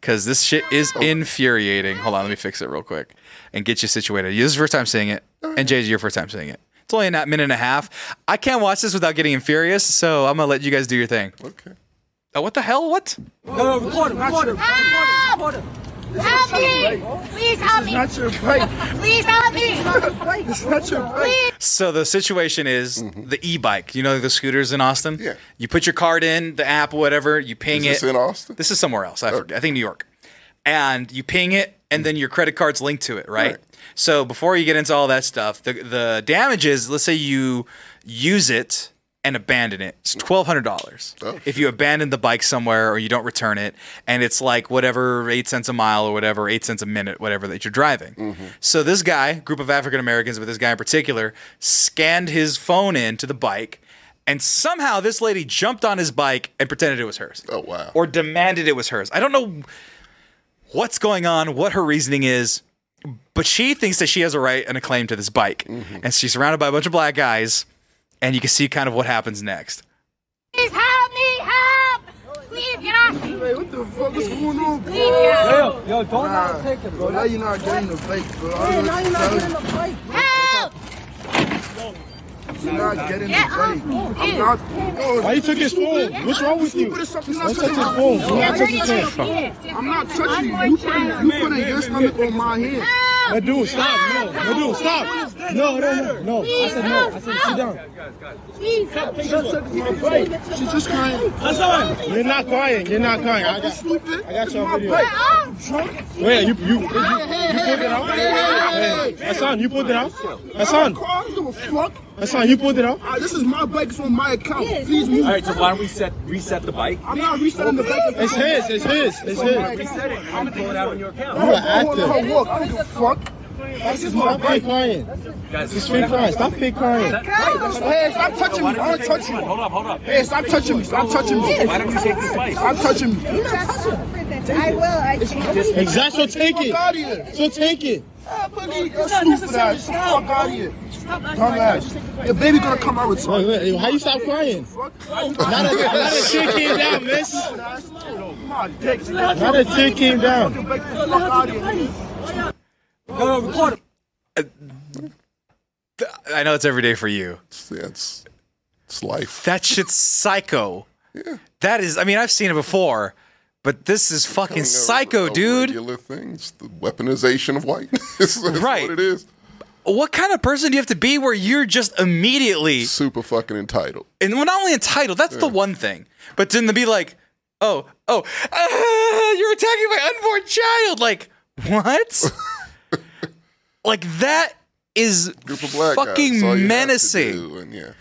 [SPEAKER 1] because this shit is infuriating. Hold on, let me fix it real quick and get you situated. This is your first time seeing it, and JJ, your first time seeing it. It's only in that minute and a half. I can't watch this without getting infurious, so I'm gonna let you guys do your thing.
[SPEAKER 2] Okay.
[SPEAKER 1] Oh, what the hell? What?
[SPEAKER 7] Ah! Help me! Please help me! That's your bike. Please help me!
[SPEAKER 1] So the situation is the e-bike. You know the scooters in Austin.
[SPEAKER 2] Mm-hmm. Yeah.
[SPEAKER 1] You put your card in the app, whatever. You ping
[SPEAKER 2] Is
[SPEAKER 1] it.
[SPEAKER 2] this in Austin?
[SPEAKER 1] This is somewhere else. I forget. I think New York. And you ping it, and then your credit card's linked to it, right?
[SPEAKER 2] Mm. Right.
[SPEAKER 1] So before you get into all that stuff, the the damage is let's say you use it and abandon it. It's twelve hundred dollars.
[SPEAKER 2] Oh,
[SPEAKER 1] if you abandon the bike somewhere or you don't return it, and it's like whatever eight cents a mile or whatever eight cents a minute, whatever that you're driving.
[SPEAKER 2] Mm-hmm.
[SPEAKER 1] So this guy, group of African Americans, but this guy in particular, scanned his phone into the bike. And somehow this lady jumped on his bike and pretended it was hers
[SPEAKER 2] Oh wow.
[SPEAKER 1] or demanded it was hers. I don't know what's going on, what her reasoning is, but she thinks that she has a right and a claim to this bike. And she's surrounded by a bunch of black guys, and you can see kind of what happens next.
[SPEAKER 7] Please help me! Help! Please get off me! Hey, what the fuck is going on, bro?
[SPEAKER 8] Now you're not getting the bike, bro.
[SPEAKER 7] Help!
[SPEAKER 8] You're not getting
[SPEAKER 7] Get off
[SPEAKER 8] the
[SPEAKER 7] me,
[SPEAKER 8] plate.
[SPEAKER 7] dude.
[SPEAKER 8] I'm not. Dude,
[SPEAKER 9] Why you took his phone? What's wrong with you?
[SPEAKER 8] What is something
[SPEAKER 9] Don't
[SPEAKER 8] not
[SPEAKER 9] touch his
[SPEAKER 8] touching my
[SPEAKER 9] phone. Do not
[SPEAKER 7] Never
[SPEAKER 9] touch
[SPEAKER 7] your
[SPEAKER 9] his phone.
[SPEAKER 7] penis.
[SPEAKER 8] I'm not touching you.
[SPEAKER 7] One
[SPEAKER 8] You putting,
[SPEAKER 7] more child.
[SPEAKER 8] you putting your stomach on my head.
[SPEAKER 9] My dude, stop. No, my dude, stop. No, no, no, no. I said no. I said sit down.
[SPEAKER 7] Please help me.
[SPEAKER 8] She's just crying.
[SPEAKER 9] You're not crying. You're not crying. I
[SPEAKER 8] That's
[SPEAKER 9] got,
[SPEAKER 8] stupid.
[SPEAKER 9] I got
[SPEAKER 8] It's
[SPEAKER 9] your
[SPEAKER 8] my
[SPEAKER 9] video.
[SPEAKER 8] plate.
[SPEAKER 9] Wait, you, you, you, you pulled it out? Hey, Hassan, you pulled it out?
[SPEAKER 8] I'm
[SPEAKER 9] Hassan,
[SPEAKER 8] crying. I don't give a fuck.
[SPEAKER 9] Hassan, you pulled it out?
[SPEAKER 8] Uh, This is my bike. It's on my account. Please move.
[SPEAKER 10] All right, so why don't we set reset the bike?
[SPEAKER 8] I'm not resetting the bike.
[SPEAKER 9] It's his. It's his. It's his.
[SPEAKER 10] Reset it. I'm gonna pull it out on your account.
[SPEAKER 9] You are
[SPEAKER 8] Hold on, hold
[SPEAKER 9] active.
[SPEAKER 8] on, look. I don't give a fuck. That's just my
[SPEAKER 9] Stop fake
[SPEAKER 8] bike.
[SPEAKER 9] crying.
[SPEAKER 10] Guys,
[SPEAKER 9] It's fake crying. Stop fake crying.
[SPEAKER 8] Hey, stop touching me.
[SPEAKER 10] Why
[SPEAKER 8] I want
[SPEAKER 10] don't
[SPEAKER 8] to
[SPEAKER 10] you
[SPEAKER 8] touch
[SPEAKER 10] take-
[SPEAKER 8] you.
[SPEAKER 10] Hold up, hold up.
[SPEAKER 8] Hey, stop touching me. Stop touching me.
[SPEAKER 10] Why don't you take this bike?
[SPEAKER 8] Stop touching me.
[SPEAKER 7] I will. I can't.
[SPEAKER 9] Exactly. So take
[SPEAKER 8] Fuck out
[SPEAKER 9] it.
[SPEAKER 8] of here.
[SPEAKER 9] So take it.
[SPEAKER 8] Ah, buddy, you're stupid ass. Fuck out of here. Dumbass. Your baby gonna come out with
[SPEAKER 9] Wait,
[SPEAKER 8] something.
[SPEAKER 9] wait, how you stop crying?
[SPEAKER 8] Fuck.
[SPEAKER 9] Not a, not a tear came down, miss.
[SPEAKER 8] Come on, dick.
[SPEAKER 9] Not a tear came down.
[SPEAKER 8] Fucking bike. Fuck out of here.
[SPEAKER 1] I know it's every day for you.
[SPEAKER 2] Yeah, it's, it's life.
[SPEAKER 1] That shit's psycho. That is, I mean, I've seen it before, but this is fucking
[SPEAKER 2] Coming over-
[SPEAKER 1] psycho,
[SPEAKER 2] over
[SPEAKER 1] dude.
[SPEAKER 2] Regular things, the weaponization of whiteness. That's
[SPEAKER 1] Right.
[SPEAKER 2] what it is.
[SPEAKER 1] What kind of person do you have to be where you're just immediately,
[SPEAKER 2] Super fucking entitled.
[SPEAKER 1] and well, not only entitled, that's the one thing, but then to be like, oh, oh, ah, you're attacking my unborn child. Like, what? like, that is
[SPEAKER 2] Group of black
[SPEAKER 1] fucking
[SPEAKER 2] guys. all you have to
[SPEAKER 1] menacing.
[SPEAKER 2] do, and yeah.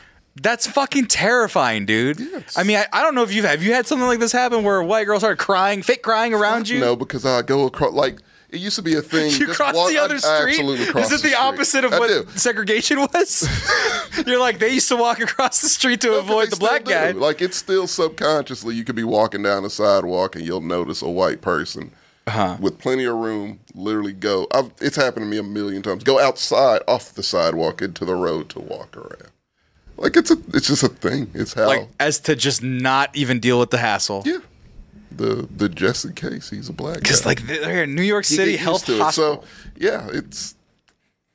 [SPEAKER 1] That's fucking terrifying, dude. I mean, I, I don't know if you've have you had something like this happen where a white girl started crying, fake crying around you.
[SPEAKER 2] No, because I go across like it used to be a thing.
[SPEAKER 1] You
[SPEAKER 2] just
[SPEAKER 1] cross
[SPEAKER 2] walk-
[SPEAKER 1] the other
[SPEAKER 2] I- I
[SPEAKER 1] street.
[SPEAKER 2] absolutely cross
[SPEAKER 1] Is it the,
[SPEAKER 2] street.
[SPEAKER 1] opposite of
[SPEAKER 2] I
[SPEAKER 1] what
[SPEAKER 2] do.
[SPEAKER 1] segregation was? You're like they used to walk across the street to
[SPEAKER 2] No, 'cause
[SPEAKER 1] avoid
[SPEAKER 2] they
[SPEAKER 1] the
[SPEAKER 2] still
[SPEAKER 1] black
[SPEAKER 2] do.
[SPEAKER 1] guy.
[SPEAKER 2] Like it's still subconsciously, you could be walking down the sidewalk and you'll notice a white person
[SPEAKER 1] Uh-huh.
[SPEAKER 2] with plenty of room. Literally go. I've, it's happened to me a million times. Go outside off the sidewalk into the road to walk around. Like it's a, it's just a thing. It's how
[SPEAKER 1] Like as to just not even deal with the hassle.
[SPEAKER 2] Oh. yeah. The the just in case he's a black guy.
[SPEAKER 1] Because like they're in New York
[SPEAKER 2] You
[SPEAKER 1] City
[SPEAKER 2] get used
[SPEAKER 1] Health
[SPEAKER 2] to it.
[SPEAKER 1] Hospital.
[SPEAKER 2] So yeah, it's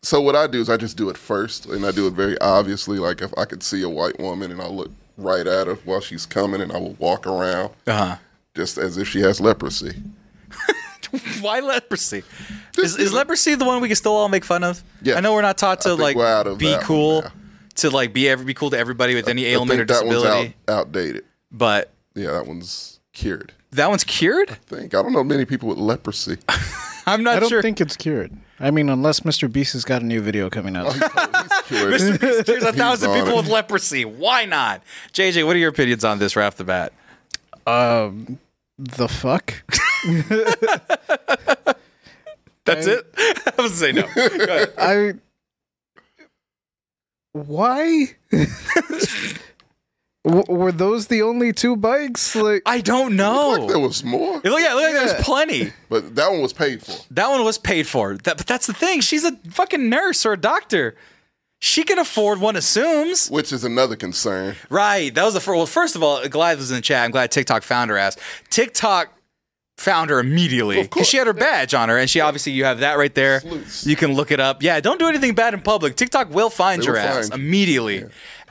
[SPEAKER 2] so what I do is I just do it first, and I do it very obviously. Like if I could see a white woman and I look right at her while she's coming, and I will walk around
[SPEAKER 1] Uh-huh.
[SPEAKER 2] just as if she has leprosy.
[SPEAKER 1] Why leprosy? Is, is leprosy the one we can still all make fun of?
[SPEAKER 2] Yeah.
[SPEAKER 1] I know we're not taught to
[SPEAKER 2] think
[SPEAKER 1] like
[SPEAKER 2] we're out of
[SPEAKER 1] be
[SPEAKER 2] that one
[SPEAKER 1] cool,
[SPEAKER 2] now.
[SPEAKER 1] to like be every, be cool to everybody with any
[SPEAKER 2] I
[SPEAKER 1] ailment or
[SPEAKER 2] think that
[SPEAKER 1] disability.
[SPEAKER 2] one's out, outdated.
[SPEAKER 1] But
[SPEAKER 2] Yeah, that one's cured.
[SPEAKER 1] that one's cured.
[SPEAKER 2] I think I don't know many people with leprosy.
[SPEAKER 1] I'm
[SPEAKER 5] I
[SPEAKER 1] not
[SPEAKER 5] don't
[SPEAKER 1] sure.
[SPEAKER 5] think it's cured. I mean, unless Mr. Beast has got a new video coming out.
[SPEAKER 2] He's cured.
[SPEAKER 1] There's a thousand
[SPEAKER 2] on
[SPEAKER 1] people
[SPEAKER 2] it.
[SPEAKER 1] with leprosy. Why not? JJ, what are your opinions on this right off the bat?
[SPEAKER 5] um, the fuck?
[SPEAKER 1] That's it? I was gonna say no.
[SPEAKER 5] I. Why? w- were those the only two bikes? Like,
[SPEAKER 1] I don't know.
[SPEAKER 2] there was more,
[SPEAKER 1] It looked, yeah, it looked like
[SPEAKER 5] Yeah.
[SPEAKER 1] there's plenty.
[SPEAKER 2] but that one was paid for.
[SPEAKER 1] That one was paid for. That, but that's the thing. She's a fucking nurse or a doctor. She can afford, one assumes.
[SPEAKER 2] Which is another concern.
[SPEAKER 1] Right. That was the first. Well, first of all, glad was in the chat. I'm glad TikTok found her ass. TikTok found her immediately because she had her badge on her, and she obviously you have that right there.
[SPEAKER 2] Sleuths.
[SPEAKER 1] You can look it up. Yeah, don't do anything bad in public. TikTok will find
[SPEAKER 2] They
[SPEAKER 1] your
[SPEAKER 2] will
[SPEAKER 1] ass
[SPEAKER 2] find.
[SPEAKER 1] immediately.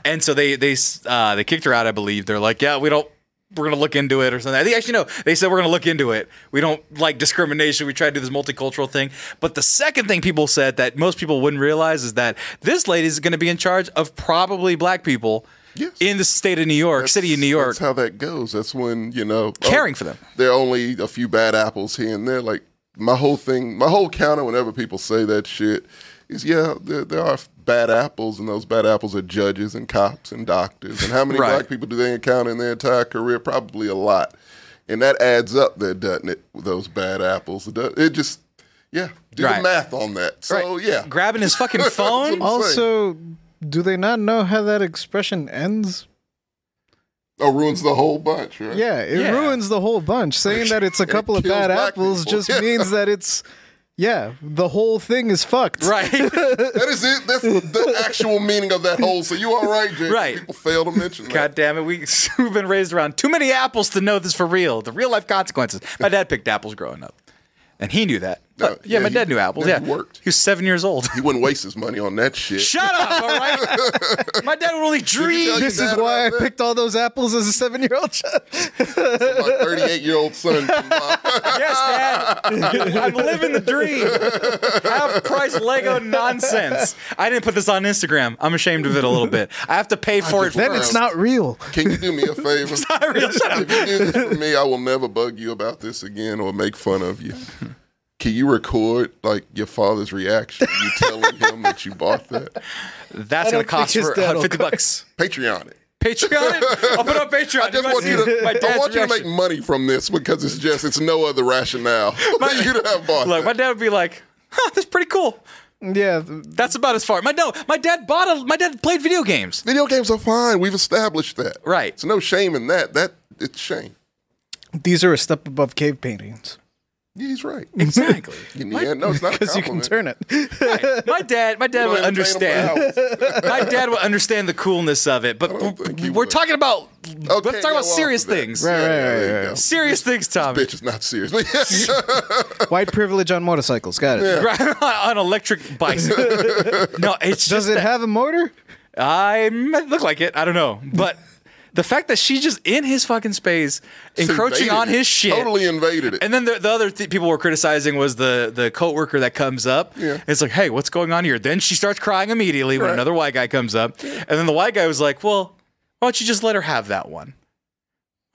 [SPEAKER 1] And so they they uh, they kicked her out. I believe they're like, yeah, we don't. We're gonna look into it or something. I think actually no. They said we're gonna look into it. We don't like discrimination. We try to do this multicultural thing. But the second thing people said that most people wouldn't realize is that this lady is gonna be in charge of probably black people
[SPEAKER 2] Yes.
[SPEAKER 1] in the state of New York, city of New York.
[SPEAKER 2] That's how that goes. That's when you know oh,
[SPEAKER 1] Caring for them.
[SPEAKER 2] There are only a few bad apples here and there. Like my whole thing, my whole counter. Whenever people say that shit, is yeah, there, there are bad apples, and those bad apples are judges and cops and doctors. And how many
[SPEAKER 1] Right.
[SPEAKER 2] black people do they encounter in their entire career? Probably a lot. And that adds up there, doesn't it? Those bad apples. It, does- it just yeah. Do
[SPEAKER 1] Right.
[SPEAKER 2] the math on that. So yeah.
[SPEAKER 1] grabbing his fucking
[SPEAKER 2] That's what
[SPEAKER 1] phone.
[SPEAKER 2] I'm saying.
[SPEAKER 5] also, do they not know how that expression ends?
[SPEAKER 2] oh, ruins the whole bunch, right?
[SPEAKER 5] Yeah, it
[SPEAKER 1] Yeah.
[SPEAKER 5] ruins the whole bunch. Saying that it's a couple of
[SPEAKER 2] kills
[SPEAKER 5] bad
[SPEAKER 2] black
[SPEAKER 5] apples
[SPEAKER 2] people.
[SPEAKER 5] just
[SPEAKER 2] Yeah.
[SPEAKER 5] means that it's, yeah, the whole thing is fucked.
[SPEAKER 1] right.
[SPEAKER 2] That is it. That's the actual meaning of that whole. So you all right, Jay?
[SPEAKER 1] Right.
[SPEAKER 2] People fail to mention
[SPEAKER 1] God
[SPEAKER 2] that.
[SPEAKER 1] damn it. We, we've been raised around too many apples to know this for real. The real life consequences. My dad picked apples growing up, and he knew that.
[SPEAKER 2] No,
[SPEAKER 1] yeah, my
[SPEAKER 2] he-
[SPEAKER 1] dad knew apples. Yeah,
[SPEAKER 2] It worked.
[SPEAKER 1] He was seven years old.
[SPEAKER 2] He wouldn't waste his money on that shit.
[SPEAKER 1] Shut up! All right, my dad would only dream.
[SPEAKER 2] tell your
[SPEAKER 5] This is
[SPEAKER 2] dad
[SPEAKER 5] why I
[SPEAKER 2] about that?
[SPEAKER 5] picked all those apples as a seven year old child.
[SPEAKER 2] My 38 year old son.
[SPEAKER 1] Yes, Dad. I'm living the dream. Half price Lego nonsense. I didn't put this on Instagram. I'm ashamed of it a little bit. I have to pay for it.
[SPEAKER 5] then
[SPEAKER 1] first.
[SPEAKER 5] it's not real.
[SPEAKER 2] Can you do me a favor?
[SPEAKER 1] Not real. Shut up.
[SPEAKER 2] If you do this for me, I will never bug you about this again or make fun of you. Can you record like your father's reaction? You telling him that you bought that?
[SPEAKER 1] That's
[SPEAKER 5] I
[SPEAKER 1] gonna
[SPEAKER 5] don't
[SPEAKER 1] cost
[SPEAKER 5] think
[SPEAKER 1] for
[SPEAKER 5] his dad will
[SPEAKER 1] 50 bucks.
[SPEAKER 2] Patreon it.
[SPEAKER 1] Patreon. I'll put it on Patreon.
[SPEAKER 2] I just want you to.
[SPEAKER 1] My dad's
[SPEAKER 2] I want you to make
[SPEAKER 1] reaction.
[SPEAKER 2] money from this because it's just it's no other rationale. for you to have bought
[SPEAKER 1] Look, my
[SPEAKER 2] that.
[SPEAKER 1] dad would be like, "Huh, that's pretty cool."
[SPEAKER 5] Yeah.
[SPEAKER 1] That's about as far. My no, my dad bought a. My dad played video games.
[SPEAKER 2] Video games are fine. We've established that.
[SPEAKER 1] Right.
[SPEAKER 2] It's no shame in that. That it's shame.
[SPEAKER 5] These are a step above cave paintings
[SPEAKER 2] Yeah, he's right.
[SPEAKER 1] Exactly.
[SPEAKER 2] You- yeah, no, it's not
[SPEAKER 5] because you can turn it.
[SPEAKER 1] my dad, my dad would understand. My dad would understand the coolness of it, but
[SPEAKER 2] don't think he
[SPEAKER 1] we're
[SPEAKER 2] would.
[SPEAKER 1] talking about
[SPEAKER 2] Okay,
[SPEAKER 1] let's talk
[SPEAKER 2] go
[SPEAKER 1] about
[SPEAKER 2] off of
[SPEAKER 1] serious
[SPEAKER 2] that.
[SPEAKER 1] things.
[SPEAKER 5] Right, right, right,
[SPEAKER 2] there you
[SPEAKER 5] right.
[SPEAKER 2] go.
[SPEAKER 1] Serious things, Tommy.
[SPEAKER 2] Bitch is not serious. But
[SPEAKER 5] White privilege on motorcycles. Got it.
[SPEAKER 1] on electric bicycle. no, it's
[SPEAKER 5] Does
[SPEAKER 1] just
[SPEAKER 5] it have a motor?
[SPEAKER 1] I might look like it. I don't know, but the fact that she's just in his fucking space, encroaching on his shit.
[SPEAKER 2] Totally invaded it.
[SPEAKER 1] And then the, the other th- people were criticizing was the the co-worker that comes up.
[SPEAKER 2] Yeah.
[SPEAKER 1] It's like, hey, what's going on here? Then she starts crying immediately when
[SPEAKER 2] Right.
[SPEAKER 1] another white guy comes up, and then the white guy was like, well, why don't you just let her have that one?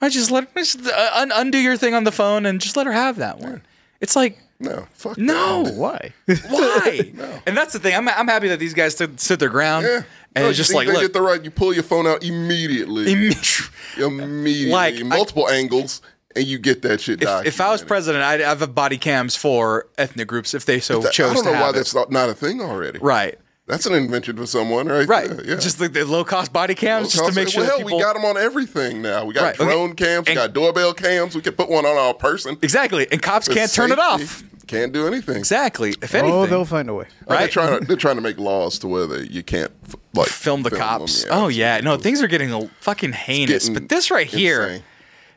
[SPEAKER 1] Why don't you just let her just, uh, un- undo your thing on the phone and just let her have that one? It's like.
[SPEAKER 2] no, fuck.
[SPEAKER 1] No.
[SPEAKER 2] that.
[SPEAKER 1] Why? Why? And that's the thing. I'm, I'm happy that these guys stood, stood their ground
[SPEAKER 2] Yeah.
[SPEAKER 1] and
[SPEAKER 2] No,
[SPEAKER 1] it's
[SPEAKER 2] you
[SPEAKER 1] just
[SPEAKER 2] think
[SPEAKER 1] like,
[SPEAKER 2] they
[SPEAKER 1] look,
[SPEAKER 2] get the right. You pull your phone out immediately,
[SPEAKER 1] Imme-
[SPEAKER 2] immediately,
[SPEAKER 1] Like, I-
[SPEAKER 2] multiple angles, and you get that shit.
[SPEAKER 1] if, if I was
[SPEAKER 2] documented.
[SPEAKER 1] president, I'd have a body cams for ethnic groups if they so
[SPEAKER 2] That-
[SPEAKER 1] chose
[SPEAKER 2] I don't
[SPEAKER 1] to
[SPEAKER 2] know why
[SPEAKER 1] have
[SPEAKER 2] that's
[SPEAKER 1] it.
[SPEAKER 2] not, not a thing already.
[SPEAKER 1] Right.
[SPEAKER 2] That's an invention for someone, right?
[SPEAKER 1] Right.
[SPEAKER 2] there, Uh, Yeah.
[SPEAKER 1] Just like the low cost body
[SPEAKER 2] Well,
[SPEAKER 1] cams just to make sure
[SPEAKER 2] hell,
[SPEAKER 1] that people.
[SPEAKER 2] we got them on everything now. We got
[SPEAKER 1] Right, okay.
[SPEAKER 2] drone cams, we
[SPEAKER 1] And-
[SPEAKER 2] got doorbell cams. We can put one on our person.
[SPEAKER 1] exactly. And cops
[SPEAKER 2] For
[SPEAKER 1] can't turn it off.
[SPEAKER 2] safety, Can't do anything.
[SPEAKER 1] Exactly. If anything.
[SPEAKER 5] Oh, they'll find a way.
[SPEAKER 2] Oh, They're
[SPEAKER 1] right?
[SPEAKER 2] trying to they're trying to make laws to where they, you can't f- like
[SPEAKER 1] Film the
[SPEAKER 2] them,
[SPEAKER 1] cops. oh yeah, no, things are getting a- fucking heinous.
[SPEAKER 2] getting
[SPEAKER 1] But this right here,
[SPEAKER 2] insane.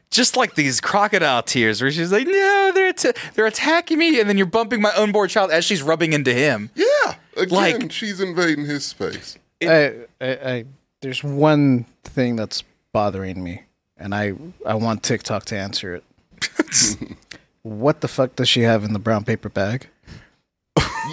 [SPEAKER 1] just like these crocodile tears, where she's like, "No, they're atta- they're attacking me," and then you're bumping my unborn child as she's rubbing into him.
[SPEAKER 2] Yeah. Again,
[SPEAKER 1] Like-
[SPEAKER 2] she's invading his space.
[SPEAKER 5] I, I, I, there's one thing that's bothering me, and I, I want TikTok to answer it. what the fuck does she have in the brown paper bag?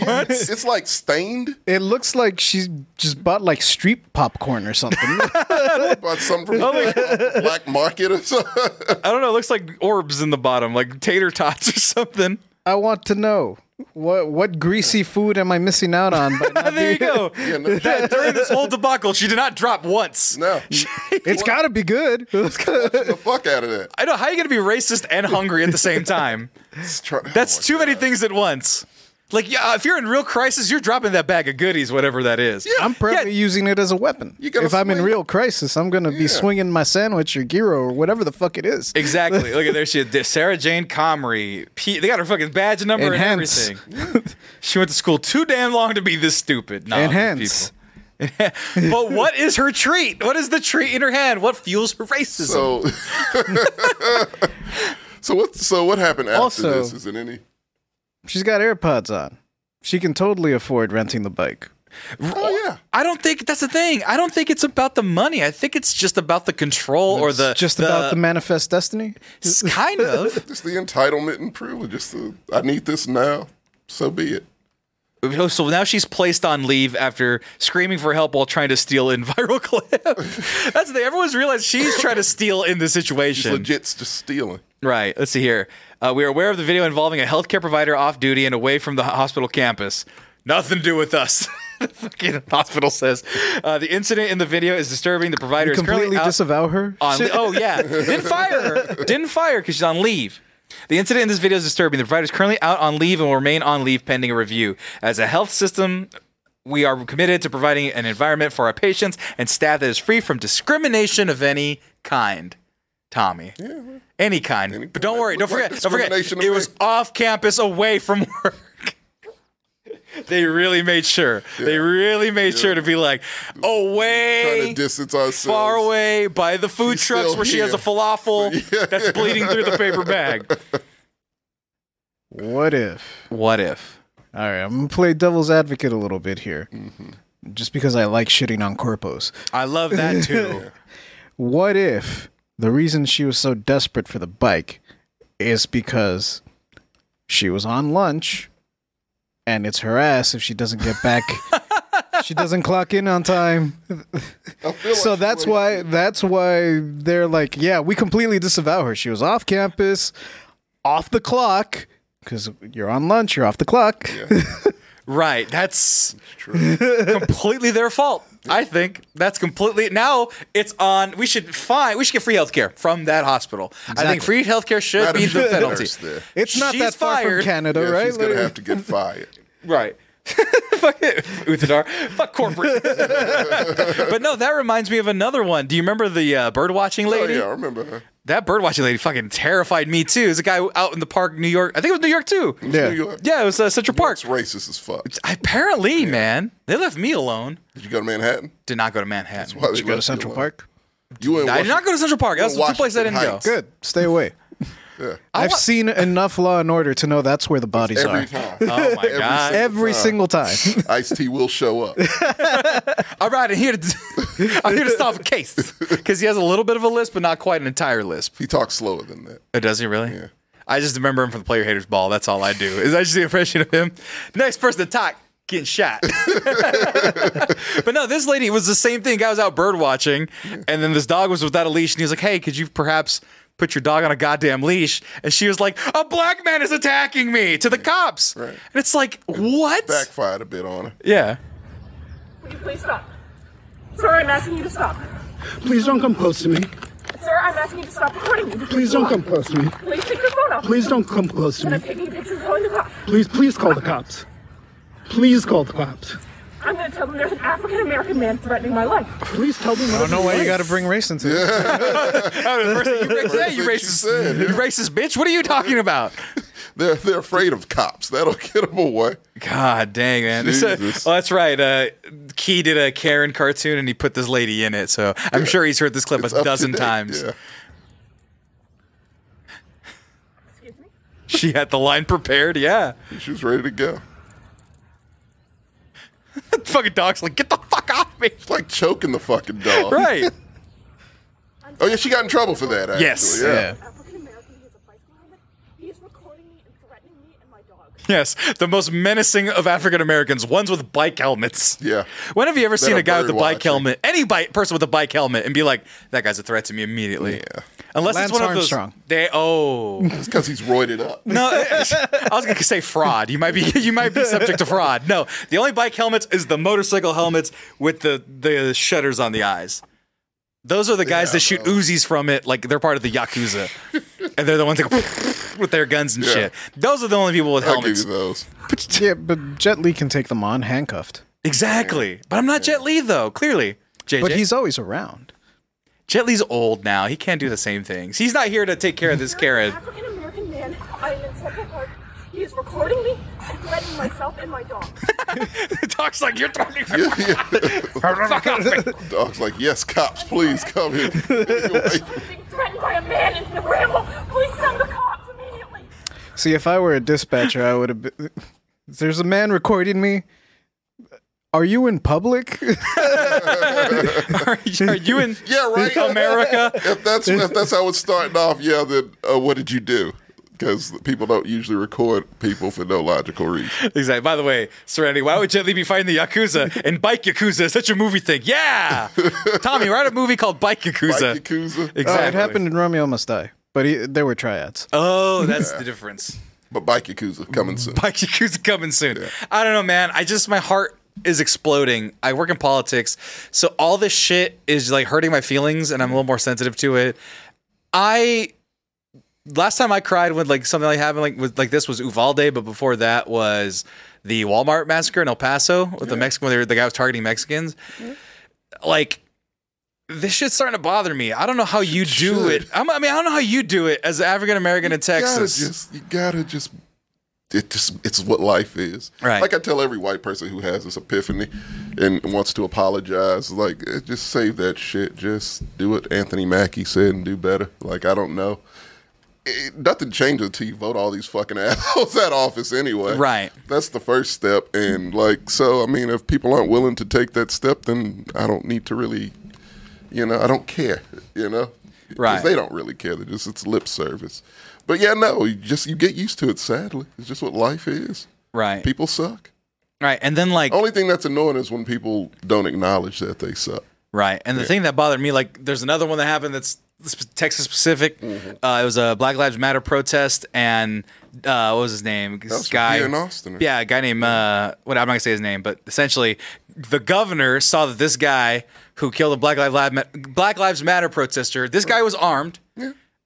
[SPEAKER 2] What? It's like stained
[SPEAKER 5] It looks like she just bought like street popcorn or something.
[SPEAKER 2] by some from
[SPEAKER 1] Oh my
[SPEAKER 2] the black market or something.
[SPEAKER 1] I don't know. It looks like orbs in the bottom, like tater tots or something.
[SPEAKER 5] I want to know what what greasy food am I missing out on? By not
[SPEAKER 1] there you
[SPEAKER 5] being-
[SPEAKER 1] go.
[SPEAKER 2] no.
[SPEAKER 1] That- during this whole debacle, she did not drop once.
[SPEAKER 2] No.
[SPEAKER 5] It's got to be good.
[SPEAKER 2] Get the fuck out of that.
[SPEAKER 1] I know how you gonna be racist and hungry at the same time.
[SPEAKER 2] It's try-
[SPEAKER 1] That's
[SPEAKER 2] oh my
[SPEAKER 1] too many
[SPEAKER 2] God.
[SPEAKER 1] things at once. Like, yeah, if you're in real crisis, you're dropping that bag of goodies, whatever that is.
[SPEAKER 5] I'm probably
[SPEAKER 1] Yeah.
[SPEAKER 5] using it as a weapon.
[SPEAKER 2] You gotta
[SPEAKER 5] If I'm in
[SPEAKER 2] swing.
[SPEAKER 5] real crisis, I'm gonna be
[SPEAKER 2] Yeah.
[SPEAKER 5] swinging my sandwich or gyro or whatever the fuck it is.
[SPEAKER 1] Exactly. Look at there. She is. Sarah Jane Comrie. P- they got her fucking badge number
[SPEAKER 5] Enhance.
[SPEAKER 1] and everything. she went to school too damn long to be this stupid. Nah, these
[SPEAKER 5] Enhance.
[SPEAKER 1] people. but what is her treat? What is the treat in her hand? What fuels her racism?
[SPEAKER 2] So So what so what happened after
[SPEAKER 5] Also-
[SPEAKER 2] this? Is it any
[SPEAKER 5] She's got AirPods on. She can totally afford renting the bike.
[SPEAKER 2] Oh yeah.
[SPEAKER 1] I don't think that's the thing. I don't think it's about the money. I think it's just about the control or the
[SPEAKER 5] Just about the manifest destiny.
[SPEAKER 1] the kind of.
[SPEAKER 2] Just the entitlement and privilege. Just the I need this now. So be it.
[SPEAKER 1] Oh, So now she's placed on leave after screaming for help while trying to steal in viral clip. That's the thing. Everyone's realized she's trying to steal in this
[SPEAKER 2] It's
[SPEAKER 1] situation.
[SPEAKER 2] legit just stealing.
[SPEAKER 1] Right. Let's see here. Uh, we are aware of the video involving a healthcare provider off duty and away from the ho- hospital campus. Nothing to do with us. the fucking hospital says uh, the incident in the video is disturbing. The provider is currently
[SPEAKER 5] Completely
[SPEAKER 1] out-
[SPEAKER 5] disavow her.
[SPEAKER 1] on li- oh yeah didn't fire her didn't fire because she's on leave the incident in this video is disturbing the provider is currently out on leave and will remain on leave pending a review as a health system we are committed to providing an environment for our patients and staff that is free from discrimination of any kind tommy yeah, any kind but don't
[SPEAKER 2] kind.
[SPEAKER 1] worry don't
[SPEAKER 2] Look like
[SPEAKER 1] forget don't forget
[SPEAKER 2] discrimination
[SPEAKER 1] it was
[SPEAKER 2] away.
[SPEAKER 1] off campus away from work they really made sure they really made sure to be like away
[SPEAKER 2] Trying to distance ourselves.
[SPEAKER 1] far away by the food
[SPEAKER 2] She's
[SPEAKER 1] trucks
[SPEAKER 2] still
[SPEAKER 1] where she has a
[SPEAKER 2] here.
[SPEAKER 1] falafel that's bleeding through the paper bag.
[SPEAKER 5] What if?
[SPEAKER 1] What if?
[SPEAKER 5] All right, I'm gonna play devil's advocate a little bit here,
[SPEAKER 1] Mm-hmm.
[SPEAKER 5] just because I like shitting on corpos.
[SPEAKER 1] I love that too.
[SPEAKER 5] What if the reason she was so desperate for the bike is because she was on lunch, and it's her ass if she doesn't get back. she doesn't clock in on time. so that's why that's why they're like, yeah, we completely disavow her. She was off campus, off the clock because you're on lunch, you're off the clock.
[SPEAKER 1] right. That's completely their fault. I think that's completely now it's on we should find we should get free healthcare from that hospital. I think
[SPEAKER 5] Exactly.
[SPEAKER 1] free healthcare should
[SPEAKER 2] Madam
[SPEAKER 1] be the
[SPEAKER 2] Chair,
[SPEAKER 1] penalty.
[SPEAKER 2] nurse there.
[SPEAKER 5] It's not
[SPEAKER 1] She's
[SPEAKER 5] that far
[SPEAKER 1] fired.
[SPEAKER 5] from Canada,
[SPEAKER 2] Yeah,
[SPEAKER 5] right?
[SPEAKER 2] she's gonna have to get fired.
[SPEAKER 1] Right. Fuck it, Uthadar. Fuck corporate. but no, that reminds me of another one. Do you remember the uh, bird watching
[SPEAKER 2] Oh
[SPEAKER 1] lady?
[SPEAKER 2] yeah, I remember her.
[SPEAKER 1] That bird watching lady fucking terrified me too. There's a guy out in the park, New York. I think it was New York too.
[SPEAKER 5] Yeah.
[SPEAKER 2] New York.
[SPEAKER 1] Yeah, it was uh, Central Park.
[SPEAKER 2] It's racist as fuck.
[SPEAKER 1] Apparently, man, they left me alone.
[SPEAKER 2] Did you go to Manhattan?
[SPEAKER 1] Did not go to Manhattan.
[SPEAKER 2] Why they
[SPEAKER 5] Did you go to
[SPEAKER 2] left
[SPEAKER 5] Central
[SPEAKER 2] alone?
[SPEAKER 5] Park?
[SPEAKER 2] You in
[SPEAKER 1] I did not
[SPEAKER 2] Washington-
[SPEAKER 1] go to Central Park. That was the two
[SPEAKER 2] Washington
[SPEAKER 1] places I didn't
[SPEAKER 2] Heights.
[SPEAKER 1] go.
[SPEAKER 5] Good. Stay away.
[SPEAKER 1] I
[SPEAKER 5] I've
[SPEAKER 1] wa-
[SPEAKER 5] seen enough Law and Order to know that's where the bodies
[SPEAKER 2] every
[SPEAKER 5] are.
[SPEAKER 2] time. uh,
[SPEAKER 1] Oh my god!
[SPEAKER 5] Every single time.
[SPEAKER 2] Ice T will show up.
[SPEAKER 1] All right, I'm here to I'm here to solve a case because he has a little bit of a lisp, but not quite an entire lisp.
[SPEAKER 2] He talks slower than that.
[SPEAKER 1] Oh, does he really?
[SPEAKER 2] Yeah.
[SPEAKER 1] I just remember him from the Player Haters Ball. That's all I do. Is I just the impression of him. Next person to talk, getting shot. but no, this lady it was the same thing. Guy was out bird watching, and then this dog was without a leash, and he was like, "Hey, could you perhaps?" Put your dog on a goddamn leash, and she was like, "A black man is attacking me!" To the cops,
[SPEAKER 2] Right.
[SPEAKER 1] and it's like, what?
[SPEAKER 2] Backfired a bit on her.
[SPEAKER 1] Yeah,
[SPEAKER 11] Would you please stop? Sir, I'm asking you to stop.
[SPEAKER 9] Please don't come close to me.
[SPEAKER 11] Sir, I'm asking you to stop recording me.
[SPEAKER 9] Please don't come close to me.
[SPEAKER 11] Please take your phone off.
[SPEAKER 9] Please don't come close to
[SPEAKER 11] And
[SPEAKER 9] me.
[SPEAKER 11] I'm taking pictures calling the cops.
[SPEAKER 9] Please, please call the cops. Please call the cops.
[SPEAKER 11] I'm going to tell them there's an African American man threatening my life.
[SPEAKER 9] Please tell them.
[SPEAKER 5] I don't know why you got to bring race into it.
[SPEAKER 1] I mean, first thing you, ra- yeah, you
[SPEAKER 2] thing she
[SPEAKER 1] racist,
[SPEAKER 2] said,
[SPEAKER 1] you racist bitch. What are you talking about?
[SPEAKER 2] They're they're afraid of cops. That'll get them away.
[SPEAKER 1] God dang, man. This, uh,
[SPEAKER 2] Jesus.
[SPEAKER 1] well, that's right. Uh, Key did a Karen cartoon and he put this lady in it. So I'm sure he's heard this clip
[SPEAKER 2] It's
[SPEAKER 1] a
[SPEAKER 2] up to
[SPEAKER 1] dozen
[SPEAKER 2] date,
[SPEAKER 1] times.
[SPEAKER 2] yeah.
[SPEAKER 11] Excuse me?
[SPEAKER 1] She had the line prepared. Yeah.
[SPEAKER 2] She was ready to go.
[SPEAKER 1] fucking dog's like, get the fuck off me.
[SPEAKER 2] It's like choking the fucking dog.
[SPEAKER 1] Right.
[SPEAKER 2] Oh yeah, she got in trouble for that. Actually.
[SPEAKER 1] Yes.
[SPEAKER 2] Yeah.
[SPEAKER 5] Yeah.
[SPEAKER 11] African American, he has a bicycle helmet. He is recording me and threatening me and my dog.
[SPEAKER 1] yes. The most menacing of African Americans, ones with bike helmets.
[SPEAKER 2] Yeah.
[SPEAKER 1] When have you ever seen
[SPEAKER 2] are
[SPEAKER 1] a guy with a
[SPEAKER 2] bird
[SPEAKER 1] bike
[SPEAKER 2] watching.
[SPEAKER 1] helmet, any bike person with a bike helmet, and be like, that guy's a threat to me immediately?
[SPEAKER 2] Yeah.
[SPEAKER 1] Unless
[SPEAKER 5] Lance
[SPEAKER 1] it's one of
[SPEAKER 5] Armstrong.
[SPEAKER 1] those. They, oh.
[SPEAKER 2] It's because he's roided up.
[SPEAKER 1] No, I was gonna say fraud. You might be you might be subject to fraud. No, the only bike helmets is the motorcycle helmets with the the shutters on the eyes. Those are the guys that shoot Uzis from it. Like they're part of the yakuza, and they're the ones that go with their guns and
[SPEAKER 2] Yeah.
[SPEAKER 1] shit. Those are the only people with
[SPEAKER 2] I'll give
[SPEAKER 1] helmets.
[SPEAKER 2] you those.
[SPEAKER 5] yeah, but Jet Li can take them on handcuffed.
[SPEAKER 1] Exactly. But I'm not Jet Li though. Clearly, JJ.
[SPEAKER 5] But he's always around.
[SPEAKER 1] Jet Li's old now. He can't do the same things. He's not here to take care of this Karen.
[SPEAKER 11] African American man, I am in Central Park. He is recording me and threatening myself and my dog.
[SPEAKER 1] Talks like you're talking.
[SPEAKER 2] Dog's like, yes, cops, please come here.
[SPEAKER 11] I'm being threatened by a man in the ramble. Please send the cops immediately.
[SPEAKER 5] See, if I were a dispatcher, I would have been. There's a man recording me. Are you in public?
[SPEAKER 1] Are you in
[SPEAKER 2] yeah, right.
[SPEAKER 1] America?
[SPEAKER 2] If that's if that's how it's starting off, yeah. Then uh, what did you do? Because people don't usually record people for no logical reason.
[SPEAKER 1] Exactly. By the way, Serenity, why would Jet Li be fighting the Yakuza and Bike Yakuza? is Such a movie thing. Yeah. Tommy, write a movie called Bike Yakuza.
[SPEAKER 2] Like Yakuza,
[SPEAKER 1] Exactly.
[SPEAKER 5] Oh, it happened in Romeo Must Die, but he, there were triads.
[SPEAKER 1] Oh, that's the difference.
[SPEAKER 2] but Bike Yakuza coming soon.
[SPEAKER 1] Bike Yakuza coming soon. I don't know, man. I just, my heart is exploding. I work in politics. So all this shit is like hurting my feelings and I'm a little more sensitive to it. I last time I cried when like something like happened like was like this was Uvalde, but before that was the Walmart massacre in El Paso with the Mexican where they were- the guy was targeting Mexicans.
[SPEAKER 2] Mm-hmm.
[SPEAKER 1] Like this shit's starting to bother me. I don't know how you do
[SPEAKER 2] should.
[SPEAKER 1] it. I'm, I mean, I don't know how you do it as an African American in
[SPEAKER 2] You gotta
[SPEAKER 1] Texas.
[SPEAKER 2] just, you gotta just. It just, it's what life is.
[SPEAKER 1] Right.
[SPEAKER 2] Like I tell every white person who has this epiphany and wants to apologize, like eh, just save that shit. Just do what Anthony Mackie said and do better. Like I don't know. it, nothing changes until you vote all these fucking assholes out of office anyway.
[SPEAKER 1] Right.
[SPEAKER 2] That's the first step. And like, so, I mean, if people aren't willing to take that step, then I don't need to really, you know, I don't care, you know? 'Cause
[SPEAKER 1] Right.
[SPEAKER 2] They don't really care. They're just, it's lip service. But yeah, no, you just, you get used to it, sadly. It's just what life is.
[SPEAKER 1] Right.
[SPEAKER 2] People suck.
[SPEAKER 1] Right. And then like
[SPEAKER 2] Only thing that's annoying is when people don't acknowledge that they suck.
[SPEAKER 1] Right. And the thing that bothered me, like, there's another one that happened that's sp- Texas specific.
[SPEAKER 2] Mm-hmm.
[SPEAKER 1] Uh, it was a Black Lives Matter protest, and uh, what was his name? This
[SPEAKER 2] was here in Austin, right?
[SPEAKER 1] Yeah, a guy named uh, what I'm not gonna say his name, but essentially, the governor saw that this guy who killed a Black Lives Lab- Black Lives Matter protester, this guy was armed,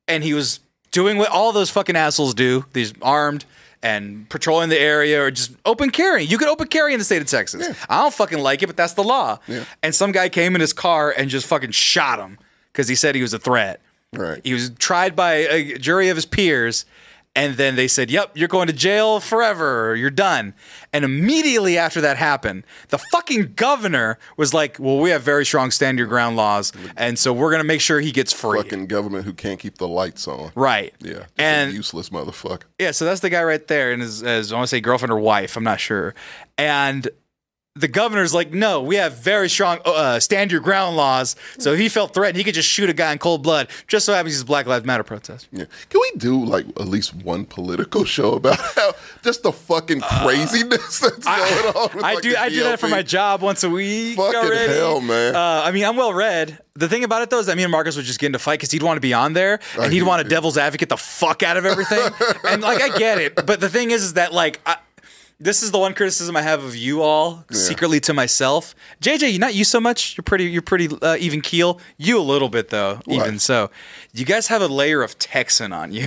[SPEAKER 1] and he was doing what all those fucking assholes do. These armed. And patrolling the area, or just open carrying. You could open carry in the state of Texas. I don't fucking like it, but that's the law.
[SPEAKER 2] Yeah.
[SPEAKER 1] And some guy came in his car and just fucking shot him because he said he was a threat.
[SPEAKER 2] Right.
[SPEAKER 1] He was tried by a jury of his peers, and then they said, Yep, you're going to jail forever. or You're done. And immediately after that happened, the fucking governor was like, Well, we have very strong stand your ground laws, and so we're going to make sure he gets free.
[SPEAKER 2] Fucking government who can't keep the lights on.
[SPEAKER 1] Right.
[SPEAKER 2] Yeah. just a
[SPEAKER 1] And
[SPEAKER 2] useless motherfucker.
[SPEAKER 1] yeah, so that's the guy right there, and his, his I want to say girlfriend or wife, I'm not sure. And the governor's like, no, we have very strong uh, stand your ground laws. So if he felt threatened, he could just shoot a guy in cold blood. Just so happens he's a Black Lives Matter protest.
[SPEAKER 2] Yeah. Can we do like at least one political show about how just the fucking craziness that's going on? With,
[SPEAKER 1] Uh, I
[SPEAKER 2] like,
[SPEAKER 1] do
[SPEAKER 2] the
[SPEAKER 1] I do that for
[SPEAKER 2] DLP?
[SPEAKER 1] my job once a week.
[SPEAKER 2] Fucking
[SPEAKER 1] already.
[SPEAKER 2] hell, man.
[SPEAKER 1] Uh, I mean, I'm well read. The thing about it though is that me and Marcus would just get into a fight because he'd want to be on there and he'd
[SPEAKER 2] hear
[SPEAKER 1] want to devil's advocate the fuck out of everything. and like, I get it, but the thing is, is that like. I, this is the one criticism I have of you all secretly to myself. JJ, you not you so much. You're pretty. You're pretty uh, even keel. You a little bit though. Even so, you guys have a layer of Texan on you.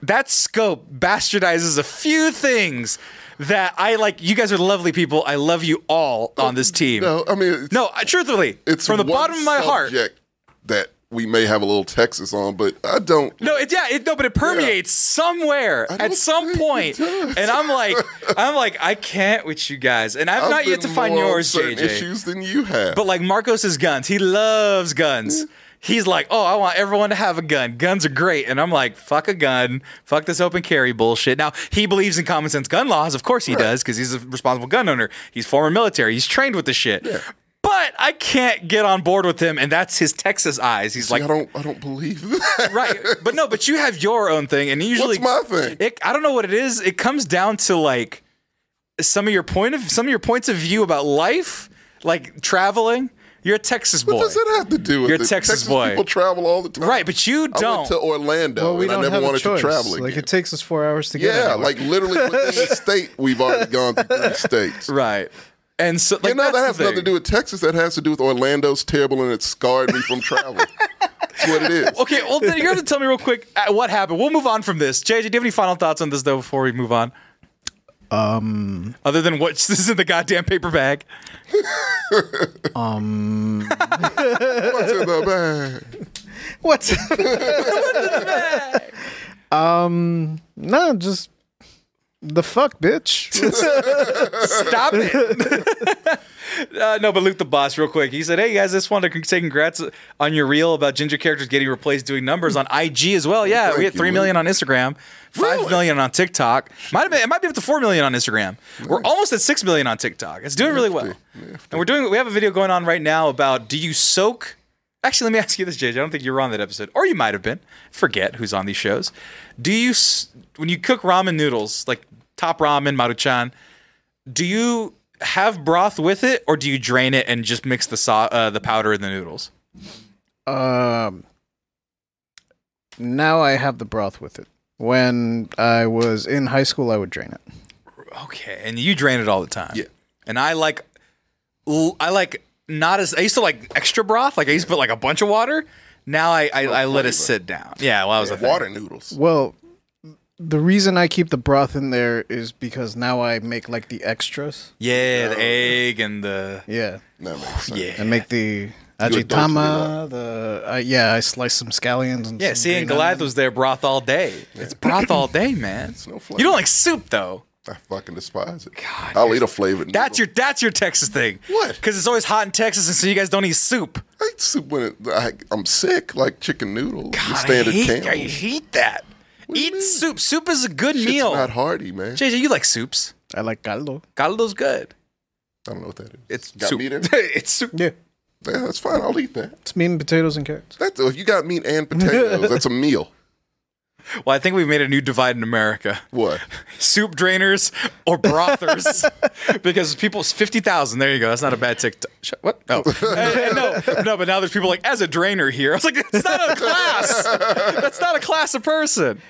[SPEAKER 1] that scope bastardizes a few things that I like. You guys are lovely people. I love you all on this team.
[SPEAKER 2] No, I mean, it's,
[SPEAKER 1] No, I- truthfully,
[SPEAKER 2] it's
[SPEAKER 1] from the
[SPEAKER 2] one
[SPEAKER 1] bottom of my heart.
[SPEAKER 2] subject that we may have a little Texas on, but I don't.
[SPEAKER 1] No, it, yeah, it, no, but it permeates somewhere at
[SPEAKER 2] don't
[SPEAKER 1] some
[SPEAKER 2] think it
[SPEAKER 1] point,
[SPEAKER 2] does.
[SPEAKER 1] and I'm like, I'm like, I can't with you guys, and I've,
[SPEAKER 2] I've
[SPEAKER 1] not yet to
[SPEAKER 2] been
[SPEAKER 1] find
[SPEAKER 2] more on
[SPEAKER 1] yours,
[SPEAKER 2] certain
[SPEAKER 1] JJ.
[SPEAKER 2] Issues than you have.
[SPEAKER 1] But like Marcos's guns, he loves guns. He's like, oh, I want everyone to have a gun. Guns are great, and I'm like, fuck a gun, fuck this open carry bullshit. Now he believes in common sense gun laws, of course he does, because he's a responsible gun owner. He's former military. He's trained with this shit. But I can't get on board with him, and that's his Texas eyes. He's
[SPEAKER 2] See,
[SPEAKER 1] like,
[SPEAKER 2] I don't. I don't believe that.
[SPEAKER 1] right but no but you have your own thing and usually
[SPEAKER 2] What's my thing?
[SPEAKER 1] it, i don't know what it is it comes down to like some of your point of some of your points of view about life like traveling you're a texas boy
[SPEAKER 2] What does that have to do with
[SPEAKER 1] You're
[SPEAKER 2] it?
[SPEAKER 1] a Texas boy.
[SPEAKER 2] people travel all the time.
[SPEAKER 1] right but you
[SPEAKER 2] I
[SPEAKER 1] don't
[SPEAKER 2] went to Orlando
[SPEAKER 5] Well, we
[SPEAKER 2] and
[SPEAKER 5] don't
[SPEAKER 2] I never
[SPEAKER 5] have
[SPEAKER 2] wanted
[SPEAKER 5] a choice.
[SPEAKER 2] to travel again.
[SPEAKER 5] Like it takes us four hours to get.
[SPEAKER 2] yeah,
[SPEAKER 5] anywhere.
[SPEAKER 2] like literally within the state, we've already gone through three states.
[SPEAKER 1] right and so like
[SPEAKER 2] you know, that
[SPEAKER 1] that's
[SPEAKER 2] has
[SPEAKER 1] the
[SPEAKER 2] nothing to
[SPEAKER 1] thing.
[SPEAKER 2] do with Texas. That has to do with Orlando's terrible and it scarred me from travel. That's what it is.
[SPEAKER 1] okay well then you're gonna tell me real quick uh, what happened we'll move on from this jj do you have any final thoughts on this though before we move on um other than what's this is in the goddamn paper bag
[SPEAKER 2] What's in the bag?
[SPEAKER 5] What's um no, just the fuck, bitch.
[SPEAKER 1] Stop it. uh, no, but Luke the Boss, real quick. He said, Hey guys, just wanted to say congrats on your reel about ginger characters getting replaced doing numbers on IG as well. Yeah, we
[SPEAKER 2] Thank
[SPEAKER 1] had
[SPEAKER 2] you,
[SPEAKER 1] 3 million on Instagram, five million
[SPEAKER 2] Really?
[SPEAKER 1] on TikTok. Might have been, it might be up to 4 million on Instagram. We're almost at 6 million on TikTok. It's doing really well. And we're doing, we have a video going on right now about do you soak? Actually, let me ask you this, JJ. I don't think you were on that episode, or you might have been. Forget who's on these shows. Do you, s- when you cook ramen noodles, like top ramen, maruchan, do you have broth with it, or do you drain it and just mix the sau uh, the powder in the noodles?
[SPEAKER 5] um now I have the broth with it. When I was in high school I would drain it.
[SPEAKER 1] Okay, and you drain it all the time.
[SPEAKER 2] Yeah.
[SPEAKER 1] and I like, l- I like not as I used to like extra broth. Like I used to put like a bunch of water. Now I I, I let it sit down. Yeah, well, I was a thing.
[SPEAKER 2] Water noodles.
[SPEAKER 5] Well the reason I keep the broth in there is because now I make like the extras.
[SPEAKER 1] Yeah, the egg and the
[SPEAKER 5] Yeah.
[SPEAKER 2] That makes sense.
[SPEAKER 1] yeah.
[SPEAKER 5] I make the
[SPEAKER 2] You adulterated
[SPEAKER 5] ajitama, the uh, yeah, I slice some scallions and
[SPEAKER 1] Yeah,
[SPEAKER 5] some
[SPEAKER 1] see, and
[SPEAKER 5] green
[SPEAKER 1] Goliath
[SPEAKER 5] onion.
[SPEAKER 1] was there broth all day. It's broth all day, man.
[SPEAKER 2] no flavor.
[SPEAKER 1] you don't like soup though.
[SPEAKER 2] I fucking despise it. I'll eat a flavored.
[SPEAKER 1] That's
[SPEAKER 2] noodle.
[SPEAKER 1] your that's your Texas thing.
[SPEAKER 2] What?
[SPEAKER 1] Because it's always hot in Texas, and so you guys don't eat soup.
[SPEAKER 2] I hate soup when it, I, I'm sick, like chicken noodle. the
[SPEAKER 1] God, I
[SPEAKER 2] standard
[SPEAKER 1] hate, I
[SPEAKER 2] Campbell's.
[SPEAKER 1] hate that. Eat soup. Soup is a good
[SPEAKER 2] Shit's
[SPEAKER 1] meal.
[SPEAKER 2] not hearty, man.
[SPEAKER 1] JJ, you like soups?
[SPEAKER 5] I like caldo.
[SPEAKER 1] Caldo's good.
[SPEAKER 2] I don't know what that is.
[SPEAKER 1] It's
[SPEAKER 2] Got
[SPEAKER 1] soup.
[SPEAKER 2] meat in it?
[SPEAKER 1] it's soup.
[SPEAKER 5] Yeah,
[SPEAKER 2] Yeah, that's fine. I'll eat that.
[SPEAKER 5] it's meat and potatoes and carrots.
[SPEAKER 2] That's, if you got meat and potatoes, that's a meal.
[SPEAKER 1] Well, I think we've made a new divide in America:
[SPEAKER 2] What?
[SPEAKER 1] soup drainers or brothers. because people, fifty thousand. There you go. That's not a bad TikTok. Sh- What? No, And- and no, no. But now there's people like as a drainer here. I was like, that's not a class. that's not a class of person.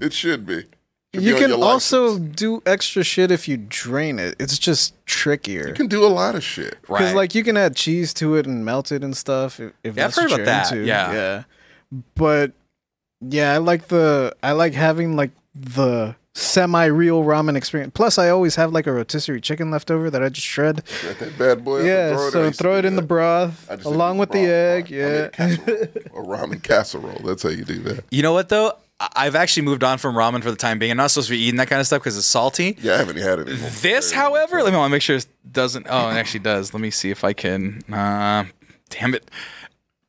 [SPEAKER 2] It should be. Should be
[SPEAKER 5] You
[SPEAKER 2] on
[SPEAKER 5] can
[SPEAKER 2] your
[SPEAKER 5] also
[SPEAKER 2] license.
[SPEAKER 5] do extra shit if you drain it. It's just trickier.
[SPEAKER 2] You can do a lot of shit.
[SPEAKER 5] Because
[SPEAKER 1] Right.
[SPEAKER 5] like you can add cheese to it and melt it and stuff. If, if
[SPEAKER 1] Yeah, I've
[SPEAKER 5] that's
[SPEAKER 1] heard
[SPEAKER 5] what
[SPEAKER 1] about
[SPEAKER 5] you're
[SPEAKER 1] that,
[SPEAKER 5] into.
[SPEAKER 1] yeah.
[SPEAKER 5] But yeah, I like the I like having like the semi real ramen experience. Plus, I always have like a rotisserie chicken left over that I just shred.
[SPEAKER 2] Got that bad boy. up and
[SPEAKER 5] yeah,
[SPEAKER 2] throw it. I
[SPEAKER 5] so
[SPEAKER 2] used to
[SPEAKER 5] throw
[SPEAKER 2] do
[SPEAKER 5] it in the
[SPEAKER 2] that.
[SPEAKER 5] broth
[SPEAKER 2] I just
[SPEAKER 5] along
[SPEAKER 2] did
[SPEAKER 5] with the
[SPEAKER 2] ramen.
[SPEAKER 5] egg.
[SPEAKER 2] I made a
[SPEAKER 5] Yeah,
[SPEAKER 2] casserole, a ramen casserole. That's how you do that.
[SPEAKER 1] You know what though? I- I've actually moved on from ramen for the time being. I'm not supposed to be eating that kind of stuff because it's salty.
[SPEAKER 2] Yeah, I haven't had it. in a
[SPEAKER 1] This,
[SPEAKER 2] very long
[SPEAKER 1] however,
[SPEAKER 2] time.
[SPEAKER 1] let me I wanna make sure it doesn't. Oh, it actually does. Let me see if I can. Uh, damn it!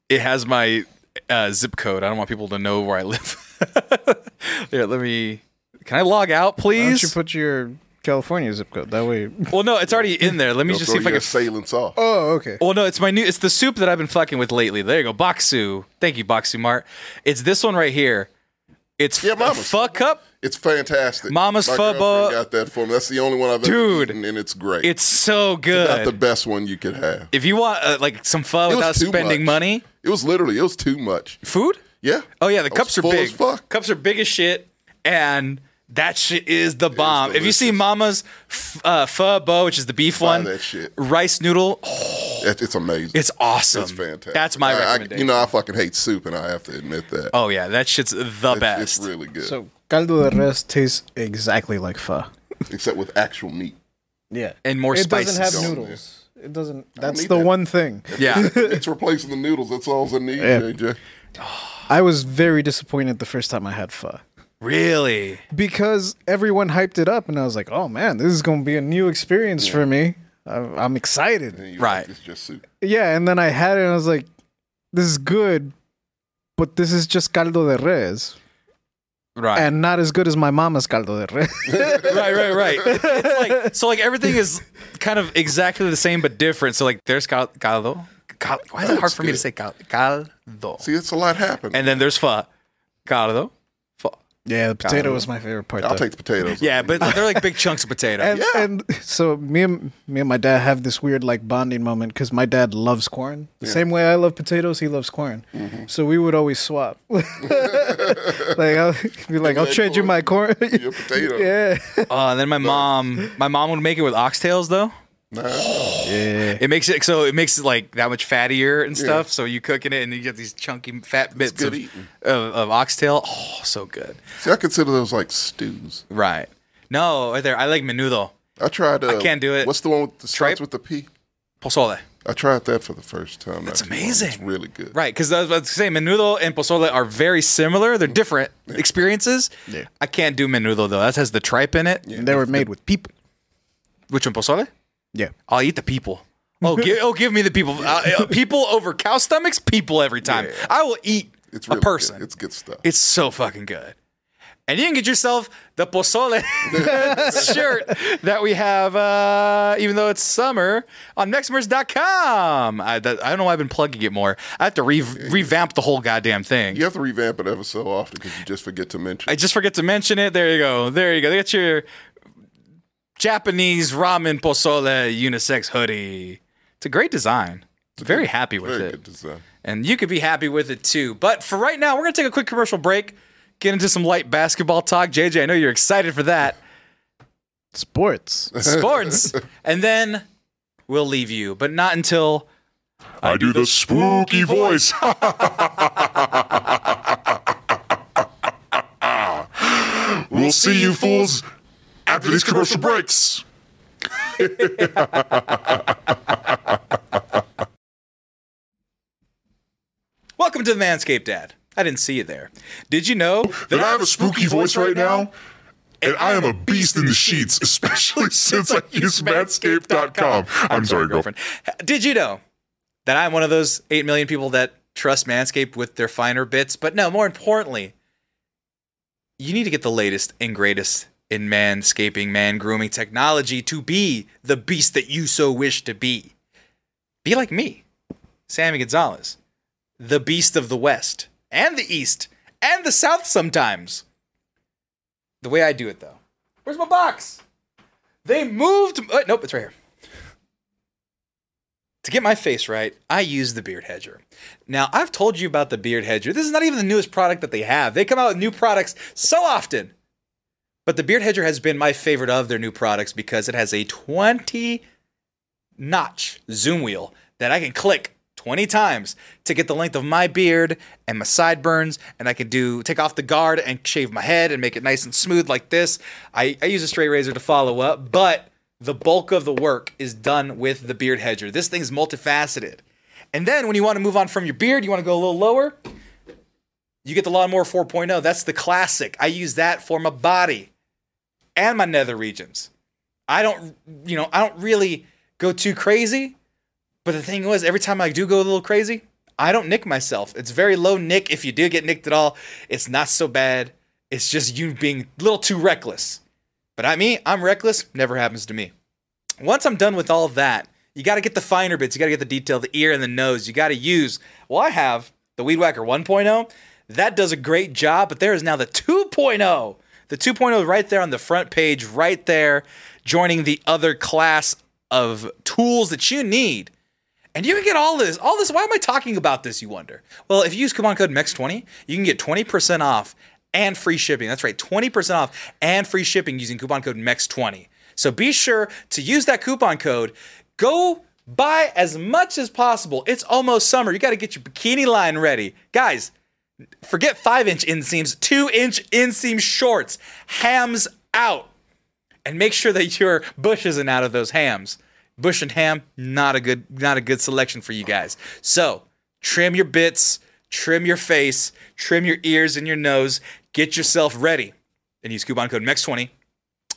[SPEAKER 1] It has my uh, zip code. I don't want people to know where I live. Here, let me. Can I log out,
[SPEAKER 5] why don't you
[SPEAKER 1] please?
[SPEAKER 5] put your California zip code that way?
[SPEAKER 1] well, no, it's already in there. Let me
[SPEAKER 2] They'll
[SPEAKER 1] just see
[SPEAKER 2] throw
[SPEAKER 1] if I
[SPEAKER 2] your
[SPEAKER 1] can.
[SPEAKER 2] assailants off.
[SPEAKER 5] Oh, okay.
[SPEAKER 1] Well, no, it's my new. It's the soup that I've been fucking with lately. There you go, Baksu. Thank you, Baksu Mart. It's this one right here. It's
[SPEAKER 2] Yeah,
[SPEAKER 1] f-
[SPEAKER 2] Mama's.
[SPEAKER 1] fuck up.
[SPEAKER 2] It's fantastic.
[SPEAKER 1] Mama's
[SPEAKER 2] My
[SPEAKER 1] pho
[SPEAKER 2] girlfriend
[SPEAKER 1] bo-
[SPEAKER 2] got that for me. That's the only one I've
[SPEAKER 1] Dude.
[SPEAKER 2] ever eaten, and it's great.
[SPEAKER 1] It's so good.
[SPEAKER 2] not the best one you could have.
[SPEAKER 1] if you want uh, like some fun
[SPEAKER 2] It was
[SPEAKER 1] without
[SPEAKER 2] too
[SPEAKER 1] spending
[SPEAKER 2] much.
[SPEAKER 1] money,
[SPEAKER 2] It was literally it was too much.
[SPEAKER 1] food.
[SPEAKER 2] Yeah.
[SPEAKER 1] Oh yeah, the
[SPEAKER 2] I was
[SPEAKER 1] cups are
[SPEAKER 2] full
[SPEAKER 1] big.
[SPEAKER 2] As fuck.
[SPEAKER 1] Cups are big as shit, and that shit is the bomb. If you see
[SPEAKER 2] delicious.
[SPEAKER 1] Mama's f- uh, pho bo, which is the beef
[SPEAKER 2] Buy
[SPEAKER 1] one,
[SPEAKER 2] that shit.
[SPEAKER 1] rice noodle, oh,
[SPEAKER 2] It- it's amazing.
[SPEAKER 1] it's awesome.
[SPEAKER 2] It's fantastic.
[SPEAKER 1] That's my
[SPEAKER 2] I- I-
[SPEAKER 1] recommendation.
[SPEAKER 2] you know, I fucking hate soup, and I have to admit that.
[SPEAKER 1] oh yeah, that shit's the
[SPEAKER 2] It's-
[SPEAKER 1] best.
[SPEAKER 2] It's really good,
[SPEAKER 5] So caldo de res tastes exactly like pho.
[SPEAKER 2] except with actual meat.
[SPEAKER 5] Yeah,
[SPEAKER 1] And more
[SPEAKER 5] it
[SPEAKER 1] spices.
[SPEAKER 5] doesn't have
[SPEAKER 2] Don't,
[SPEAKER 5] noodles. It doesn't. That's
[SPEAKER 2] need
[SPEAKER 5] the
[SPEAKER 2] that.
[SPEAKER 5] one thing.
[SPEAKER 1] yeah,
[SPEAKER 2] it's replacing the noodles. That's all I need,
[SPEAKER 5] Yeah.
[SPEAKER 2] JJ.
[SPEAKER 5] I was very disappointed the first time I had pho
[SPEAKER 1] really.
[SPEAKER 5] because everyone hyped it up, and I was like, "Oh man, this is going to be a new experience for me. I'm, I'm
[SPEAKER 2] And
[SPEAKER 5] excited."
[SPEAKER 2] you're
[SPEAKER 1] Right.
[SPEAKER 2] like, It's just soup.
[SPEAKER 5] Yeah, and then I had it, and I was like, "This is good, but this is just caldo de res,
[SPEAKER 1] Right.
[SPEAKER 5] and not as good as my mama's caldo de res."
[SPEAKER 1] right, right, right. It's like so, like everything is kind of exactly the same but different. So like, there's cal- caldo. Cal- why is it hard
[SPEAKER 2] That's
[SPEAKER 1] for me to
[SPEAKER 2] good.
[SPEAKER 1] say cal- caldo?
[SPEAKER 2] See, it's a lot happening.
[SPEAKER 1] And then there's pho, caldo, pho.
[SPEAKER 5] yeah, the potato was my favorite part.
[SPEAKER 2] I'll
[SPEAKER 5] though.
[SPEAKER 2] take the potatoes.
[SPEAKER 1] Yeah, but they're like big chunks of potato.
[SPEAKER 5] And, and so me and me and my dad have this weird like bonding moment because my dad loves corn the same way I love potatoes. He loves corn,
[SPEAKER 1] Mm-hmm.
[SPEAKER 5] so we would always swap. like I'll be like, I'll
[SPEAKER 2] that
[SPEAKER 5] trade you
[SPEAKER 2] corn.
[SPEAKER 5] my corn.
[SPEAKER 2] Your potato.
[SPEAKER 5] yeah,
[SPEAKER 1] Uh, and then my mom, my mom would make it with oxtails though. It makes it so it makes it like that much fattier and stuff. So you cooking it and you get these chunky fat bits
[SPEAKER 2] good
[SPEAKER 1] of,
[SPEAKER 2] eating.
[SPEAKER 1] of, of oxtail. Oh, so good.
[SPEAKER 2] See, I consider those like stews.
[SPEAKER 1] Right. No, right there. I like menudo,
[SPEAKER 2] I tried. Uh,
[SPEAKER 1] can't do it.
[SPEAKER 2] What's the one with the
[SPEAKER 1] Stripe?
[SPEAKER 2] starts with the P?
[SPEAKER 1] pozole.
[SPEAKER 2] I tried that for the first time. That's
[SPEAKER 1] amazing.
[SPEAKER 2] It's really good.
[SPEAKER 1] Right, because I was about to say menudo and pozole are very similar. They're different experiences.
[SPEAKER 5] Yeah.
[SPEAKER 1] I can't do menudo though. That has the tripe in it.
[SPEAKER 5] and they were made with people.
[SPEAKER 1] Which one, pozole?
[SPEAKER 5] Yeah,
[SPEAKER 1] I'll eat the people. Oh, give, oh, give me the people. Uh, uh, people over cow stomachs. People every time. I will eat
[SPEAKER 2] It's really
[SPEAKER 1] a person.
[SPEAKER 2] Good. It's good stuff.
[SPEAKER 1] It's so fucking good. And you can get yourself the pozole shirt that we have, uh, even though it's summer, on nextmerch.com. I, that, I don't know why I've been plugging it more. I have to re- revamp the whole goddamn thing.
[SPEAKER 2] you have to revamp it ever so often because you just forget to mention.
[SPEAKER 1] I
[SPEAKER 2] it.
[SPEAKER 1] just forget to mention it. There you go. There you go. Get your Japanese ramen pozole unisex hoodie. It's a great design. Very happy with
[SPEAKER 2] Very
[SPEAKER 1] it.
[SPEAKER 2] good design.
[SPEAKER 1] and you could be happy with it too. But for right now, we're gonna take a quick commercial break, get into some light basketball talk. JJ, I know you're excited for that
[SPEAKER 5] sports.
[SPEAKER 1] sports, and then we'll leave you, but not until
[SPEAKER 6] I do the spooky voice. we'll see you fools after these commercial breaks.
[SPEAKER 1] welcome to the Manscaped Dad. I didn't see you there. Did you know
[SPEAKER 6] That I have a spooky voice right now, and I am a beast in the sheets, especially since I use Manscaped.com. I'm sorry, girlfriend.
[SPEAKER 1] Did you know that I'm one of those 8 million people that trust Manscaped with their finer bits. But no, more importantly, you need to get the latest and greatest in manscaping, man grooming technology to be the beast that you so wish to be. Be like me, Sammy Gonzalez, the beast of the West and the East and the South sometimes. The way I do it, though. Where's my box? They moved. Wait, nope, it's right here. To get my face right, I use the Beard Hedger. Now, I've told you about the Beard Hedger. This is not even the newest product that they have. They come out with new products so often. But the Beard Hedger has been my favorite of their new products because it has a 20 notch zoom wheel that I can click 20 times to get the length of my beard and my sideburns and I can do take off the guard and shave my head and make it nice and smooth like this. I, I use a straight razor to follow up, but the bulk of the work is done with the beard hedger. This thing's multifaceted. And then when you want to move on from your beard, you want to go a little lower, you get the Lawnmower 4.0. That's the classic. I use that for my body and my nether regions. I don't, you know, I don't really go too crazy. But the thing was, every time I do go a little crazy, I don't nick myself. It's very low nick. If you do get nicked at all, it's not so bad. It's just you being a little too reckless. But I mean, I'm reckless. Never happens to me. Once I'm done with all that, you got to get the finer bits. You got to get the detail, the ear and the nose. You got to use. Well, I have the Weed Whacker 1.0. That does a great job, but there is now the 2.0. The 2.0 right there on the front page, right there, joining the other class of tools that you need. And you can get all this, all this. Why am I talking about this, you wonder? Well, if you use coupon code MEX20, you can get 20% off and free shipping. That's right, 20% off and free shipping using coupon code MEX20. So be sure to use that coupon code. Go buy as much as possible. It's almost summer. You got to get your bikini line ready. Guys, forget five inch inseams, two inch inseam shorts, hams out. And make sure that your bush isn't out of those hams. Bush and ham, not a good, not a good selection for you guys. So trim your bits, trim your face, trim your ears and your nose, get yourself ready. And use coupon code MEX20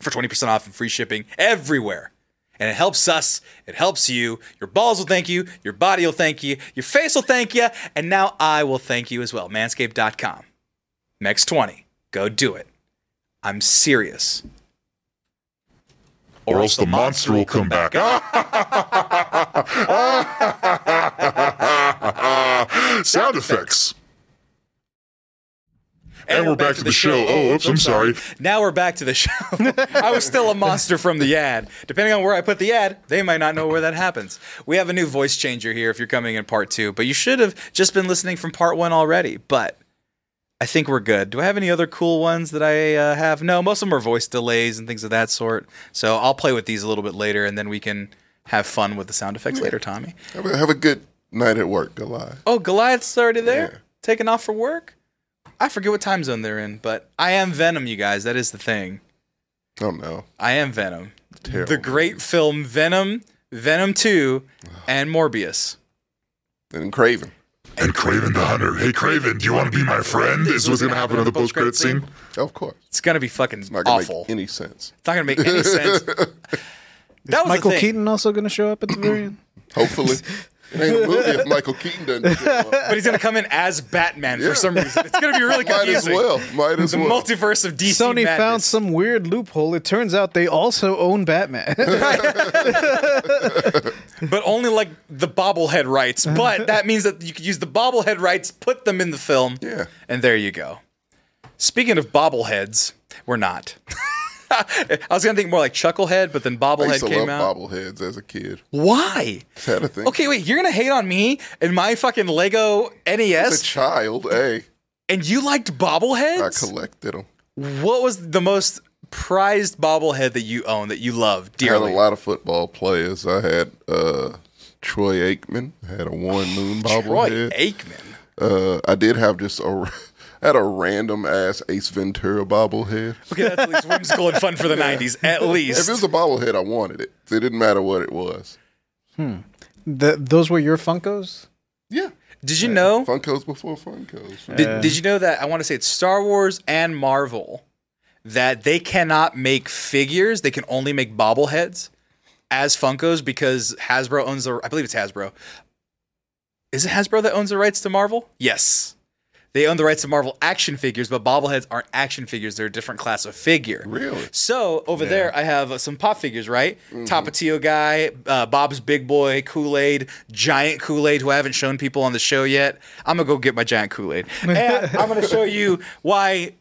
[SPEAKER 1] for 20% off and free shipping everywhere. And it helps us, it helps you. Your balls will thank you, your body will thank you, your face will thank you, and now I will thank you as well. Manscaped.com. MEX20. Go do it. I'm serious.
[SPEAKER 6] Or else the monster will come back. Sound effects. And, we're back, to the show. Oh, oops, I'm sorry.
[SPEAKER 1] Now we're back to the show. I was still a monster from the ad. Depending on where I put the ad, they might not know where that happens. We have a new voice changer here if you're coming in part two, but you should have just been listening from part one already. But I think we're good. Do I have any other cool ones that I uh, have? No, most of them are voice delays and things of that sort. So I'll play with these a little bit later and then we can have fun with the sound effects later, Tommy.
[SPEAKER 2] Have a, have a good night at work, Goliath.
[SPEAKER 1] Oh, Goliath's already there, taking off for work. I forget what time zone they're in, but I am Venom, you guys. That is the thing.
[SPEAKER 2] Oh no.
[SPEAKER 1] I am Venom.
[SPEAKER 2] Terrible
[SPEAKER 1] The great film Venom, Venom Two, and Morbius.
[SPEAKER 2] And Craven.
[SPEAKER 6] And Craven the Hunter. Hey, Craven, do you want to be my friend? Is what's going to happen on the post credit scene?
[SPEAKER 2] Of course.
[SPEAKER 1] It's gonna be fucking
[SPEAKER 2] Not gonna
[SPEAKER 1] awful.
[SPEAKER 2] make any sense.
[SPEAKER 1] It's not gonna make any sense. that was
[SPEAKER 5] Michael
[SPEAKER 1] the thing.
[SPEAKER 5] Keaton also going to show up at the very end?
[SPEAKER 2] Hopefully. it ain't a movie if Michael Keaton doesn't show up.
[SPEAKER 1] but he's gonna come in as Batman
[SPEAKER 2] Yeah.
[SPEAKER 1] for some reason. It's gonna be really
[SPEAKER 2] Might as
[SPEAKER 1] confusing.
[SPEAKER 2] well. Might as
[SPEAKER 1] The
[SPEAKER 2] well.
[SPEAKER 1] multiverse of DC.
[SPEAKER 5] Sony
[SPEAKER 1] madness.
[SPEAKER 5] found some weird loophole. It turns out they also own Batman.
[SPEAKER 1] but only like the bobblehead rights. But that means that you could use the bobblehead rights, put them in the film,
[SPEAKER 2] yeah.
[SPEAKER 1] and there you go. Speaking of bobbleheads, we're not. I was gonna think more like Chucklehead, but then
[SPEAKER 2] I
[SPEAKER 1] Bobblehead
[SPEAKER 2] used to love
[SPEAKER 1] came out.
[SPEAKER 2] bobbleheads as a kid.
[SPEAKER 1] Why?
[SPEAKER 2] Is that a thing?
[SPEAKER 1] Okay, wait, you're gonna hate on me and my fucking Lego
[SPEAKER 2] As a
[SPEAKER 1] NES,
[SPEAKER 2] child, hey,
[SPEAKER 1] and you liked
[SPEAKER 2] I
[SPEAKER 1] bobbleheads?
[SPEAKER 2] collected them.
[SPEAKER 1] What was the most prized bobblehead that you owned that you loved
[SPEAKER 2] I had a
[SPEAKER 1] dearly?
[SPEAKER 2] lot of football players. I had uh, Troy Aikman. I had a one moon
[SPEAKER 1] Troy
[SPEAKER 2] bobblehead.
[SPEAKER 1] Aikman.
[SPEAKER 2] Uh, I did have just a, r- I had a random ass Ace Ventura bobblehead.
[SPEAKER 1] Okay, that's at least whimsical and fun for the '90s, at
[SPEAKER 2] If
[SPEAKER 1] least.
[SPEAKER 2] it was a bobblehead, I wanted it. It didn't matter what it was.
[SPEAKER 5] Th those were your Funkos?
[SPEAKER 2] Yeah,
[SPEAKER 1] Did you know?
[SPEAKER 2] Funkos before Funkos.
[SPEAKER 1] Did, did you know that I want to say it's Star Wars and Marvel that they cannot make figures; they can only make bobbleheads as Funkos because Hasbro owns the. I believe it's Hasbro Is it Hasbro that owns the rights to Marvel? Yes. They own the rights to Marvel action figures, but bobbleheads aren't action figures. They're a different class of figure.
[SPEAKER 2] Really?
[SPEAKER 1] So over
[SPEAKER 2] Yeah.
[SPEAKER 1] there, I have uh, some pop figures, right?
[SPEAKER 2] Mhm.
[SPEAKER 1] Tapatio guy, uh, Bob's Big Boy, Kool Aid, Giant Kool Aid, who I haven't shown people on the show yet. I'm going to go get my Giant Kool Aid. And I'm going to show you why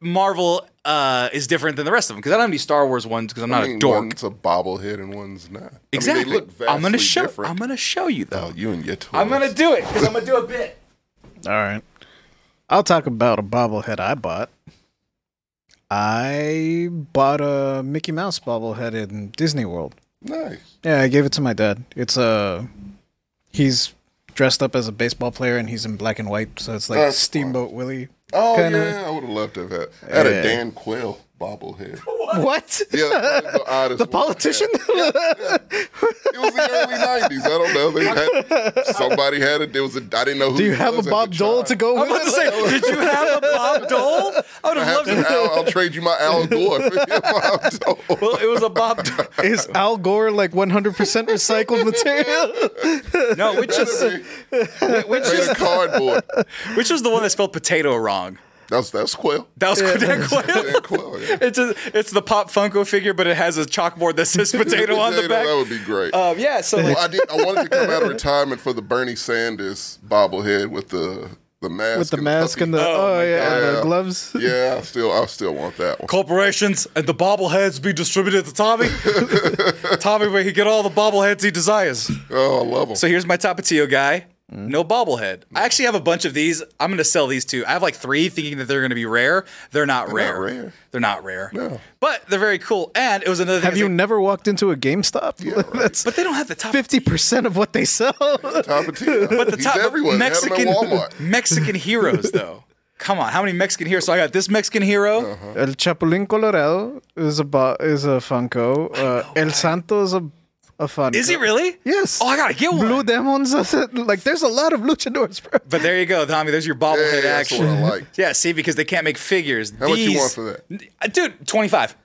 [SPEAKER 1] Marvel uh, is different than the rest of them, because I don't have any Star Wars ones, because I'm not
[SPEAKER 2] I mean,
[SPEAKER 1] a dork.
[SPEAKER 2] One's a bobblehead and one's not. I mean, they
[SPEAKER 1] Exactly.
[SPEAKER 2] look
[SPEAKER 1] I'm gonna
[SPEAKER 2] vastly
[SPEAKER 1] show.
[SPEAKER 2] different. Oh,
[SPEAKER 1] I'm gonna show you though.
[SPEAKER 2] you and your toy.
[SPEAKER 1] I'm gonna do it because I'm gonna do a bit.
[SPEAKER 5] All right. I'll talk about a bobblehead I bought. I bought a Mickey Mouse bobblehead in Disney World.
[SPEAKER 2] Nice.
[SPEAKER 5] Yeah, I gave it to my dad. It's a he's dressed up as a baseball player and he's in black and white, so it's like
[SPEAKER 2] That's
[SPEAKER 5] Steamboat Willie.
[SPEAKER 2] Oh
[SPEAKER 5] kinda.
[SPEAKER 2] yeah, I would have loved to have had. I had
[SPEAKER 5] Yeah.
[SPEAKER 2] a Dan Quayle bobblehead.
[SPEAKER 5] What?
[SPEAKER 2] Yeah, probably the oddest
[SPEAKER 5] the
[SPEAKER 2] one I had.
[SPEAKER 5] politician?
[SPEAKER 2] It was the early '90s. I don't know. They had somebody had it. There was a. I didn't know who.
[SPEAKER 5] Do you
[SPEAKER 2] it
[SPEAKER 5] have a
[SPEAKER 2] was at
[SPEAKER 5] Bob
[SPEAKER 2] the
[SPEAKER 5] Dole
[SPEAKER 2] time.
[SPEAKER 5] to go with it?
[SPEAKER 1] did you have a Bob Dole? I would
[SPEAKER 2] I
[SPEAKER 1] have
[SPEAKER 2] have
[SPEAKER 1] loved
[SPEAKER 2] to,
[SPEAKER 1] it.
[SPEAKER 2] Al, I'll trade you my Al Gore for your Bob Dole.
[SPEAKER 1] Well, it was a Bob. Dole.
[SPEAKER 5] Is Al Gore like 100% recycled material?
[SPEAKER 1] No, which is which
[SPEAKER 2] Trade
[SPEAKER 1] is
[SPEAKER 2] of cardboard.
[SPEAKER 1] which was the one that spelled potato wrong.
[SPEAKER 2] That's that's Quayle.
[SPEAKER 1] That was Dan Quayle.
[SPEAKER 2] Dan Quayle. Yeah.
[SPEAKER 1] It's a, it's the Pop Funko figure, but it has a chalkboard that says potato on the
[SPEAKER 2] Potato,
[SPEAKER 1] back.
[SPEAKER 2] That would be great.
[SPEAKER 1] Um, yeah, so like,
[SPEAKER 2] Well, I, did, I wanted to come out of retirement for the Bernie Sanders bobblehead with the the mask.
[SPEAKER 5] With the
[SPEAKER 2] and
[SPEAKER 5] mask and the
[SPEAKER 2] puppy.
[SPEAKER 5] oh,
[SPEAKER 1] my
[SPEAKER 5] yeah, and the
[SPEAKER 2] Yeah.
[SPEAKER 5] gloves.
[SPEAKER 2] yeah, I still I still want that one.
[SPEAKER 1] corporations and the bobbleheads be distributed to Tommy. Tommy, where he get all the bobbleheads he desires.
[SPEAKER 2] Oh, I love them.
[SPEAKER 1] So here's my Tapatio guy.
[SPEAKER 5] Mm-hmm.
[SPEAKER 1] No bobblehead. I actually have a bunch of these. I'm going to sell these too. I have like three thinking that they're going to be rare. They're not
[SPEAKER 2] They're
[SPEAKER 1] rare.
[SPEAKER 2] not rare.
[SPEAKER 1] They're not rare.
[SPEAKER 2] No.
[SPEAKER 1] But they're very cool. And it was another thing.
[SPEAKER 5] Have
[SPEAKER 1] it's
[SPEAKER 5] you
[SPEAKER 1] like-
[SPEAKER 5] never walked into a GameStop? That's
[SPEAKER 1] but they don't have the top.
[SPEAKER 5] 50% of what they sell.
[SPEAKER 2] Tapatio.
[SPEAKER 1] But the
[SPEAKER 2] He's
[SPEAKER 1] top
[SPEAKER 2] everywhere. They had him at
[SPEAKER 1] Mexican
[SPEAKER 2] Walmart.
[SPEAKER 1] Mexican heroes though. Come on, how many Mexican heroes? So I got this Mexican hero.
[SPEAKER 2] Uh-huh.
[SPEAKER 5] El Chapulín Colorado is a bo- is a Funko. Uh, El Santo is a, a Funko.
[SPEAKER 1] Is he really?
[SPEAKER 5] Yes.
[SPEAKER 1] Oh, I gotta get one.
[SPEAKER 5] Blue Demons. like, there's a lot of luchadors, bro.
[SPEAKER 1] But there you go, Tommy. There's your bobblehead
[SPEAKER 2] Yeah, that's
[SPEAKER 1] action.
[SPEAKER 2] what I like.
[SPEAKER 1] Yeah, see, because they can't make figures.
[SPEAKER 2] How much you
[SPEAKER 1] These-
[SPEAKER 2] want for that?
[SPEAKER 1] Uh, Dude, 25.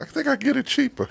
[SPEAKER 2] I think I get it cheaper.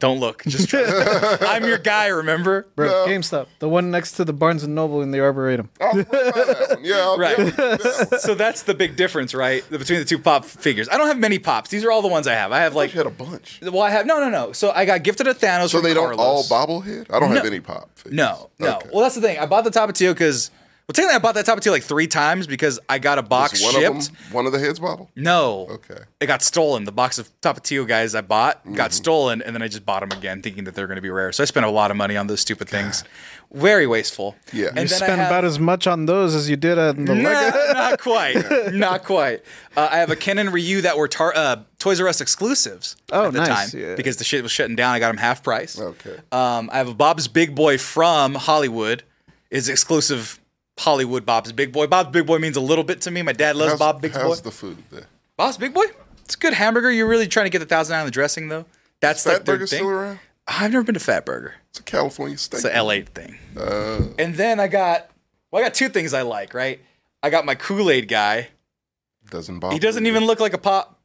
[SPEAKER 1] Don't look. Just trust me. I'm your guy, remember?
[SPEAKER 5] Bro, GameStop, the one next to the Barnes and Noble in the Arboretum.
[SPEAKER 2] I'll buy that one. Yeah, I'll
[SPEAKER 1] Right.
[SPEAKER 2] get it.
[SPEAKER 1] so that's the big difference, right? Between the two pop figures. I don't have many pops. These are all the ones I have. I have
[SPEAKER 2] Like,
[SPEAKER 1] like
[SPEAKER 2] had a bunch.
[SPEAKER 1] well, I have no no no. So I got gifted a Thanos.
[SPEAKER 2] So
[SPEAKER 1] from
[SPEAKER 2] they don't all
[SPEAKER 1] Carlos.
[SPEAKER 2] bobblehead. I don't have
[SPEAKER 1] No.
[SPEAKER 2] any pop. figures.
[SPEAKER 1] No, no.
[SPEAKER 2] Okay.
[SPEAKER 1] Well, that's the thing. I bought the Tapatio because, well, technically, I bought that Tapatio like three times because I got a box
[SPEAKER 2] Was one
[SPEAKER 1] shipped.
[SPEAKER 2] of them. One of the heads bobble.
[SPEAKER 1] No.
[SPEAKER 2] Okay. Mm-hmm.
[SPEAKER 1] It got stolen. The box of Tapatio guys I bought got stolen, and then I just bought them again, thinking that they're going to be rare. So I spent a lot of money on those stupid things. Very wasteful.
[SPEAKER 2] Yeah.
[SPEAKER 1] And then
[SPEAKER 2] You
[SPEAKER 1] I
[SPEAKER 5] Spend
[SPEAKER 1] have-
[SPEAKER 5] about as much on those as you did on the Lego.
[SPEAKER 1] Nah, not quite. Not quite. Uh, I have a Ken and Ryu that were tar- uh, Toys R Us exclusives
[SPEAKER 5] Oh,
[SPEAKER 1] at the
[SPEAKER 5] nice.
[SPEAKER 1] time
[SPEAKER 5] Yeah.
[SPEAKER 1] because the shit was shutting down. I got them half price.
[SPEAKER 2] Okay.
[SPEAKER 1] Um, I have a Bob's Big Boy from Hollywood. Is exclusive Hollywood Bob's Big Boy. Bob's Big Boy means a little bit to me. My dad loves
[SPEAKER 2] How's,
[SPEAKER 1] Bob Big
[SPEAKER 2] how's
[SPEAKER 1] Boy.
[SPEAKER 2] the food there?
[SPEAKER 1] Bob's Big Boy. It's a good hamburger. You're really trying to get the thousand island dressing though. That's like
[SPEAKER 2] Fat
[SPEAKER 1] their
[SPEAKER 2] burger
[SPEAKER 1] thing.
[SPEAKER 2] still around?
[SPEAKER 1] I've never been to Fat Burger.
[SPEAKER 2] It's a California steak.
[SPEAKER 1] It's a LA thing.
[SPEAKER 2] Uh,
[SPEAKER 1] And then I got well, I got two things I like. Right. I got my Kool Aid guy.
[SPEAKER 2] doesn't bobble.
[SPEAKER 1] He doesn't even look like a pop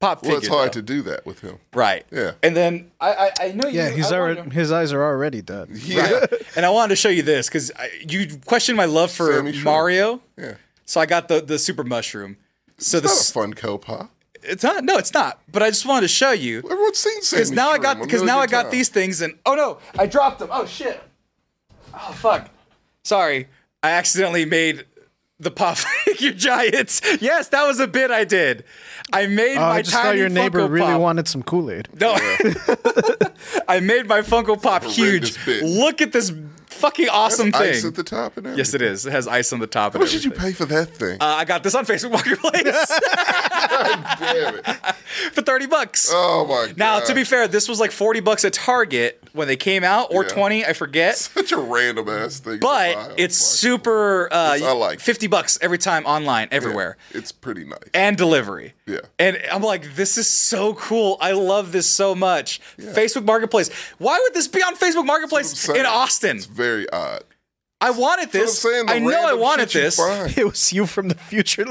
[SPEAKER 1] pop figure.
[SPEAKER 2] Well, it's hard
[SPEAKER 1] though.
[SPEAKER 2] to do that with him.
[SPEAKER 1] right.
[SPEAKER 2] Yeah.
[SPEAKER 1] And then I I, I know you.
[SPEAKER 5] Yeah, he's
[SPEAKER 1] I
[SPEAKER 5] already,
[SPEAKER 1] wanted-
[SPEAKER 5] his eyes are already dead.
[SPEAKER 2] Yeah.
[SPEAKER 1] and I wanted to show you this because you questioned my love for
[SPEAKER 2] Sammy Shaw.
[SPEAKER 1] Mario,
[SPEAKER 2] Yeah.
[SPEAKER 1] so I got the the super mushroom. So
[SPEAKER 2] It's
[SPEAKER 1] this
[SPEAKER 2] not a fun copop.
[SPEAKER 1] it's not no, it's not. But I just wanted to show you
[SPEAKER 2] Everyone's seen Sammy.
[SPEAKER 1] because now I
[SPEAKER 2] Sherm
[SPEAKER 1] got
[SPEAKER 2] a
[SPEAKER 1] because now I
[SPEAKER 2] million
[SPEAKER 1] got
[SPEAKER 2] times.
[SPEAKER 1] these things and oh no, I dropped them. Oh shit. Oh fuck. Sorry, I accidentally made the pop figure giants. Yes, that was a bit I did. I made
[SPEAKER 5] Oh,
[SPEAKER 1] my
[SPEAKER 5] I just
[SPEAKER 1] tiny
[SPEAKER 5] thought your neighbor
[SPEAKER 1] Funko
[SPEAKER 5] really
[SPEAKER 1] Pop.
[SPEAKER 5] wanted some Kool Aid.
[SPEAKER 1] No, I made my Funko Pop
[SPEAKER 2] horrendous
[SPEAKER 1] huge.
[SPEAKER 2] bit.
[SPEAKER 1] Look at this fucking
[SPEAKER 2] That's
[SPEAKER 1] awesome
[SPEAKER 2] ice
[SPEAKER 1] thing.
[SPEAKER 2] at the top and
[SPEAKER 1] yes, it is. It has ice on the top.
[SPEAKER 2] How
[SPEAKER 1] and
[SPEAKER 2] much did you
[SPEAKER 1] everything.
[SPEAKER 2] pay for that thing?
[SPEAKER 1] Uh, I got this on Facebook Marketplace
[SPEAKER 2] Damn it.
[SPEAKER 1] for thirty bucks.
[SPEAKER 2] Oh my god.
[SPEAKER 1] now, to be fair, this was like forty bucks at Target when they came out, or
[SPEAKER 2] Yeah.
[SPEAKER 1] twenty, I forget.
[SPEAKER 2] such a random ass thing. to buy on
[SPEAKER 1] But it's
[SPEAKER 2] Marketplace.
[SPEAKER 1] super. Uh,
[SPEAKER 2] Yes, I like it.
[SPEAKER 1] fifty bucks every time online, everywhere.
[SPEAKER 2] It's pretty nice.
[SPEAKER 1] and delivery.
[SPEAKER 2] Yeah.
[SPEAKER 1] And I'm like, this is so cool. I love this so much. Facebook Marketplace. Why would this be on Facebook Marketplace
[SPEAKER 2] That's what I'm
[SPEAKER 1] in
[SPEAKER 2] saying.
[SPEAKER 1] Austin?
[SPEAKER 2] It's very odd.
[SPEAKER 1] I wanted this.
[SPEAKER 5] That's what I'm saying, the
[SPEAKER 1] I know I
[SPEAKER 5] random
[SPEAKER 1] wanted
[SPEAKER 5] shit you
[SPEAKER 1] this.
[SPEAKER 5] find. It was you from the future.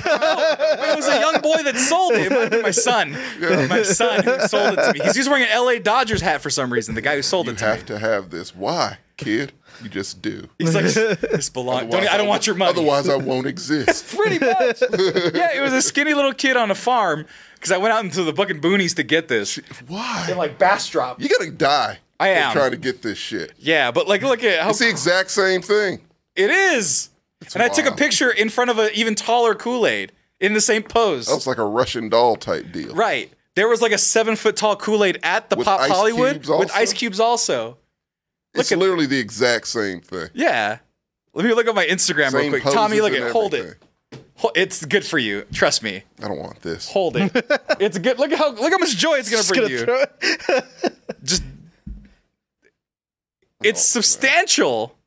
[SPEAKER 1] it was a young boy that sold it. It might have been my son.
[SPEAKER 2] Yeah.
[SPEAKER 1] My son who sold it to me. He's, he's wearing an LA Dodgers hat for some reason. The guy who sold it to me.
[SPEAKER 2] have to have this. Why, kid? You just do.
[SPEAKER 1] He's like, this belongs. Don't, e-, I don't want your money.
[SPEAKER 2] Otherwise, I won't exist.
[SPEAKER 1] Pretty much. yeah, it was a skinny little kid on a farm because I went out into the fucking boonies to get this.
[SPEAKER 2] Why?
[SPEAKER 1] And like bastrop.
[SPEAKER 2] You gotta die.
[SPEAKER 1] I
[SPEAKER 2] for
[SPEAKER 1] am.
[SPEAKER 2] trying to get this shit.
[SPEAKER 1] Yeah, but like, look at how
[SPEAKER 2] It's the exact same thing.
[SPEAKER 1] it is. and I took a
[SPEAKER 2] wild.
[SPEAKER 1] picture in front of an even taller Kool Aid in the same pose.
[SPEAKER 2] That was like a Russian doll type deal.
[SPEAKER 1] Right. There was like a seven foot tall Kool Aid at the
[SPEAKER 2] With
[SPEAKER 1] Pop
[SPEAKER 2] ice
[SPEAKER 1] Hollywood
[SPEAKER 2] cubes also?
[SPEAKER 1] with ice cubes also.
[SPEAKER 2] It's literally the exact same thing.
[SPEAKER 1] Yeah. Let me look at my Instagram real
[SPEAKER 2] Same
[SPEAKER 1] quick.
[SPEAKER 2] poses
[SPEAKER 1] Tommy, look
[SPEAKER 2] and
[SPEAKER 1] at hold it. Ho- It's good for you. Trust me.
[SPEAKER 2] I don't want this.
[SPEAKER 1] Hold it. it's good. Look at how look how much joy it's gonna
[SPEAKER 5] Just
[SPEAKER 1] bring
[SPEAKER 5] gonna
[SPEAKER 1] you.
[SPEAKER 5] throw
[SPEAKER 1] Just it's substantial.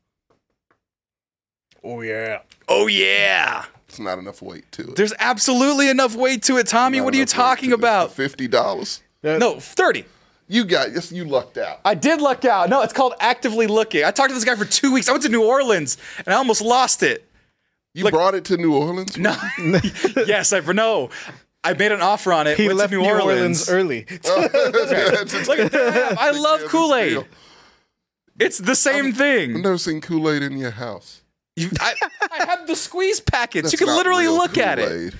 [SPEAKER 5] Oh yeah.
[SPEAKER 1] Oh yeah.
[SPEAKER 2] It's not enough weight to it.
[SPEAKER 1] There's absolutely enough weight to it, Tommy. What are you talking about?
[SPEAKER 2] Fifty dollars.
[SPEAKER 1] No, thirty.
[SPEAKER 2] You got yes. You lucked out.
[SPEAKER 1] I did luck out. No, it's called actively looking. I talked to this guy for two weeks. I went to New Orleans and I almost lost it.
[SPEAKER 2] You brought it to New Orleans.
[SPEAKER 1] No. yes, I no. I made an offer on it.
[SPEAKER 5] He
[SPEAKER 1] went
[SPEAKER 5] left
[SPEAKER 1] to New, Orleans. Oh,
[SPEAKER 5] early.
[SPEAKER 1] Look at that. I love Kool Aid.
[SPEAKER 2] deal.
[SPEAKER 1] It's the same
[SPEAKER 2] I've
[SPEAKER 1] thing.
[SPEAKER 2] never seen Kool Aid in your house.
[SPEAKER 1] You- I, I have the squeeze packets.
[SPEAKER 2] That's
[SPEAKER 1] you can
[SPEAKER 2] not
[SPEAKER 1] literally
[SPEAKER 2] real
[SPEAKER 1] look at it.
[SPEAKER 2] Kool-Aid.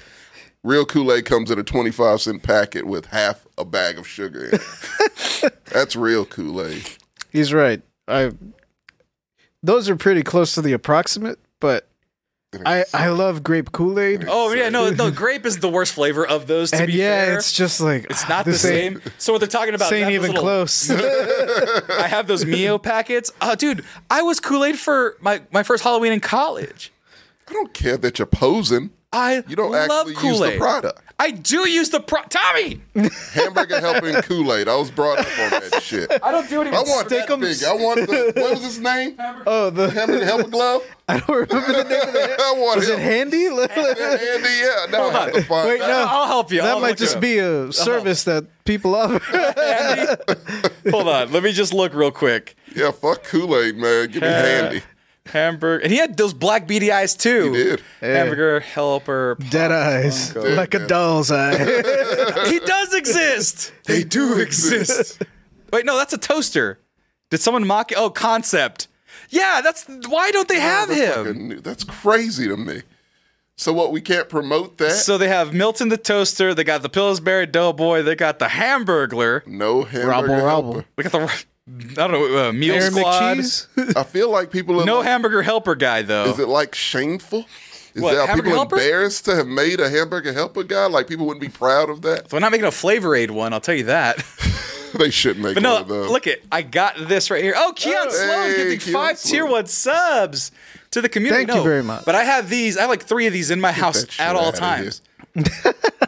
[SPEAKER 2] Real Kool Aid comes in a 25 cent packet with half a bag of sugar in it. That's real Kool Aid.
[SPEAKER 5] He's right. I those are pretty close to the approximate, but I I love grape Kool Aid.
[SPEAKER 1] Oh yeah, no, no. Grape is the worst flavor of those. To
[SPEAKER 5] and
[SPEAKER 1] be
[SPEAKER 5] yeah,
[SPEAKER 1] fair,
[SPEAKER 5] it's just like
[SPEAKER 1] It's not the same. So what they're talking about?
[SPEAKER 5] This ain't
[SPEAKER 1] they have those
[SPEAKER 5] even
[SPEAKER 1] little-
[SPEAKER 5] close.
[SPEAKER 1] I have those Mio packets. Oh, dude, I was Kool Aid for my my first Halloween in college.
[SPEAKER 2] I don't care that you're posing.
[SPEAKER 1] I
[SPEAKER 2] You don't
[SPEAKER 1] love
[SPEAKER 2] actually use
[SPEAKER 1] Kool-Aid.
[SPEAKER 2] the product.
[SPEAKER 1] I do use the pro. Tommy,
[SPEAKER 2] Hamburger helping Kool Aid. I was brought up on that shit. I
[SPEAKER 1] I don't do it. Even
[SPEAKER 2] want that
[SPEAKER 5] Steakums.
[SPEAKER 2] thing. I want the what was his name?
[SPEAKER 5] oh, the
[SPEAKER 2] Hamburger helper glove.
[SPEAKER 5] I don't remember the name of the.
[SPEAKER 2] I want
[SPEAKER 5] Was it
[SPEAKER 2] him.
[SPEAKER 5] handy?
[SPEAKER 2] Andy, yeah. Now I have to find
[SPEAKER 5] Wait,
[SPEAKER 2] out.
[SPEAKER 5] no.
[SPEAKER 1] I'll help you.
[SPEAKER 5] that
[SPEAKER 1] I'll
[SPEAKER 5] might
[SPEAKER 1] look it
[SPEAKER 5] just
[SPEAKER 1] up.
[SPEAKER 5] be a service that people offer.
[SPEAKER 1] Hold on, let me just look real quick.
[SPEAKER 2] Yeah, fuck Kool Aid, man. Give me Handy.
[SPEAKER 1] Hamburger, and he had those black beady eyes too.
[SPEAKER 2] He did.
[SPEAKER 1] Hamburger helper.
[SPEAKER 5] Dead eyes, like a doll's eye.
[SPEAKER 1] he does exist. They do exist. Wait, no, that's a toaster. Did someone mock it? Oh, concept. Yeah, that's why don't they have
[SPEAKER 2] That's
[SPEAKER 1] him?
[SPEAKER 2] fucking new. That's crazy to me. So what? We can't promote that.
[SPEAKER 1] So they have Milton the toaster. They got the Pillsbury Doughboy. They got the Hamburglar.
[SPEAKER 2] no hamburger
[SPEAKER 5] Robble,
[SPEAKER 2] helper.
[SPEAKER 5] robble.
[SPEAKER 1] They got the I don't know uh, meal
[SPEAKER 5] Aaron
[SPEAKER 1] squad.
[SPEAKER 5] McCheese.
[SPEAKER 2] I feel like people. Are
[SPEAKER 1] No
[SPEAKER 2] like,
[SPEAKER 1] hamburger helper guy though.
[SPEAKER 2] Is it like shameful? Is
[SPEAKER 1] What,
[SPEAKER 2] that are
[SPEAKER 1] hamburger
[SPEAKER 2] people
[SPEAKER 1] helper?
[SPEAKER 2] embarrassed to have made a hamburger helper guy? Like people wouldn't be proud of that.
[SPEAKER 1] so we're not making a flavor aid one. I'll tell you that.
[SPEAKER 2] they should make
[SPEAKER 1] But
[SPEAKER 2] one
[SPEAKER 1] no,
[SPEAKER 2] of those.
[SPEAKER 1] look it. I got this right here. Oh, Keon
[SPEAKER 2] Oh,
[SPEAKER 1] Sloan
[SPEAKER 2] hey,
[SPEAKER 1] giving
[SPEAKER 2] Keon
[SPEAKER 1] five
[SPEAKER 2] Sloan.
[SPEAKER 1] tier one subs to the community.
[SPEAKER 5] Thank
[SPEAKER 1] No,
[SPEAKER 5] you very much.
[SPEAKER 1] But I have these. I have like three of these in my house
[SPEAKER 2] that shit
[SPEAKER 1] at all
[SPEAKER 2] outta here.
[SPEAKER 1] times.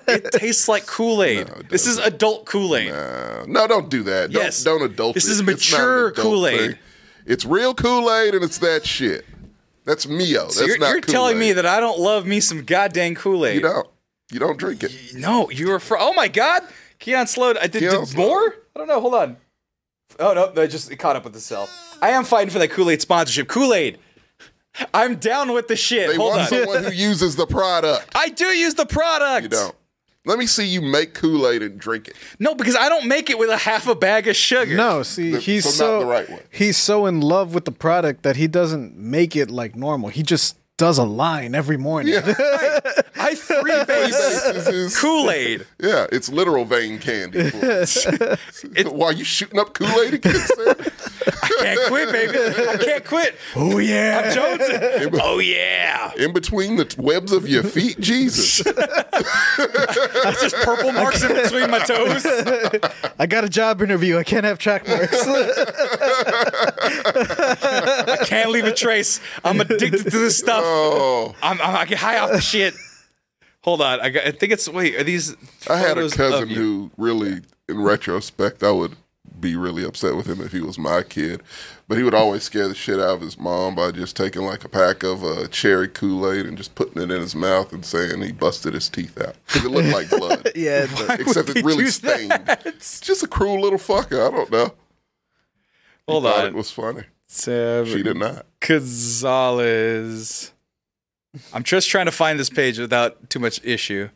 [SPEAKER 1] it tastes like Kool Aid.
[SPEAKER 2] it
[SPEAKER 1] this is adult Kool Aid.
[SPEAKER 2] Uh, no, don't do that. Don't,
[SPEAKER 1] Yes.
[SPEAKER 2] don't adult.
[SPEAKER 1] This
[SPEAKER 2] it.
[SPEAKER 1] is
[SPEAKER 2] It's not an
[SPEAKER 1] mature
[SPEAKER 2] adult
[SPEAKER 1] Kool-Aid.
[SPEAKER 2] thing. It's real Kool Aid, and it's that shit. That's Mio. That's
[SPEAKER 1] So you're,
[SPEAKER 2] not
[SPEAKER 1] you're telling me
[SPEAKER 2] Kool-Aid.
[SPEAKER 1] that I don't love me some goddamn Kool Aid.
[SPEAKER 2] you don't. You don't drink it.
[SPEAKER 1] No, you were from. Oh my God, Keon Sloan. I did,
[SPEAKER 2] Keon
[SPEAKER 1] did
[SPEAKER 2] Sloan.
[SPEAKER 1] more. I don't know. Hold on. Oh no, no, I just it caught up with itself. I am fighting for that Kool Aid sponsorship. Kool Aid. I'm down with the shit.
[SPEAKER 2] They
[SPEAKER 1] Hold
[SPEAKER 2] want
[SPEAKER 1] on.
[SPEAKER 2] someone who uses the product.
[SPEAKER 1] I do use the product.
[SPEAKER 2] You don't. Let me see you make Kool Aid and drink it.
[SPEAKER 1] No, because I don't make it with a half a bag of sugar.
[SPEAKER 5] No, see,
[SPEAKER 2] The-
[SPEAKER 5] he's
[SPEAKER 2] so
[SPEAKER 5] so
[SPEAKER 2] not the right one.
[SPEAKER 5] he's so in love with the product that he doesn't make it like normal. He just does a line every morning.
[SPEAKER 1] I three base
[SPEAKER 2] This is-
[SPEAKER 1] Kool Aid.
[SPEAKER 2] yeah, it's literal vein candy. for us. Why you shooting up Kool Aid again, Sam?
[SPEAKER 1] Can't quit, baby. I can't quit.
[SPEAKER 5] oh yeah.
[SPEAKER 1] Jonesing. Oh yeah.
[SPEAKER 2] In between the t- webs of your feet, Jesus.
[SPEAKER 1] It's just purple marks in between my toes.
[SPEAKER 5] I got a job interview. I can't have track marks.
[SPEAKER 1] I can't leave a trace. I'm addicted to this stuff.
[SPEAKER 2] Oh,
[SPEAKER 1] I'm, I'm I get high off the shit. Hold on, I, got, I think it's wait. Are these?
[SPEAKER 2] I had a
[SPEAKER 1] photos
[SPEAKER 2] cousin
[SPEAKER 1] of you?
[SPEAKER 2] who really, in retrospect, I would be really upset with him if he was my kid, but he would always scare the shit out of his mom by just taking like a pack of uh, cherry Kool Aid and just putting it in his mouth and saying he busted his teeth out because it looked like blood.
[SPEAKER 5] yeah.
[SPEAKER 2] except it really
[SPEAKER 1] do that?
[SPEAKER 2] stained. It's just a cruel little fucker. I don't know.
[SPEAKER 1] Hold
[SPEAKER 2] Thought
[SPEAKER 1] on.
[SPEAKER 2] it was funny.
[SPEAKER 1] Seven.
[SPEAKER 2] She did not.
[SPEAKER 1] Gonzalez. I'm just trying to find this page without too much issue.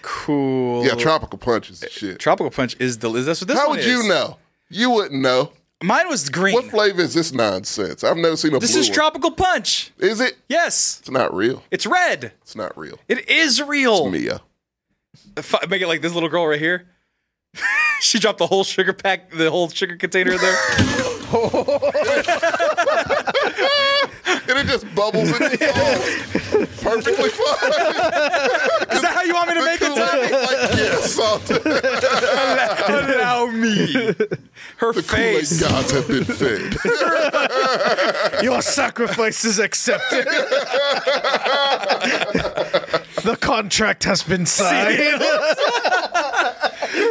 [SPEAKER 1] cool.
[SPEAKER 2] Yeah, tropical punches and shit.
[SPEAKER 1] Tropical punch is the. Is that's what this
[SPEAKER 2] How
[SPEAKER 1] one
[SPEAKER 2] would you
[SPEAKER 1] is.
[SPEAKER 2] know? You wouldn't know.
[SPEAKER 1] Mine was green.
[SPEAKER 2] What flavor is this nonsense? I've never seen a
[SPEAKER 1] This
[SPEAKER 2] blue
[SPEAKER 1] is
[SPEAKER 2] one.
[SPEAKER 1] tropical punch.
[SPEAKER 2] Is it?
[SPEAKER 1] Yes,
[SPEAKER 2] It's not real.
[SPEAKER 1] it's red.
[SPEAKER 2] It's not real.
[SPEAKER 1] It is real.
[SPEAKER 2] It's Mia.
[SPEAKER 1] F- Make it like this little girl right here. she dropped the whole sugar pack, the whole sugar container in there.
[SPEAKER 2] And it just bubbles in the phone. Perfectly fine.
[SPEAKER 1] Is that how you want me to make it? Tommy?
[SPEAKER 2] like, yes, salt.
[SPEAKER 1] Allow me. Her
[SPEAKER 2] Kool-Aid
[SPEAKER 1] face.
[SPEAKER 2] gods have been fed.
[SPEAKER 5] Your sacrifice is accepted. the contract has been signed.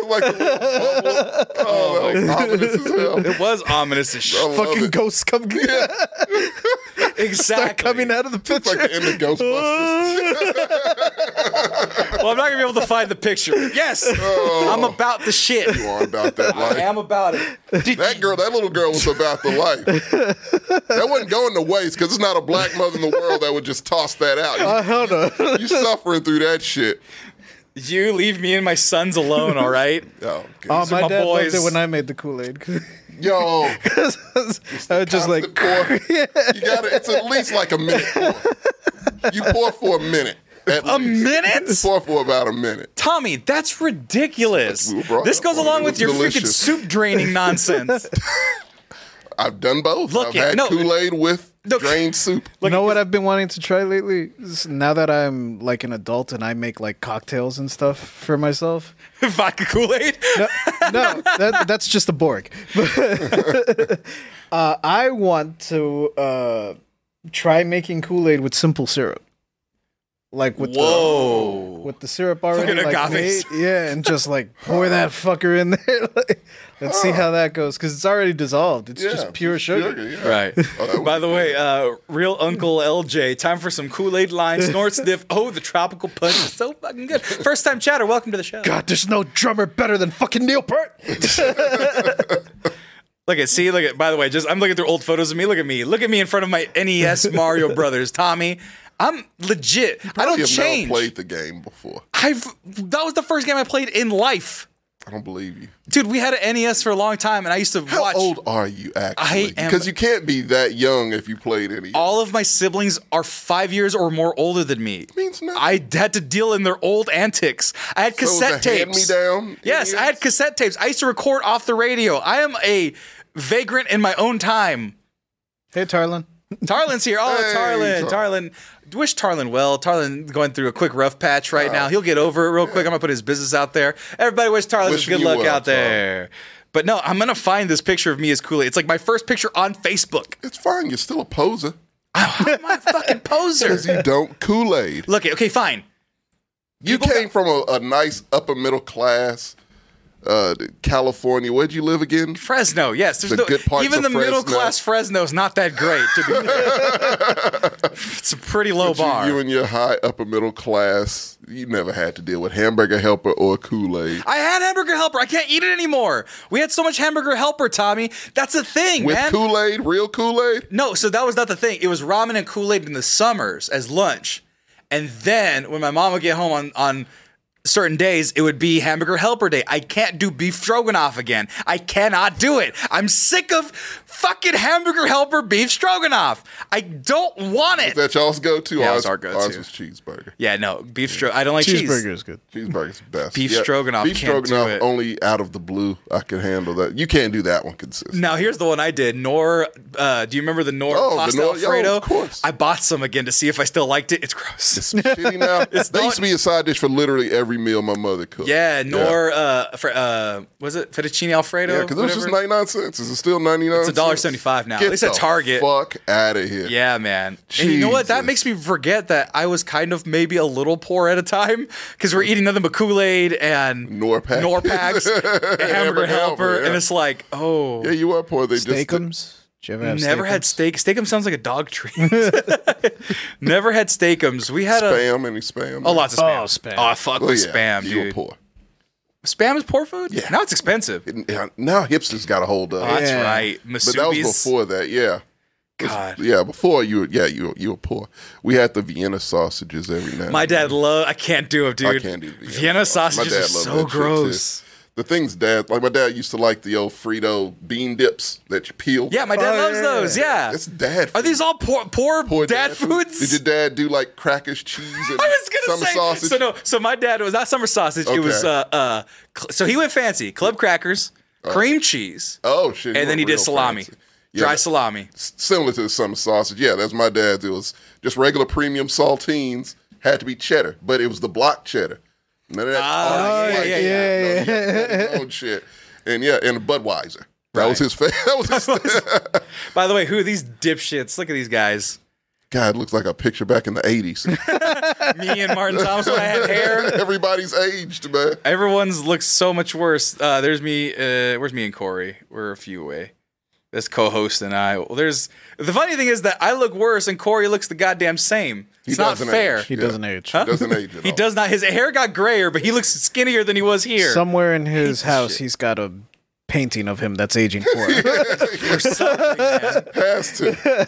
[SPEAKER 2] like a little bubble. Oh, that was ominous as hell.
[SPEAKER 1] It was ominous as
[SPEAKER 2] I
[SPEAKER 1] shit.
[SPEAKER 2] love
[SPEAKER 5] Fucking
[SPEAKER 2] it.
[SPEAKER 5] ghosts come
[SPEAKER 1] Exactly.
[SPEAKER 5] start coming out of the
[SPEAKER 2] It's like
[SPEAKER 5] picture.
[SPEAKER 2] the end of Ghostbusters.
[SPEAKER 1] Well, I'm not gonna be able to find the picture. Yes, I'm about the shit.
[SPEAKER 2] You are about that
[SPEAKER 1] I
[SPEAKER 2] life.
[SPEAKER 1] am about it. Did-
[SPEAKER 2] That girl, that little girl was about the life. That wasn't going to waste because it's not a black mother in the world that would just toss that out. You,
[SPEAKER 5] Hell no.
[SPEAKER 2] you suffering through that shit.
[SPEAKER 1] you leave me and my sons alone, all right?
[SPEAKER 2] Oh, okay.
[SPEAKER 5] Oh,
[SPEAKER 1] are
[SPEAKER 5] my
[SPEAKER 1] my
[SPEAKER 5] dad
[SPEAKER 1] boys.
[SPEAKER 5] loved it when I made the Kool Aid.
[SPEAKER 2] Yo,
[SPEAKER 5] I was just like,
[SPEAKER 2] constant pour. you got It's at least like a minute. Pour. You pour for a minute. At
[SPEAKER 1] A
[SPEAKER 2] least.
[SPEAKER 1] minute?
[SPEAKER 2] Pour for about a minute.
[SPEAKER 1] Tommy, that's ridiculous.
[SPEAKER 2] We were brought
[SPEAKER 1] This
[SPEAKER 2] up
[SPEAKER 1] goes
[SPEAKER 2] on it.
[SPEAKER 1] along
[SPEAKER 2] It
[SPEAKER 1] with
[SPEAKER 2] was
[SPEAKER 1] your freaking
[SPEAKER 2] delicious.
[SPEAKER 1] soup draining nonsense.
[SPEAKER 2] I've done both.
[SPEAKER 1] Look
[SPEAKER 2] I've
[SPEAKER 1] it-
[SPEAKER 2] had
[SPEAKER 1] no.
[SPEAKER 2] Kool Aid with
[SPEAKER 1] No.
[SPEAKER 2] drained soup.
[SPEAKER 5] you know what I've been wanting to try lately? Is Now that I'm like an adult and I make like cocktails and stuff for myself.
[SPEAKER 1] Vodka Kool Aid.
[SPEAKER 5] No, no that, that's just a Borg. uh, I want to uh, try making Kool Aid with simple syrup. Like with the
[SPEAKER 1] Whoa.
[SPEAKER 5] with the syrup already,
[SPEAKER 1] Fucking
[SPEAKER 5] like,
[SPEAKER 1] agave
[SPEAKER 5] made. yeah, and just like pour that fucker in there. Like, let's see how that goes because it's already dissolved. It's
[SPEAKER 2] Yeah,
[SPEAKER 5] just pure sugar.
[SPEAKER 2] yeah.
[SPEAKER 1] Right.
[SPEAKER 2] that
[SPEAKER 1] By the way, uh, real Uncle LJ, time for some Kool Aid line, snort sniff. Oh, the tropical punch is so fucking good. First time chatter, welcome to the show.
[SPEAKER 5] God, there's no drummer better than fucking Neil Peart.
[SPEAKER 1] Look at see, look at. By the way, just I'm looking through old photos of me. Look at me, look at me in frent of my NES Mario Brothers, Tommy. I'm legit. I
[SPEAKER 2] You
[SPEAKER 1] don't
[SPEAKER 2] have
[SPEAKER 1] change.
[SPEAKER 2] never played the game before.
[SPEAKER 1] I've that was the first game I played in life,
[SPEAKER 2] I don't believe you.
[SPEAKER 1] dude. We had an NES for a long time, and I used to
[SPEAKER 2] How
[SPEAKER 1] watch.
[SPEAKER 2] old are you actually?
[SPEAKER 1] I am-
[SPEAKER 2] Because you can't be that young if you played any.
[SPEAKER 1] All of my siblings are five years or more older than me.
[SPEAKER 2] means nothing.
[SPEAKER 1] I had to deal in their old antics. I had cassette tapes.
[SPEAKER 2] Hand me down.
[SPEAKER 1] Yes, I had cassette tapes. I used to record off the radio. I am a vagrant in my own time.
[SPEAKER 5] Hey, Tarlin.
[SPEAKER 1] Tarlin's here. Oh,
[SPEAKER 2] Hey,
[SPEAKER 1] Tarlin,
[SPEAKER 2] Tar-
[SPEAKER 1] Tarlin. Wish Tarlin well. Tarlin going through a quick rough patch right
[SPEAKER 2] Oh.
[SPEAKER 1] now. He'll get over it real quick. I'm gonna put his business out there. Everybody wish Tarlin
[SPEAKER 2] Wishing
[SPEAKER 1] good
[SPEAKER 2] you
[SPEAKER 1] luck
[SPEAKER 2] well,
[SPEAKER 1] out
[SPEAKER 2] Tarlin.
[SPEAKER 1] there. But no, I'm gonna find this picture of me as Kool Aid. It's like my first picture on Facebook.
[SPEAKER 2] It's fine. You're still a poser
[SPEAKER 1] I'm a fucking poser.
[SPEAKER 2] because you don't Kool Aid.
[SPEAKER 1] Look, okay, fine.
[SPEAKER 2] You
[SPEAKER 1] People
[SPEAKER 2] came from a, a nice upper middle class, uh, California. Where'd you live again?
[SPEAKER 1] Fresno, yes. There's
[SPEAKER 2] The
[SPEAKER 1] no,
[SPEAKER 2] good parts
[SPEAKER 1] even the
[SPEAKER 2] of Fresno.
[SPEAKER 1] middle class Fresno's not that great. To be fair. it's a pretty low
[SPEAKER 2] You-
[SPEAKER 1] bar.
[SPEAKER 2] You, and your high upper middle class. You never had to deal with hamburger helper or Kool Aid.
[SPEAKER 1] I had hamburger helper. I can't eat it anymore. We had so much hamburger helper, Tommy. That's a thing,
[SPEAKER 2] With
[SPEAKER 1] man.
[SPEAKER 2] Kool Aid, real Kool Aid.
[SPEAKER 1] No, so that was not the thing. It was ramen and Kool Aid in the summers as lunch. And then when my mom would get home on, on certain days, it would be hamburger helper day. I can't do beef stroganoff again. I cannot do it. I'm sick of fucking hamburger helper beef stroganoff. I don't want it.
[SPEAKER 2] Is that y'all's go to?
[SPEAKER 1] Yeah, it was
[SPEAKER 2] ours,
[SPEAKER 1] our go-to.
[SPEAKER 2] ours was cheeseburger.
[SPEAKER 1] yeah, no, beef stro. I don't like
[SPEAKER 5] Cheeseburger
[SPEAKER 1] cheese.
[SPEAKER 5] is good.
[SPEAKER 2] Cheeseburger's the best.
[SPEAKER 1] Beef stroganoff
[SPEAKER 2] Beef
[SPEAKER 1] can't do
[SPEAKER 2] stroganoff
[SPEAKER 1] it.
[SPEAKER 2] only out of the blue. I can handle that. You can't do that one consistently.
[SPEAKER 1] Now here's the one I did. Nor, uh, do you remember the Nor
[SPEAKER 2] Oh, the
[SPEAKER 1] pasta
[SPEAKER 2] Knorr- oh, of
[SPEAKER 1] Alfredo?
[SPEAKER 2] course.
[SPEAKER 1] I bought some again to see if I still liked it. It's gross.
[SPEAKER 2] It's shitty now. they
[SPEAKER 1] not-
[SPEAKER 2] used to be a side dish for literally every meal my mother cooked.
[SPEAKER 1] Yeah, nor Uh, fr- uh, was it fettuccine alfredo?
[SPEAKER 2] Yeah, because it was just
[SPEAKER 1] Whatever.
[SPEAKER 2] 99 cents. Is it still 99
[SPEAKER 1] It's $1.75 now. At least at Target.
[SPEAKER 2] fuck out of here.
[SPEAKER 1] Yeah, man. And you know what? That
[SPEAKER 2] Jesus.
[SPEAKER 1] makes me forget that I was kind of maybe a little poor at a time because we're eating nothing but Kool Aid and
[SPEAKER 2] Nor packs.
[SPEAKER 1] Nor packs, and hamburger helper,
[SPEAKER 2] Hamburger helper, yeah.
[SPEAKER 1] and it's like, oh,
[SPEAKER 2] Yeah, you are poor. They just.
[SPEAKER 5] Steakums. Did you ever have
[SPEAKER 1] never had
[SPEAKER 5] Steakums?
[SPEAKER 1] steak. Steakum sounds like a dog treat. never had steakums. We had a
[SPEAKER 2] Spam and he spam.
[SPEAKER 1] oh, lots of
[SPEAKER 5] Oh,
[SPEAKER 1] spam.
[SPEAKER 5] spam.
[SPEAKER 1] Oh, I fuck
[SPEAKER 2] Oh,
[SPEAKER 1] with
[SPEAKER 2] yeah.
[SPEAKER 1] spam,
[SPEAKER 2] You were
[SPEAKER 1] dude.
[SPEAKER 2] poor.
[SPEAKER 1] Spam is poor food? Yeah. Now it's expensive.
[SPEAKER 2] now hipsters got a hold of.
[SPEAKER 1] Oh, that's
[SPEAKER 2] it.
[SPEAKER 1] right.
[SPEAKER 2] But that
[SPEAKER 1] Masubis.
[SPEAKER 2] was before that. Yeah.
[SPEAKER 1] God.
[SPEAKER 2] Yeah, before you, yeah, you, you were poor. We had the Vienna sausages every night.
[SPEAKER 1] My dad love. I can't do them, dude.
[SPEAKER 2] I can't do the
[SPEAKER 1] Vienna, sausages are so
[SPEAKER 2] loved that shit, too.
[SPEAKER 1] gross.
[SPEAKER 2] The things dad like, my dad used to like the old Frito bean dips that you peel.
[SPEAKER 1] Yeah, my dad loves those. Yeah.
[SPEAKER 2] it's dad.
[SPEAKER 1] Are these all poor, poor, dad, foods?
[SPEAKER 2] Did your dad do like crackers cheese and
[SPEAKER 1] I was gonna
[SPEAKER 2] summer
[SPEAKER 1] say.
[SPEAKER 2] sausage?
[SPEAKER 1] So no. So my dad it was not summer sausage. It was
[SPEAKER 2] Okay.
[SPEAKER 1] uh uh. cl- so he went fancy. Club crackers, cream cheese.
[SPEAKER 2] Oh shit!
[SPEAKER 1] And then
[SPEAKER 2] went
[SPEAKER 1] he did
[SPEAKER 2] real
[SPEAKER 1] salami,
[SPEAKER 2] fancy.
[SPEAKER 1] dry
[SPEAKER 2] that-
[SPEAKER 1] salami.
[SPEAKER 2] s- similar to the summer sausage. Yeah, that's my dad's. It was just regular premium saltines. Had to be cheddar, but it was the block cheddar. None of that.
[SPEAKER 1] Oh, yeah, yeah,
[SPEAKER 2] yeah, yeah. Own shit. And yeah, and Budweiser. That was his. Fa- that was his.
[SPEAKER 1] By the way, who are these dipshits? Look at these guys.
[SPEAKER 2] God, it looks like a picture back in the eighties.
[SPEAKER 1] Me and Martin Thomas when I had hair.
[SPEAKER 2] Everybody's aged, man.
[SPEAKER 1] Everyone's looks so much worse. Uh, there's me. Uh, where's me and Corey? We're a few away. This co-host and I. Well, there's the funny thing is that I look worse and Corey looks the goddamn same. It's not
[SPEAKER 2] doesn't
[SPEAKER 1] fair.
[SPEAKER 2] age.
[SPEAKER 5] He
[SPEAKER 2] Yeah.
[SPEAKER 5] doesn't age.
[SPEAKER 1] Huh?
[SPEAKER 2] Doesn't age at
[SPEAKER 1] He
[SPEAKER 2] all.
[SPEAKER 1] does not. His hair got grayer, but he looks skinnier than he was here.
[SPEAKER 5] Somewhere in his house, he's got a painting of him that's aging for him.
[SPEAKER 1] or something, man.
[SPEAKER 2] Has to.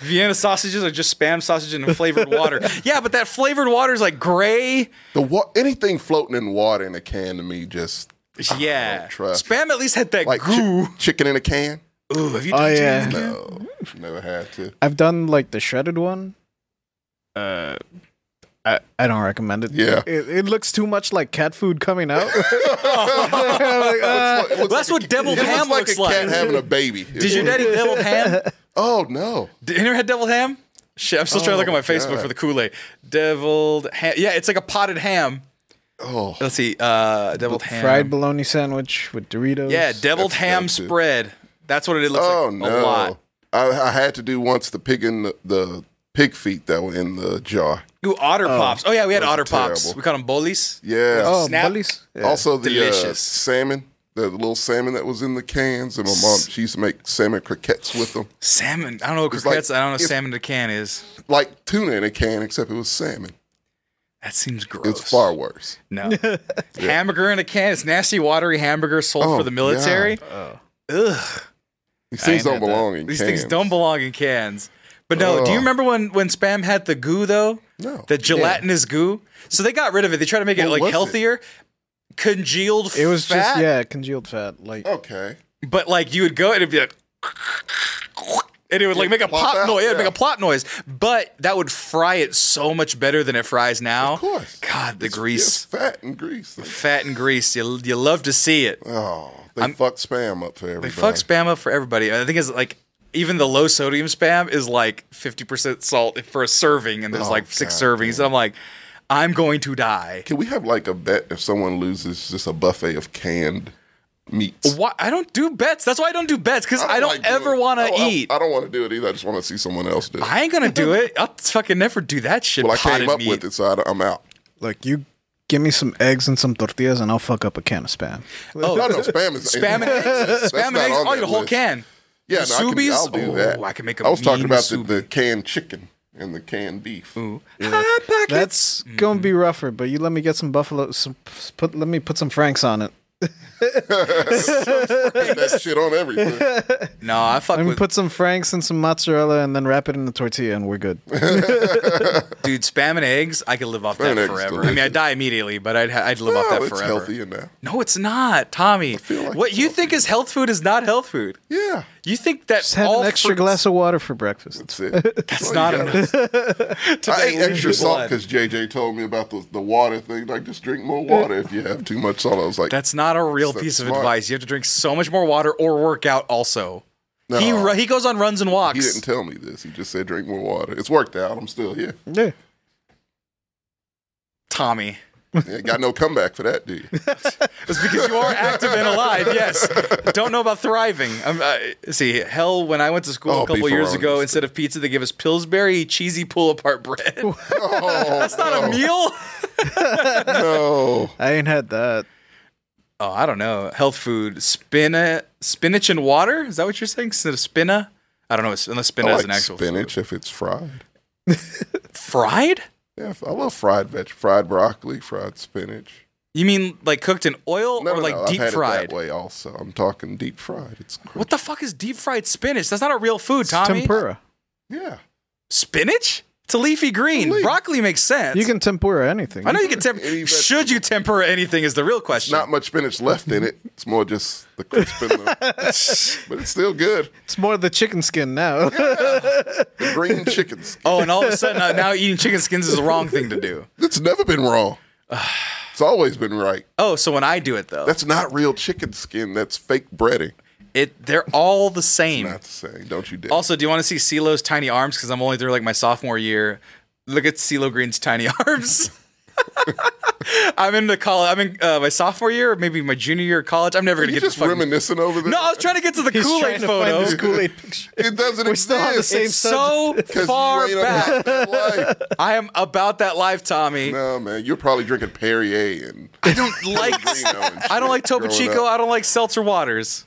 [SPEAKER 1] Vienna sausages are just spam sausage and flavored water. Yeah, but that flavored water is like gray.
[SPEAKER 2] The wa- anything floating in water in a can to me just
[SPEAKER 1] Yeah,
[SPEAKER 2] trust.
[SPEAKER 1] spam at least had that
[SPEAKER 2] like chi-
[SPEAKER 1] goo.
[SPEAKER 2] chicken in a can.
[SPEAKER 1] Ooh, have you
[SPEAKER 5] Oh,
[SPEAKER 1] done chicken
[SPEAKER 5] yeah.
[SPEAKER 1] in a can?
[SPEAKER 2] No, never had to.
[SPEAKER 5] I've done like the shredded one. Uh, I I don't recommend it.
[SPEAKER 2] Yeah.
[SPEAKER 5] it, it looks too much like cat food coming out. I'm like, uh,
[SPEAKER 2] It looks
[SPEAKER 1] Well, that's
[SPEAKER 2] like
[SPEAKER 1] what deviled
[SPEAKER 2] a, it
[SPEAKER 1] ham
[SPEAKER 2] looks
[SPEAKER 1] looks
[SPEAKER 2] like a
[SPEAKER 1] like.
[SPEAKER 2] cat having a baby.
[SPEAKER 1] Did your daddy deviled ham?
[SPEAKER 2] Oh no.
[SPEAKER 1] Did you ever had deviled ham? Shit, I'm still trying to look at
[SPEAKER 2] Oh,
[SPEAKER 1] my Facebook
[SPEAKER 2] God.
[SPEAKER 1] for the Kool Aid. Deviled ham. Yeah, it's like a potted ham.
[SPEAKER 2] Oh,
[SPEAKER 1] Let's see. Uh, deviled ham.
[SPEAKER 5] fried bologna sandwich with Doritos.
[SPEAKER 1] Yeah, deviled
[SPEAKER 2] That's
[SPEAKER 1] ham
[SPEAKER 2] dope, too.
[SPEAKER 1] spread. That's what it looks
[SPEAKER 2] oh
[SPEAKER 1] like.
[SPEAKER 2] no.
[SPEAKER 1] A lot.
[SPEAKER 2] I, I had to do once the pig in the, the pig feet that were in the jar.
[SPEAKER 1] Ooh, otter pops. Oh yeah, we had
[SPEAKER 2] Those are
[SPEAKER 1] otter pops.
[SPEAKER 2] terrible.
[SPEAKER 1] We called them bolis.
[SPEAKER 2] Yeah.
[SPEAKER 5] Oh,
[SPEAKER 1] Snap.
[SPEAKER 5] bullies. Yeah.
[SPEAKER 2] Also the uh,
[SPEAKER 1] Delicious.
[SPEAKER 2] salmon, the little salmon that was in the cans, and my mom she used to make salmon croquettes with them,
[SPEAKER 1] Salmon. I don't know what
[SPEAKER 2] like-
[SPEAKER 1] croquettes. I don't know what
[SPEAKER 2] if-
[SPEAKER 1] salmon in a can is.
[SPEAKER 2] like tuna in a can, except it was salmon.
[SPEAKER 1] That seems gross.
[SPEAKER 2] It was far worse.
[SPEAKER 1] No. Hamburger in a can. It's nasty, watery hamburger sold
[SPEAKER 2] Oh,
[SPEAKER 1] for the military. Ugh.
[SPEAKER 2] These
[SPEAKER 1] I
[SPEAKER 2] things don't
[SPEAKER 1] ain't had that.
[SPEAKER 2] belong in
[SPEAKER 1] These
[SPEAKER 2] cans.
[SPEAKER 1] things don't belong in cans. But no, do you
[SPEAKER 2] Ugh.
[SPEAKER 1] remember when when Spam had the goo though?
[SPEAKER 2] No.
[SPEAKER 1] The gelatinous goo. So they got rid of it. They tried to make it
[SPEAKER 2] What
[SPEAKER 1] like
[SPEAKER 2] was it?
[SPEAKER 1] healthier. Congealed
[SPEAKER 5] it was
[SPEAKER 1] fat. Oh.
[SPEAKER 5] just yeah, congealed fat. Like
[SPEAKER 2] Okay.
[SPEAKER 1] But like you would go and it'd be like and it would like make a
[SPEAKER 2] plop
[SPEAKER 1] plop
[SPEAKER 2] out,
[SPEAKER 1] noise. It would
[SPEAKER 2] yeah.
[SPEAKER 1] make a plop noise. But that would fry it so much better than it fries now.
[SPEAKER 2] Of course.
[SPEAKER 1] God, the
[SPEAKER 2] It's-
[SPEAKER 1] grease.
[SPEAKER 2] It's fat and grease.
[SPEAKER 1] Fat and grease. You you love to see it.
[SPEAKER 2] Oh, they fuck spam up for everybody.
[SPEAKER 1] They fuck spam up for everybody. I think it's like even the low sodium spam is like 50% salt for a serving, and there's
[SPEAKER 2] Oh,
[SPEAKER 1] like six
[SPEAKER 2] God,
[SPEAKER 1] servings. And I'm like, I'm going to die.
[SPEAKER 2] Can we have like a bet if someone loses just a buffet of canned meats?
[SPEAKER 1] Why? I don't do bets. That's why I don't do bets because I don't,
[SPEAKER 2] like doing
[SPEAKER 1] ever
[SPEAKER 2] it.
[SPEAKER 1] want
[SPEAKER 2] I
[SPEAKER 1] to
[SPEAKER 2] don't- I-
[SPEAKER 1] eat.
[SPEAKER 2] I,
[SPEAKER 1] I,
[SPEAKER 2] don't want to do it either. I just want to see someone else do it.
[SPEAKER 1] ain't gonna do it. I'll fucking never do that shit.
[SPEAKER 2] well, I
[SPEAKER 1] potted
[SPEAKER 2] came up
[SPEAKER 1] meat.
[SPEAKER 2] with it, so I, am out.
[SPEAKER 5] like you give me some eggs and some tortillas, and I'll fuck up a can of spam.
[SPEAKER 1] Oh,
[SPEAKER 2] No, no, spam is
[SPEAKER 1] Spam and eggs. Spam and
[SPEAKER 2] not
[SPEAKER 1] eggs.
[SPEAKER 2] on
[SPEAKER 1] Oh,
[SPEAKER 2] that
[SPEAKER 1] you the whole
[SPEAKER 2] list.
[SPEAKER 1] can.
[SPEAKER 2] Yeah, no, I can,
[SPEAKER 1] Musubis?
[SPEAKER 2] I'll do
[SPEAKER 1] Oh,
[SPEAKER 2] that.
[SPEAKER 1] I can make a
[SPEAKER 2] I was talking
[SPEAKER 1] mean
[SPEAKER 2] about the,
[SPEAKER 1] musubi.
[SPEAKER 2] the canned chicken and the canned beef.
[SPEAKER 1] Hot pockets.
[SPEAKER 5] That's gonna
[SPEAKER 1] Mm-hmm.
[SPEAKER 5] be rougher, but you let me get some buffalo. Some, put let me put some franks on it.
[SPEAKER 2] Put that shit on everything.
[SPEAKER 1] no, I fuck
[SPEAKER 5] Let me
[SPEAKER 1] with
[SPEAKER 5] put some franks and some mozzarella, and then wrap it in the tortilla, and we're good.
[SPEAKER 1] dude. Spam and eggs. I could live off
[SPEAKER 2] Spam and
[SPEAKER 1] that
[SPEAKER 2] eggs is
[SPEAKER 1] forever. I mean, I
[SPEAKER 2] delicious.
[SPEAKER 1] die immediately, but I'd ha- I'd live off
[SPEAKER 2] Oh,
[SPEAKER 1] that
[SPEAKER 2] it's
[SPEAKER 1] forever.
[SPEAKER 2] healthier now.
[SPEAKER 1] No, it's not, Tommy.
[SPEAKER 2] feel like
[SPEAKER 1] what
[SPEAKER 2] it's
[SPEAKER 1] you
[SPEAKER 2] healthy.
[SPEAKER 1] think is health food is not health food.
[SPEAKER 2] Yeah,
[SPEAKER 1] You think that
[SPEAKER 5] Just had
[SPEAKER 1] all
[SPEAKER 5] an extra
[SPEAKER 1] fruits-
[SPEAKER 5] glass of water for breakfast.
[SPEAKER 2] that's it.
[SPEAKER 1] That's not enough. Today,
[SPEAKER 2] I ate
[SPEAKER 1] lose your
[SPEAKER 2] extra salt
[SPEAKER 1] blood.
[SPEAKER 2] because JJ told me about the, the water thing. Like, just drink more water if you have too much salt. I was like,
[SPEAKER 1] That's not a real
[SPEAKER 2] So
[SPEAKER 1] piece of
[SPEAKER 2] smart.
[SPEAKER 1] advice. You have to drink so much more water or work out. Also,
[SPEAKER 2] No.
[SPEAKER 1] he ru- he goes on runs and walks.
[SPEAKER 2] He didn't tell me this. He just said drink more water. It's worked out. I'm still here.
[SPEAKER 5] Yeah.
[SPEAKER 1] Tommy.
[SPEAKER 2] Yeah, got no comeback for that, do you?
[SPEAKER 1] It's because you are active and alive. Yes. Don't know about thriving. I'm, uh, see, hell, when I went to school
[SPEAKER 2] Oh,
[SPEAKER 1] a couple
[SPEAKER 2] beef
[SPEAKER 1] years
[SPEAKER 2] around
[SPEAKER 1] ago,
[SPEAKER 2] is-
[SPEAKER 1] instead of pizza, they give us Pillsbury cheesy pull apart bread.
[SPEAKER 2] Oh,
[SPEAKER 1] That's not a meal.
[SPEAKER 2] no.
[SPEAKER 5] I ain't had that.
[SPEAKER 1] Oh, I don't know. Health food, spina, spinach and water. Is that what you're saying? Instead of spina, I don't know. it's- Unless spina
[SPEAKER 2] I
[SPEAKER 1] is an
[SPEAKER 2] like
[SPEAKER 1] actual
[SPEAKER 2] spinach if it's fried.
[SPEAKER 1] fried.
[SPEAKER 2] Yeah, I love fried veg, fried broccoli, fried spinach.
[SPEAKER 1] You mean like cooked in oil
[SPEAKER 2] No,
[SPEAKER 1] or
[SPEAKER 2] no,
[SPEAKER 1] like
[SPEAKER 2] no,
[SPEAKER 1] deep
[SPEAKER 2] I've had
[SPEAKER 1] fried?
[SPEAKER 2] It that way also. I'm talking deep fried. It's
[SPEAKER 1] What the fuck is deep fried spinach? That's not a real food, Tommy.
[SPEAKER 5] tempura.
[SPEAKER 2] Yeah.
[SPEAKER 1] Spinach? It's a leafy green. Broccoli makes sense.
[SPEAKER 5] You can tempura anything.
[SPEAKER 1] I know you can tempura. Should you tempura anything is the real question.
[SPEAKER 2] not much spinach left in it. It's more just the crisp in the, but it's still good.
[SPEAKER 5] It's more the chicken skin now.
[SPEAKER 2] The green chickens.
[SPEAKER 1] Oh, and all of a sudden uh, now eating chicken skins is the wrong thing to do.
[SPEAKER 2] It's never been wrong. It's always been right.
[SPEAKER 1] Oh, so when I do it though,
[SPEAKER 2] That's not real chicken skin. That's fake breading.
[SPEAKER 1] it they're all the same.
[SPEAKER 2] Not the same. Don't you dare.
[SPEAKER 1] Also, do you want to see CeeLo's tiny arms? Because I'm only through like my sophomore year. Look at CeeLo Green's tiny arms. I'm in the college. I'm in uh, my sophomore year, or maybe my junior year of college. I'm never
[SPEAKER 2] Are
[SPEAKER 1] gonna
[SPEAKER 2] you
[SPEAKER 1] get
[SPEAKER 2] just
[SPEAKER 1] to fucking.
[SPEAKER 2] reminiscing over there?
[SPEAKER 1] no, I was trying to get to the
[SPEAKER 5] He's
[SPEAKER 1] Kool
[SPEAKER 5] trying
[SPEAKER 1] Aid
[SPEAKER 5] to find
[SPEAKER 1] photo.
[SPEAKER 5] this Kool-Aid picture.
[SPEAKER 2] It doesn't
[SPEAKER 5] We're
[SPEAKER 2] exist.
[SPEAKER 5] still on the same
[SPEAKER 1] It's so
[SPEAKER 2] Because
[SPEAKER 1] far
[SPEAKER 2] you ain't
[SPEAKER 1] back.
[SPEAKER 2] about that life.
[SPEAKER 1] I am about that life, Tommy.
[SPEAKER 2] No, man. You're probably drinking Perrier and
[SPEAKER 1] I don't like.
[SPEAKER 2] Pellegrino and
[SPEAKER 1] I don't
[SPEAKER 2] shit
[SPEAKER 1] like Topo
[SPEAKER 2] growing
[SPEAKER 1] Chico.
[SPEAKER 2] up.
[SPEAKER 1] I don't like seltzer waters.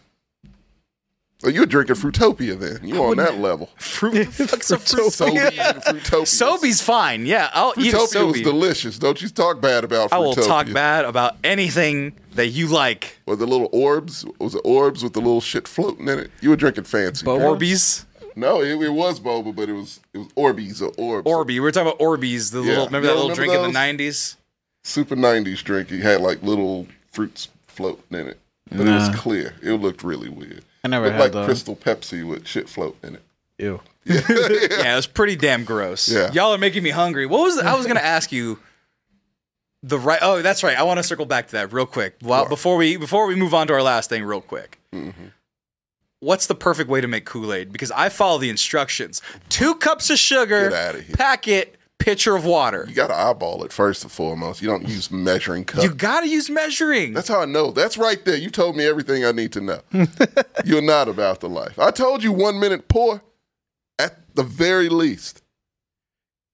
[SPEAKER 2] Oh, you're drinking Fruitopia then. You on that level.
[SPEAKER 1] Fruit. Fuck's a fruit.
[SPEAKER 2] Sobe.
[SPEAKER 1] Sobe.
[SPEAKER 2] and Fruitopia.
[SPEAKER 1] Sobe's fine. Yeah, I'll eat a
[SPEAKER 2] Fruitopia was
[SPEAKER 1] Sobe.
[SPEAKER 2] delicious. Don't you talk bad about Fruitopia.
[SPEAKER 1] I will talk bad about anything that you like.
[SPEAKER 2] With the little orbs. Was it orbs with the little shit floating in it? You were drinking fancy.
[SPEAKER 1] Orbeez.
[SPEAKER 2] No, it, it was boba, but it was it was Orbeez or Orbs.
[SPEAKER 1] Orby. We were talking about Orbeez, the
[SPEAKER 2] Yeah.
[SPEAKER 1] little remember that
[SPEAKER 2] Y'all
[SPEAKER 1] little
[SPEAKER 2] remember
[SPEAKER 1] drink in
[SPEAKER 2] those?
[SPEAKER 1] the nineties?
[SPEAKER 2] Super 90s drink. It had like little fruits floating in it. But it was clear. It looked really weird.
[SPEAKER 5] I never
[SPEAKER 2] Looked
[SPEAKER 5] had
[SPEAKER 2] like
[SPEAKER 5] those.
[SPEAKER 2] Crystal Pepsi with shit floating in it.
[SPEAKER 5] Ew.
[SPEAKER 1] Yeah, it was pretty damn gross.
[SPEAKER 2] Yeah.
[SPEAKER 1] Y'all are making me hungry. What was I was gonna ask you the right oh, that's right. I want to circle back to that real quick. Well, before we before we move on to our last thing real quick.
[SPEAKER 2] Mm-hmm.
[SPEAKER 1] What's the perfect way to make Kool-Aid? Because I follow the instructions. Two cups of sugar,
[SPEAKER 2] Get outta here.
[SPEAKER 1] packet, pitcher of water.
[SPEAKER 2] You got to eyeball it first and foremost. You don't use measuring cups.
[SPEAKER 1] You gotta use measuring.
[SPEAKER 2] That's how I know. That's right there. You told me everything I need to know. You're not about the life. I told you one minute pour at the very least.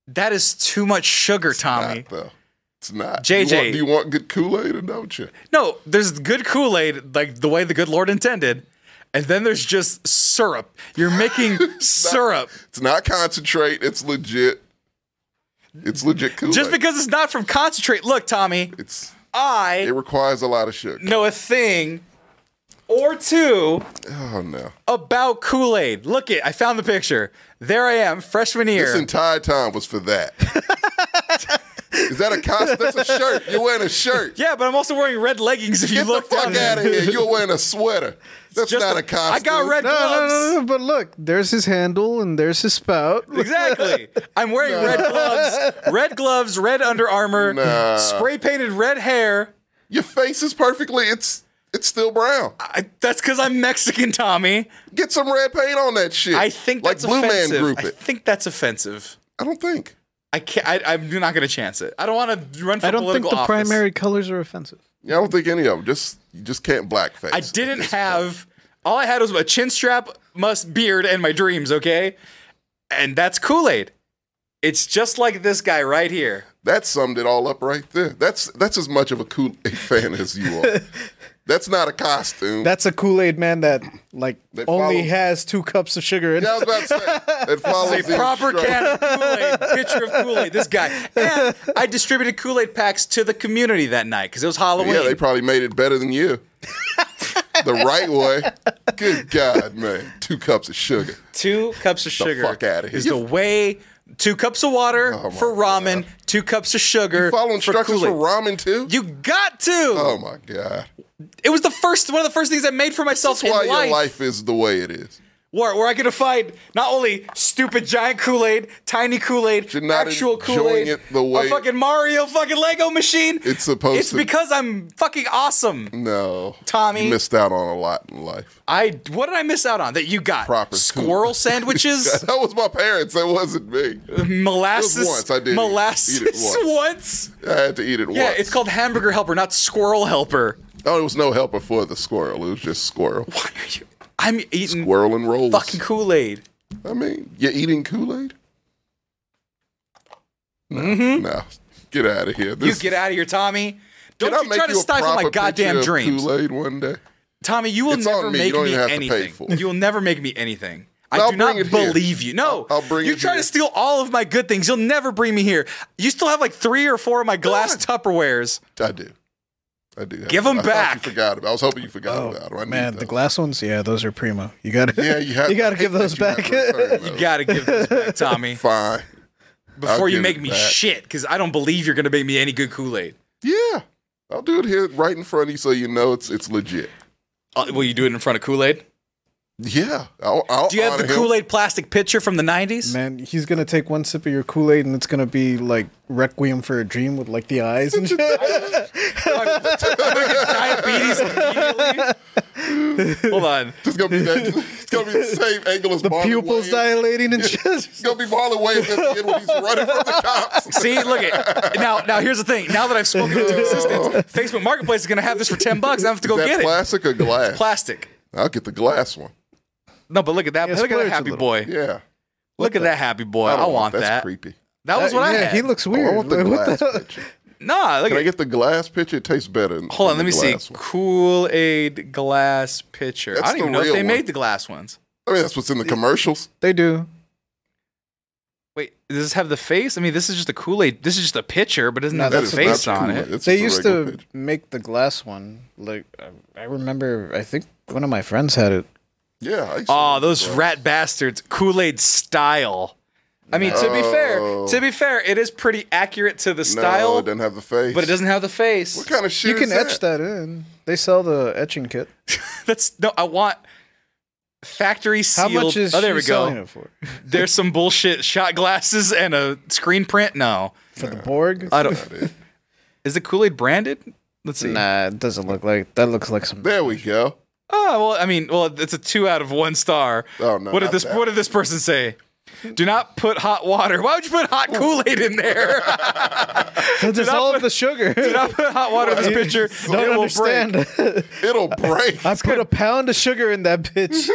[SPEAKER 1] That is too much sugar, Tommy.
[SPEAKER 2] Not, though. It's not.
[SPEAKER 1] JJ.
[SPEAKER 2] You want- do you want good Kool Aid or don't you?
[SPEAKER 1] No, there's good Kool Aid, like the way the good Lord intended, and then there's just syrup. You're making syrup
[SPEAKER 2] It's not concentrate. It's legit. It's legit Kool Aid.
[SPEAKER 1] just because it's not from concentrate. Look, Tommy,
[SPEAKER 2] it's it
[SPEAKER 1] I
[SPEAKER 2] requires a lot of sugar.
[SPEAKER 1] know a thing or two
[SPEAKER 2] Oh no!
[SPEAKER 1] about Kool Aid. Look it, I found the picture. There I am, freshman
[SPEAKER 2] This
[SPEAKER 1] year.
[SPEAKER 2] entire time was for that. Is that a costume? That's a shirt. You're wearing a shirt.
[SPEAKER 1] yeah, but I'm also wearing red leggings. If you
[SPEAKER 2] Get the
[SPEAKER 1] look down
[SPEAKER 2] fuck out of here. You're wearing a sweater. That's
[SPEAKER 1] Just
[SPEAKER 2] not
[SPEAKER 1] a-
[SPEAKER 2] a costume.
[SPEAKER 1] I got red
[SPEAKER 5] No, no,
[SPEAKER 1] gloves.
[SPEAKER 5] no, no, but look, there's his handle and there's his spout.
[SPEAKER 1] Exactly. I'm wearing red gloves, red gloves, red Under Armour,
[SPEAKER 2] Nah.
[SPEAKER 1] spray painted red hair.
[SPEAKER 2] Your face is perfectly. It's it's still brown.
[SPEAKER 1] I, that's because I'm Mexican, Tommy.
[SPEAKER 2] Get some red paint on that shit.
[SPEAKER 1] I think
[SPEAKER 2] like
[SPEAKER 1] that's
[SPEAKER 2] Blue
[SPEAKER 1] offensive.
[SPEAKER 2] Man Group
[SPEAKER 1] I
[SPEAKER 2] it.
[SPEAKER 1] think that's offensive.
[SPEAKER 2] I don't think.
[SPEAKER 1] I can't. I, I'm not going to chance it. I don't want to run for
[SPEAKER 5] I don't think
[SPEAKER 1] political
[SPEAKER 5] the
[SPEAKER 1] office.
[SPEAKER 5] primary colors are offensive.
[SPEAKER 2] Yeah, I don't think any of them. Just you just can't blackface.
[SPEAKER 1] I didn't have. All I had was a chin strap, must beard, and my dreams. Okay, and that's Kool Aid. It's just like this guy right here.
[SPEAKER 2] That summed it all up right there. That's that's as much of a Kool Aid fan as you are. That's not a costume.
[SPEAKER 5] That's a Kool Aid man that like
[SPEAKER 2] That
[SPEAKER 5] only
[SPEAKER 2] follows-
[SPEAKER 5] has two cups of sugar in.
[SPEAKER 2] yeah, I was about to say. It follows
[SPEAKER 1] It's a
[SPEAKER 2] the
[SPEAKER 1] proper
[SPEAKER 2] instruction.
[SPEAKER 1] can of Kool Aid, picture of Kool Aid. This guy. And I distributed Kool Aid packs to the community that night because it was Halloween.
[SPEAKER 2] Yeah, they probably made it better than you. the right way. Good God, man. Two cups of sugar.
[SPEAKER 1] Two cups of sugar
[SPEAKER 2] fuck outta here.
[SPEAKER 1] is
[SPEAKER 2] You-
[SPEAKER 1] the way. Two cups of water
[SPEAKER 2] Oh my
[SPEAKER 1] for ramen. Two cups of sugar.
[SPEAKER 2] Follow instructions for,
[SPEAKER 1] Kool-Aid.
[SPEAKER 2] ramen too?
[SPEAKER 1] You got to.
[SPEAKER 2] oh my God.
[SPEAKER 1] It was the first one of the first things I made for myself
[SPEAKER 2] That's why
[SPEAKER 1] in
[SPEAKER 2] your
[SPEAKER 1] life,
[SPEAKER 2] life is the way it is.
[SPEAKER 1] Where, where I could find not only stupid giant Kool Aid, tiny Kool Aid,
[SPEAKER 2] You're not
[SPEAKER 1] actual
[SPEAKER 2] enjoying
[SPEAKER 1] Kool Aid,
[SPEAKER 2] it the way-
[SPEAKER 1] a fucking Mario fucking Lego machine.
[SPEAKER 2] It's supposed
[SPEAKER 1] It's
[SPEAKER 2] to-
[SPEAKER 1] because I'm fucking awesome.
[SPEAKER 2] No.
[SPEAKER 1] Tommy.
[SPEAKER 2] You missed out on a lot in life.
[SPEAKER 1] I what did I miss out on that you got?
[SPEAKER 2] Proper
[SPEAKER 1] squirrel
[SPEAKER 2] Kool-Aid.
[SPEAKER 1] sandwiches,
[SPEAKER 2] That was my parents. That wasn't me.
[SPEAKER 1] molasses.
[SPEAKER 2] It was once, I did eat it.
[SPEAKER 1] molasses
[SPEAKER 2] Eat it once.
[SPEAKER 1] once.
[SPEAKER 2] I had to eat it
[SPEAKER 1] Yeah,
[SPEAKER 2] once.
[SPEAKER 1] it's called hamburger helper, not squirrel helper.
[SPEAKER 2] Oh, there was no helper for the squirrel. It was just squirrel.
[SPEAKER 1] Why are you? I'm eating
[SPEAKER 2] Squirrel and rolls.
[SPEAKER 1] fucking Kool Aid.
[SPEAKER 2] I mean, you're eating Kool Aid? No, no. Get out of here.
[SPEAKER 1] Mm-hmm. You
[SPEAKER 2] This-
[SPEAKER 1] get out of here, Tommy. Don't
[SPEAKER 2] Can I
[SPEAKER 1] you
[SPEAKER 2] make
[SPEAKER 1] try to
[SPEAKER 2] you a
[SPEAKER 1] stifle my
[SPEAKER 2] proper picture
[SPEAKER 1] goddamn
[SPEAKER 2] of
[SPEAKER 1] dreams.
[SPEAKER 2] Kool-Aid one day.
[SPEAKER 1] Tommy, you will
[SPEAKER 2] It's on
[SPEAKER 1] never
[SPEAKER 2] me. You
[SPEAKER 1] make
[SPEAKER 2] don't
[SPEAKER 1] me
[SPEAKER 2] even have to pay
[SPEAKER 1] anything.
[SPEAKER 2] for it.
[SPEAKER 1] You will never make me anything. I
[SPEAKER 2] I'll
[SPEAKER 1] do not
[SPEAKER 2] bring it here.
[SPEAKER 1] believe you. No,
[SPEAKER 2] I'll- I'll bring
[SPEAKER 1] you
[SPEAKER 2] it
[SPEAKER 1] try to
[SPEAKER 2] here.
[SPEAKER 1] steal all of my good things. You'll never bring me here. You still have like three or four of my glass Tupperwares.
[SPEAKER 2] I do. I do. have
[SPEAKER 1] Give
[SPEAKER 2] them.
[SPEAKER 1] 'em
[SPEAKER 2] I thought
[SPEAKER 1] back. Oh,
[SPEAKER 2] You forgot about. I was hoping you forgot about them. I need
[SPEAKER 5] Man,
[SPEAKER 2] those.
[SPEAKER 5] the glass ones, yeah, those are primo. You got to,
[SPEAKER 2] Yeah, you have-
[SPEAKER 5] you got to
[SPEAKER 2] I
[SPEAKER 5] give
[SPEAKER 2] hate
[SPEAKER 5] those
[SPEAKER 2] that
[SPEAKER 5] back.
[SPEAKER 2] you have returned
[SPEAKER 1] You gotta give this back, Tommy.
[SPEAKER 2] Fine.
[SPEAKER 1] Before you
[SPEAKER 2] give
[SPEAKER 1] make
[SPEAKER 2] it
[SPEAKER 1] me
[SPEAKER 2] back.
[SPEAKER 1] shit, because I don't believe you're gonna make me any good Kool Aid.
[SPEAKER 2] Yeah, I'll do it here right in front of you, so you know it's it's legit.
[SPEAKER 1] Uh, will you do it in front of Kool Aid?
[SPEAKER 2] Yeah. I'll, I'll
[SPEAKER 1] Do you have the Kool Aid plastic pitcher from the '90s?
[SPEAKER 5] Man, he's gonna take one sip of your Kool Aid and it's gonna be like Requiem for a Dream with like the eyes and shit.
[SPEAKER 1] Diabetes immediately. Hold on.
[SPEAKER 2] It's gonna be that. It's gonna be the same angle as the Marlon
[SPEAKER 5] pupils
[SPEAKER 2] Wayans.
[SPEAKER 5] dilating and shit.
[SPEAKER 2] It's gonna be Marlon Wayans at the end when he's running from the cops.
[SPEAKER 1] See, look at now. Now here's the thing. Now that I've spoken to two assistants, Facebook Marketplace is gonna have this for ten bucks. I have to go
[SPEAKER 2] Is that
[SPEAKER 1] get it.
[SPEAKER 2] plastic or glass?
[SPEAKER 1] Plastic.
[SPEAKER 2] I'll get the glass one.
[SPEAKER 1] No, but look at that.
[SPEAKER 5] Yeah,
[SPEAKER 1] look at
[SPEAKER 5] splurge
[SPEAKER 1] that
[SPEAKER 5] a
[SPEAKER 1] happy
[SPEAKER 5] little.
[SPEAKER 1] boy.
[SPEAKER 2] Yeah.
[SPEAKER 1] Look at that happy boy. I,
[SPEAKER 2] don't
[SPEAKER 1] want
[SPEAKER 2] that's
[SPEAKER 1] that.
[SPEAKER 2] creepy.
[SPEAKER 1] That was what I
[SPEAKER 5] yeah,
[SPEAKER 1] had.
[SPEAKER 5] he looks
[SPEAKER 2] Oh,
[SPEAKER 5] weird.
[SPEAKER 2] I want the
[SPEAKER 5] Like, what
[SPEAKER 2] glass
[SPEAKER 5] the-
[SPEAKER 2] picture.
[SPEAKER 1] nah. Look
[SPEAKER 2] Can I
[SPEAKER 1] at.
[SPEAKER 2] get the glass picture? It tastes better. than-
[SPEAKER 1] Hold on. Let
[SPEAKER 2] than
[SPEAKER 1] me
[SPEAKER 2] the
[SPEAKER 1] see.
[SPEAKER 2] glass one.
[SPEAKER 1] Kool Aid glass pitcher. I
[SPEAKER 2] That's
[SPEAKER 1] don't even
[SPEAKER 2] the
[SPEAKER 1] know if
[SPEAKER 2] real
[SPEAKER 1] they
[SPEAKER 2] one.
[SPEAKER 1] made the glass ones.
[SPEAKER 2] I mean, that's what's in the commercials.
[SPEAKER 5] They do.
[SPEAKER 1] Wait, does this have the face? I mean, this is just a Kool Aid. This is just a pitcher, but it doesn't
[SPEAKER 5] No,
[SPEAKER 1] have the
[SPEAKER 5] that is
[SPEAKER 1] face
[SPEAKER 2] not
[SPEAKER 1] on
[SPEAKER 2] Kool-Aid.
[SPEAKER 1] it.
[SPEAKER 2] It's
[SPEAKER 5] they
[SPEAKER 2] just a
[SPEAKER 5] used
[SPEAKER 2] regular
[SPEAKER 5] to
[SPEAKER 2] picture.
[SPEAKER 5] make the glass one. Like I- I remember, I think one of my friends had it.
[SPEAKER 2] Yeah. I used to
[SPEAKER 1] Oh,
[SPEAKER 2] like the
[SPEAKER 1] those
[SPEAKER 2] glass.
[SPEAKER 1] rat bastards. Kool Aid style. I mean, to be fair,
[SPEAKER 2] No.
[SPEAKER 1] to be fair, it is pretty accurate to the
[SPEAKER 2] No,
[SPEAKER 1] style,
[SPEAKER 2] it doesn't have the face.
[SPEAKER 1] but it doesn't have the face.
[SPEAKER 2] What kind of shit?
[SPEAKER 5] You can
[SPEAKER 2] is
[SPEAKER 5] etch that in. They sell the etching kit.
[SPEAKER 1] That's no. I want factory
[SPEAKER 5] How
[SPEAKER 1] sealed.
[SPEAKER 5] much is
[SPEAKER 1] oh, there
[SPEAKER 5] she
[SPEAKER 1] we
[SPEAKER 5] selling
[SPEAKER 1] go.
[SPEAKER 5] it for?
[SPEAKER 1] There's some bullshit shot glasses and a screen print. No,
[SPEAKER 5] For the Borg?
[SPEAKER 1] I don't. Is the Kool Aid branded? Let's see.
[SPEAKER 5] Nah, it doesn't look like that. Looks like some.
[SPEAKER 2] There we go.
[SPEAKER 1] Oh well, I mean, well, it's a two out of one star.
[SPEAKER 2] Oh, no,
[SPEAKER 1] What did
[SPEAKER 2] not
[SPEAKER 1] this
[SPEAKER 2] that.
[SPEAKER 1] What did this person say? Do not put hot water. Why would you put hot Kool Aid in there?
[SPEAKER 5] That's all of the sugar.
[SPEAKER 1] Do not put hot water in this picture. it
[SPEAKER 5] don't
[SPEAKER 1] will
[SPEAKER 5] understand.
[SPEAKER 1] break.
[SPEAKER 2] It'll break.
[SPEAKER 5] I put a pound of sugar in that bitch.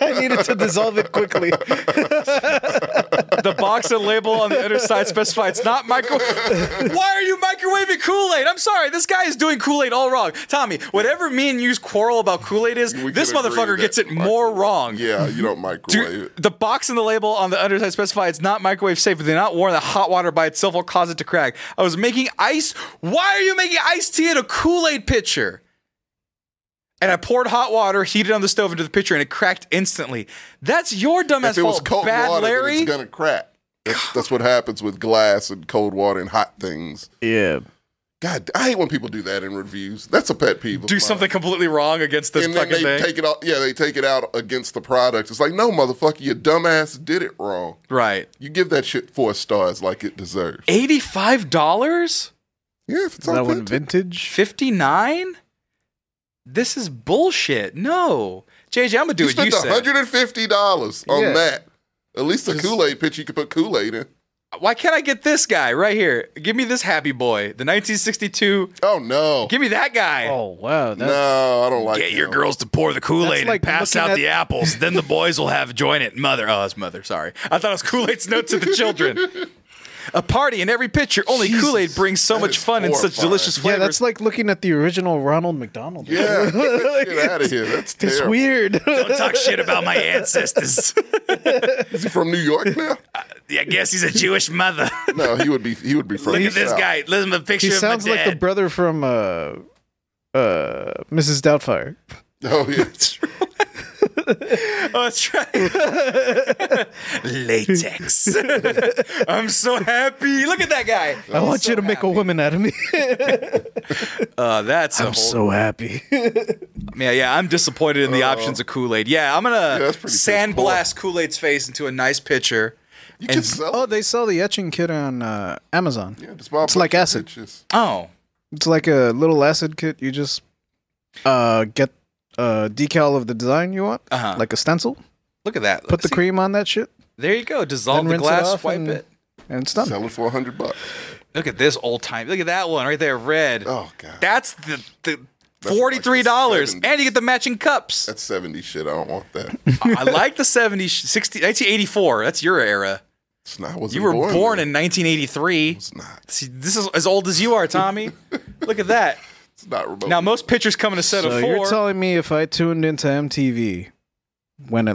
[SPEAKER 5] I needed to dissolve it quickly.
[SPEAKER 1] The box and label on the inner side specify it's not micro. Why are you microwaving Kool Aid? I'm sorry, this guy is doing Kool Aid all wrong. Tommy, whatever me and you quarrel about Kool Aid is,
[SPEAKER 2] We can
[SPEAKER 1] this
[SPEAKER 2] agree
[SPEAKER 1] motherfucker
[SPEAKER 2] that
[SPEAKER 1] gets it
[SPEAKER 2] microwave-
[SPEAKER 1] more wrong.
[SPEAKER 2] Yeah, you don't microwave
[SPEAKER 1] Do-
[SPEAKER 2] it.
[SPEAKER 1] the box and the label on the underside specify it's not microwave safe, but do not warn that hot water by itself will cause it to crack. I was making ice. Why are you making iced tea in a Kool Aid pitcher? And I poured hot water, heated on the stove into the pitcher, and it cracked instantly. That's your dumbass
[SPEAKER 2] If it was
[SPEAKER 1] fault,
[SPEAKER 2] cold
[SPEAKER 1] bad
[SPEAKER 2] water, then
[SPEAKER 1] Larry.
[SPEAKER 2] it's gonna crack. That's, that's what happens with glass and cold water and hot things.
[SPEAKER 5] Yeah.
[SPEAKER 2] God, I hate when people do that in reviews. That's a pet peeve. of
[SPEAKER 1] Do
[SPEAKER 2] mine.
[SPEAKER 1] something completely wrong against this
[SPEAKER 2] and then
[SPEAKER 1] fucking
[SPEAKER 2] they
[SPEAKER 1] thing.
[SPEAKER 2] take it out. Yeah, they take it out against the product. It's like, no, motherfucker, you dumbass did it wrong.
[SPEAKER 1] right.
[SPEAKER 2] You give that shit four stars like it deserves.
[SPEAKER 1] Eighty-five dollars.
[SPEAKER 2] Yeah, if it's
[SPEAKER 5] That one
[SPEAKER 2] authentic.
[SPEAKER 5] vintage.
[SPEAKER 1] 59? This is bullshit. No. JJ, I'm going to do
[SPEAKER 2] You
[SPEAKER 1] what you
[SPEAKER 2] spent one
[SPEAKER 1] said.
[SPEAKER 2] hundred and fifty dollars on
[SPEAKER 5] Yeah.
[SPEAKER 2] that. At least a Kool Aid pitch you could put Kool Aid in.
[SPEAKER 1] Why can't I get this guy right here? Give me this happy boy, the 1962.
[SPEAKER 2] Oh no,
[SPEAKER 1] Give me that guy.
[SPEAKER 5] Oh wow, that's
[SPEAKER 2] no, I don't like.
[SPEAKER 1] Get your
[SPEAKER 2] him.
[SPEAKER 1] girls to pour the Kool Aid
[SPEAKER 5] That's like
[SPEAKER 1] and pass
[SPEAKER 5] looking
[SPEAKER 1] out
[SPEAKER 5] at-
[SPEAKER 1] the apples. Then the boys will have join it. Mother, oh, it's mother. Sorry, I thought it was Kool Aid's note to the children. A party in every picture. Only
[SPEAKER 5] Jesus.
[SPEAKER 1] Kool Aid brings so
[SPEAKER 2] That
[SPEAKER 1] much
[SPEAKER 2] is
[SPEAKER 1] fun and such
[SPEAKER 2] horrifying.
[SPEAKER 1] delicious
[SPEAKER 5] yeah.
[SPEAKER 1] flavors.
[SPEAKER 5] That's like looking at the original Ronald McDonald.
[SPEAKER 2] Yeah, get that shit out of here. That's
[SPEAKER 5] It's
[SPEAKER 2] terrible.
[SPEAKER 5] weird.
[SPEAKER 1] Don't talk shit about my ancestors.
[SPEAKER 2] Is he from New York now?
[SPEAKER 1] I guess he's a Jewish mother.
[SPEAKER 2] No, he would be. He would be from.
[SPEAKER 1] Look
[SPEAKER 2] the
[SPEAKER 1] at this
[SPEAKER 2] South.
[SPEAKER 1] guy. Look at the picture
[SPEAKER 5] he
[SPEAKER 1] of my
[SPEAKER 5] sounds like the
[SPEAKER 1] dad.
[SPEAKER 5] brother from uh, uh, Mrs. Doubtfire.
[SPEAKER 2] Oh yeah,
[SPEAKER 1] Oh, that's right. Latex. I'm so happy. Look at that guy.
[SPEAKER 2] Oh,
[SPEAKER 5] I want you to make a woman out of me.
[SPEAKER 1] Uh, that's a whole,
[SPEAKER 5] happy.
[SPEAKER 1] yeah, yeah. I'm disappointed in the options of Kool Aid. Yeah, I'm gonna
[SPEAKER 2] that's pretty
[SPEAKER 1] sandblast Kool Aid's face into a nice pitcher.
[SPEAKER 2] you
[SPEAKER 1] And-
[SPEAKER 2] can sell.
[SPEAKER 5] oh, they sell the etching kit on uh, Amazon.
[SPEAKER 2] yeah, just buy a
[SPEAKER 5] it's like
[SPEAKER 2] bunch of
[SPEAKER 5] acid.
[SPEAKER 2] Pitches.
[SPEAKER 1] Oh,
[SPEAKER 5] It's like a little acid kit. You just uh, get a decal of the design you want,
[SPEAKER 1] Uh-huh.
[SPEAKER 5] like a stencil.
[SPEAKER 1] look at that.
[SPEAKER 5] Put the
[SPEAKER 1] See,
[SPEAKER 5] cream on that shit,
[SPEAKER 1] There you go. Dissolve
[SPEAKER 5] Then
[SPEAKER 1] the
[SPEAKER 5] rinse it
[SPEAKER 1] glass.
[SPEAKER 5] off
[SPEAKER 1] Wipe
[SPEAKER 5] and-
[SPEAKER 1] it.
[SPEAKER 5] and it's done.
[SPEAKER 2] Sell it for hundred bucks.
[SPEAKER 1] Look at this old time. Look at that one right there. Red.
[SPEAKER 2] Oh god,
[SPEAKER 1] That's the the.
[SPEAKER 2] like the
[SPEAKER 1] Forty-three dollars,
[SPEAKER 2] 70s.
[SPEAKER 1] and you get the matching cups.
[SPEAKER 2] that's seventy shit. I don't want that.
[SPEAKER 1] I like the 70, 60, 1984. That's your era.
[SPEAKER 2] It's not. I wasn't
[SPEAKER 1] You were born,
[SPEAKER 2] born,
[SPEAKER 1] in
[SPEAKER 2] then.
[SPEAKER 1] 1983.
[SPEAKER 2] It's not.
[SPEAKER 1] See, this is as old as you are, Tommy. Look at that.
[SPEAKER 2] It's not remote.
[SPEAKER 1] Now most pictures come in a set
[SPEAKER 5] So
[SPEAKER 1] of
[SPEAKER 5] you're
[SPEAKER 1] four.
[SPEAKER 5] telling me if I tuned into MTV when it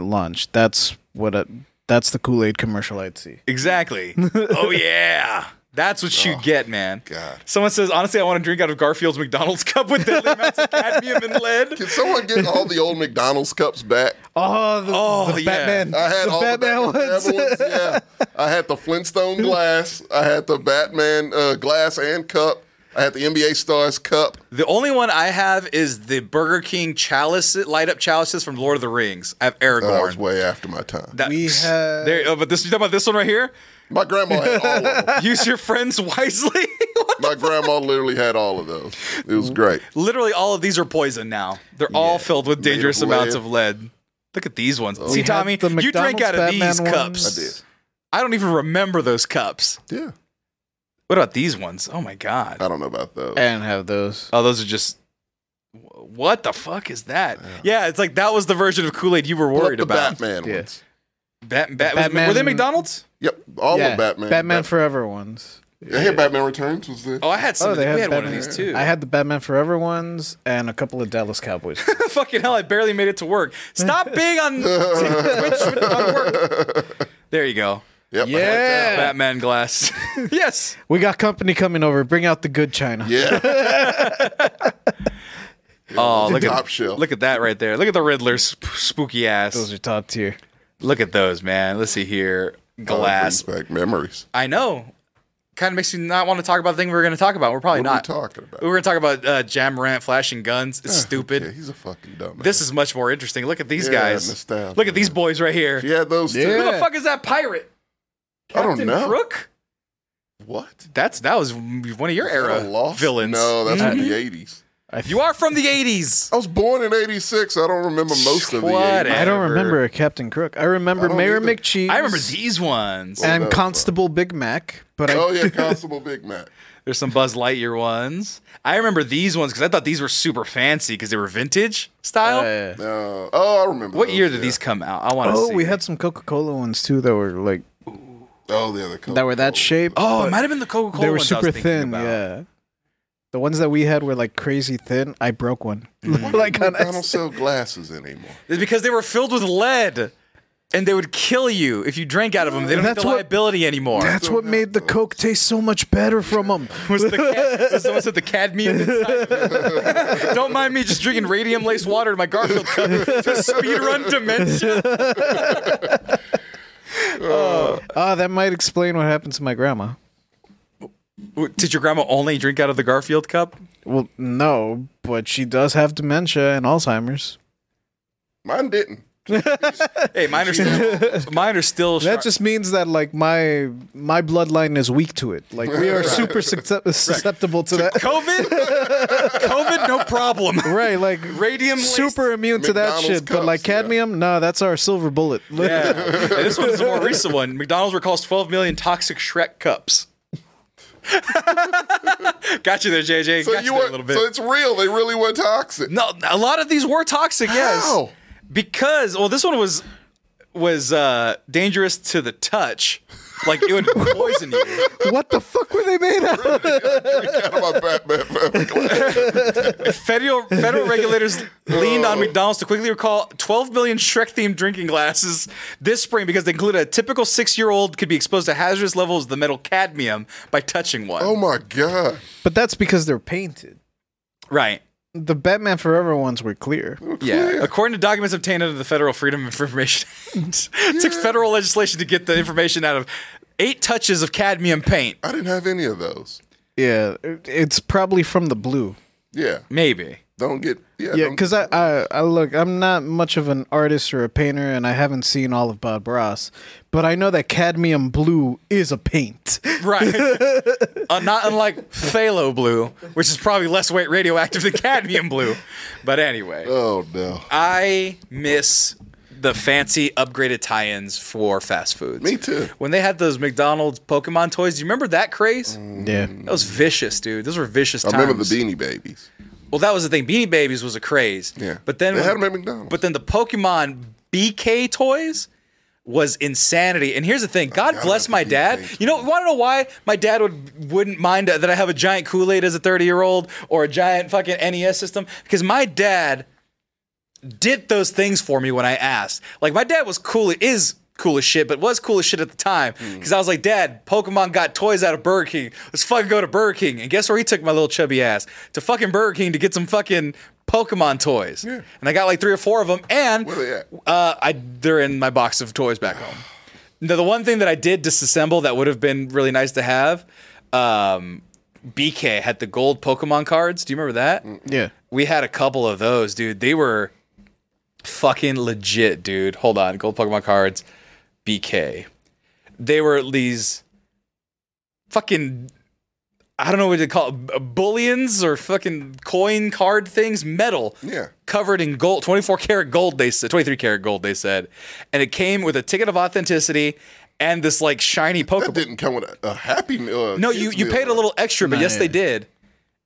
[SPEAKER 5] launched, that's what a, that's the Kool Aid commercial I'd see.
[SPEAKER 1] exactly. oh yeah. That's what you get, man.
[SPEAKER 2] God.
[SPEAKER 1] Someone says, honestly, I want to drink out of Garfield's McDonald's cup with deadly amounts of cadmium and lead.
[SPEAKER 2] Can someone get all the old McDonald's cups back?
[SPEAKER 5] Oh, the,
[SPEAKER 1] Oh,
[SPEAKER 5] the
[SPEAKER 1] yeah.
[SPEAKER 5] Batman.
[SPEAKER 2] I had
[SPEAKER 5] the
[SPEAKER 2] all
[SPEAKER 5] Batman
[SPEAKER 2] the Batman ones.
[SPEAKER 5] ones.
[SPEAKER 2] Yeah, I had the Flintstone glass. I had the Batman uh, glass and cup. I had the NBA stars cup.
[SPEAKER 1] The only one I have is the Burger King chalice, light up chalices from Lord of the Rings. I have
[SPEAKER 2] Uh, that
[SPEAKER 1] Aragorn.
[SPEAKER 2] was way after my time.
[SPEAKER 1] That-
[SPEAKER 5] We had-
[SPEAKER 1] There, oh, but this you talking about this one right here?
[SPEAKER 2] My grandma had all of them.
[SPEAKER 1] Use your friends wisely.
[SPEAKER 2] My grandma literally had all of those. It was great.
[SPEAKER 1] Literally, all of these are poison now. They're all filled with
[SPEAKER 2] Made of
[SPEAKER 1] dangerous amounts
[SPEAKER 2] lead.
[SPEAKER 1] of lead. Look at these ones.
[SPEAKER 5] We
[SPEAKER 1] See,
[SPEAKER 5] had
[SPEAKER 1] Tommy,
[SPEAKER 5] the
[SPEAKER 1] you drank
[SPEAKER 5] McDonald's
[SPEAKER 1] out of
[SPEAKER 5] Batman
[SPEAKER 1] these
[SPEAKER 5] ones.
[SPEAKER 1] cups.
[SPEAKER 2] I did.
[SPEAKER 1] I don't even remember those cups.
[SPEAKER 2] Yeah,
[SPEAKER 1] What about these ones? Oh my god.
[SPEAKER 2] I don't know about those.
[SPEAKER 5] I didn't have those.
[SPEAKER 1] Oh, those are just. What the fuck is that? Yeah, it's like that was the version of Kool Aid you were
[SPEAKER 2] Pull up
[SPEAKER 1] worried
[SPEAKER 2] the
[SPEAKER 1] about.
[SPEAKER 2] Batman
[SPEAKER 5] Yeah.
[SPEAKER 2] ones.
[SPEAKER 1] Bat- Bat-
[SPEAKER 5] Batman-
[SPEAKER 1] were they McDonald's?
[SPEAKER 2] Yep, all
[SPEAKER 5] yeah.
[SPEAKER 2] of Batman.
[SPEAKER 5] Batman
[SPEAKER 2] Bat-
[SPEAKER 5] Forever ones.
[SPEAKER 2] I hear Batman Returns was the.
[SPEAKER 1] Oh, I had some.
[SPEAKER 5] Oh,
[SPEAKER 1] of the-
[SPEAKER 5] they
[SPEAKER 1] we had
[SPEAKER 5] had
[SPEAKER 1] one of
[SPEAKER 5] Batman.
[SPEAKER 1] these too.
[SPEAKER 5] I had the Batman Forever ones and a couple of Dallas Cowboys.
[SPEAKER 1] Fucking hell! I barely made it to work. Stop being on Twitch with- on work. There you go.
[SPEAKER 2] Yep, I had
[SPEAKER 5] Yeah.
[SPEAKER 2] that.
[SPEAKER 1] Batman glass. yes.
[SPEAKER 5] we got company coming over. Bring out the good China.
[SPEAKER 2] Yeah.
[SPEAKER 1] Oh,
[SPEAKER 2] the
[SPEAKER 1] look
[SPEAKER 2] top
[SPEAKER 1] at
[SPEAKER 2] shelf.
[SPEAKER 1] look at that right there. Look at the Riddler's sp- spooky ass.
[SPEAKER 5] Those are top tier.
[SPEAKER 1] look at those, man. Let's see here. Glass.
[SPEAKER 2] Brings back memories.
[SPEAKER 1] I know. Kind of makes you not want to talk about the thing we were going to talk about. We're probably
[SPEAKER 2] What are we
[SPEAKER 1] not
[SPEAKER 2] talking about?
[SPEAKER 1] We were going to talk about uh, Jamrant flashing guns. It's stupid.
[SPEAKER 2] Yeah, he's a fucking dumb.
[SPEAKER 1] This is much more interesting. Look at these
[SPEAKER 2] Ah, Yeah,
[SPEAKER 1] guys.
[SPEAKER 2] nostalgia.
[SPEAKER 1] Look at these boys right here.
[SPEAKER 2] She had those
[SPEAKER 5] Yeah.
[SPEAKER 2] too.
[SPEAKER 1] Who the fuck is that pirate?
[SPEAKER 2] I don't
[SPEAKER 1] Captain
[SPEAKER 2] know.
[SPEAKER 1] Crook?
[SPEAKER 2] What?
[SPEAKER 1] That's that was one of your
[SPEAKER 2] Is that
[SPEAKER 1] era
[SPEAKER 2] a lost?
[SPEAKER 1] villains. Mm-hmm.
[SPEAKER 2] No, that's from the '80s.
[SPEAKER 5] I
[SPEAKER 1] You are from the 80s.
[SPEAKER 2] I was born in '86. I don't remember most of the
[SPEAKER 1] What
[SPEAKER 2] '80s.
[SPEAKER 5] I don't
[SPEAKER 1] Ever.
[SPEAKER 5] remember a Captain Crook. I remember
[SPEAKER 2] I don't
[SPEAKER 5] Mayor
[SPEAKER 2] either.
[SPEAKER 5] McCheese.
[SPEAKER 1] I remember these ones.
[SPEAKER 2] Well,
[SPEAKER 5] and
[SPEAKER 2] no,
[SPEAKER 5] Constable Big Mac, but I
[SPEAKER 2] Oh yeah, Constable Big Mac.
[SPEAKER 1] There's some Buzz Lightyear ones. I remember these ones because I thought these were super fancy because they were vintage style.
[SPEAKER 5] Uh,
[SPEAKER 2] No. Oh, I remember.
[SPEAKER 1] what
[SPEAKER 2] those,
[SPEAKER 1] year did
[SPEAKER 2] yeah.
[SPEAKER 1] these come out? I want to
[SPEAKER 5] oh,
[SPEAKER 1] see.
[SPEAKER 5] we had some Coca Cola ones too that were like
[SPEAKER 2] Oh, the other.
[SPEAKER 5] that were that shape.
[SPEAKER 1] Oh, it
[SPEAKER 5] but
[SPEAKER 1] might have been the Coca Cola.
[SPEAKER 5] they were
[SPEAKER 1] ones I
[SPEAKER 5] super
[SPEAKER 1] was thinking
[SPEAKER 5] thin.
[SPEAKER 1] about.
[SPEAKER 5] Yeah, the ones that we had were like crazy thin. I broke one.
[SPEAKER 2] Like
[SPEAKER 1] Mm.
[SPEAKER 5] like on
[SPEAKER 2] I don't sell glasses anymore.
[SPEAKER 1] It's because they were filled with lead, and they would kill you if you drank out of them. They don't
[SPEAKER 5] That's
[SPEAKER 1] have the
[SPEAKER 5] what-
[SPEAKER 1] liability anymore.
[SPEAKER 5] That's what made the Coke taste so much better from them.
[SPEAKER 1] was the ca- someone said the cadmium. inside of it. Don't mind me just drinking radium laced water in my Garfield cup to speedrun dementia.
[SPEAKER 5] Ah, that might explain what happened to my grandma.
[SPEAKER 1] Did your grandma only drink out of the Garfield cup?
[SPEAKER 5] Well, no, but she does have dementia and Alzheimer's.
[SPEAKER 2] Mine didn't.
[SPEAKER 1] Hey, mine are still mine are still
[SPEAKER 5] That just means that like my my bloodline is weak to it. Like we are super suscep- susceptible to that.
[SPEAKER 1] COVID, COVID, no problem.
[SPEAKER 5] Right, like
[SPEAKER 1] Radium,
[SPEAKER 5] super immune to that
[SPEAKER 2] McDonald's
[SPEAKER 5] shit, but
[SPEAKER 2] cups,
[SPEAKER 5] like
[SPEAKER 2] yeah.
[SPEAKER 5] cadmium, nah, that's our silver bullet.
[SPEAKER 1] Yeah, And this one's a more recent one. McDonald's recalls 12 million toxic Shrek cups. got you there, JJ.
[SPEAKER 2] So
[SPEAKER 1] got you, there
[SPEAKER 2] you were,
[SPEAKER 1] a little bit.
[SPEAKER 2] So it's real. They really were toxic.
[SPEAKER 1] no, a lot of these were toxic. Yes,
[SPEAKER 2] How?
[SPEAKER 1] because well, this one was was uh dangerous to the touch. Like it would poison you.
[SPEAKER 5] What the fuck were they made out of?
[SPEAKER 2] Out of my Batman family glass.
[SPEAKER 1] Federal federal regulators leaned on McDonald's to quickly recall 12 million Shrek-themed drinking glasses this spring because they included a typical six-year-old could be exposed to hazardous levels of the metal cadmium by touching one.
[SPEAKER 2] Oh my god.
[SPEAKER 5] But that's because they're painted.
[SPEAKER 1] Right.
[SPEAKER 5] The Batman Forever ones were clear.
[SPEAKER 1] Yeah. According to documents obtained under the Federal Freedom of Information Act, it took federal legislation to get the information out of eight touches of cadmium paint.
[SPEAKER 2] I didn't have any of those.
[SPEAKER 5] Yeah, it- it's probably from the blue.
[SPEAKER 2] Yeah.
[SPEAKER 1] Maybe.
[SPEAKER 2] Don't get. Yeah.
[SPEAKER 5] Yeah,
[SPEAKER 2] don't-
[SPEAKER 5] because I, I, I look, I'm not much of an artist or a painter, and I haven't seen all of Bob Ross, but I know that cadmium blue is a paint.
[SPEAKER 1] Right. Uh, not unlike phthalo blue, which is probably less weight radioactive than cadmium blue. But anyway.
[SPEAKER 2] Oh no.
[SPEAKER 1] I miss the fancy upgraded tie-ins for fast foods.
[SPEAKER 2] Me too.
[SPEAKER 1] When they had those McDonald's Pokemon toys, do you remember that craze?
[SPEAKER 5] Yeah,
[SPEAKER 1] That was vicious, dude. Those were vicious
[SPEAKER 2] Mm. I
[SPEAKER 1] times.
[SPEAKER 2] remember the Beanie Babies.
[SPEAKER 1] Well, that was the thing. Beanie Babies was a craze.
[SPEAKER 2] Yeah.
[SPEAKER 1] But then
[SPEAKER 2] They had
[SPEAKER 1] when-
[SPEAKER 2] 'em at McDonald's.
[SPEAKER 1] But then the Pokemon BK toys was insanity. And here's the thing. God
[SPEAKER 2] God,
[SPEAKER 1] bless
[SPEAKER 2] the
[SPEAKER 1] my
[SPEAKER 2] BK
[SPEAKER 1] dad.
[SPEAKER 2] toys.
[SPEAKER 1] You know, want to know why my dad would wouldn't mind that I have a giant Kool Aid as a 30 year old or a giant fucking NES system? Because my dad did those things for me when I asked. Like my dad was cool. Is cool as shit, but was cool as shit at the time because I was like, Dad, Pokemon got toys out of Burger King. Let's fucking go to Burger King. And guess where he took my little chubby ass to fucking Burger King to get some fucking Pokemon toys. And I got like three or four of them. And
[SPEAKER 2] Oh,
[SPEAKER 1] Uh, I they're in my box of toys back home. Now, the one thing that I did disassemble that would have been really nice to have, um, BK had the gold Pokemon cards. Do you remember that?
[SPEAKER 5] Yeah.
[SPEAKER 1] We had a couple of those, dude. They were fucking legit, dude. Hold on. Gold Pokemon cards, BK. They were these fucking, I don't know what to call it, b- bullions or fucking coin card things, metal.
[SPEAKER 2] Yeah.
[SPEAKER 1] Covered in gold, 24 karat gold, they said, 23 karat gold, they said. And it came with a ticket of authenticity and this like shiny Pokemon. That
[SPEAKER 2] didn't come with a, happy meal. uh,
[SPEAKER 1] No, you,
[SPEAKER 2] kids
[SPEAKER 1] you
[SPEAKER 2] meal,
[SPEAKER 1] paid a
[SPEAKER 2] right?
[SPEAKER 1] little extra, but
[SPEAKER 5] Nah,
[SPEAKER 1] yes,
[SPEAKER 5] yeah.
[SPEAKER 1] they did.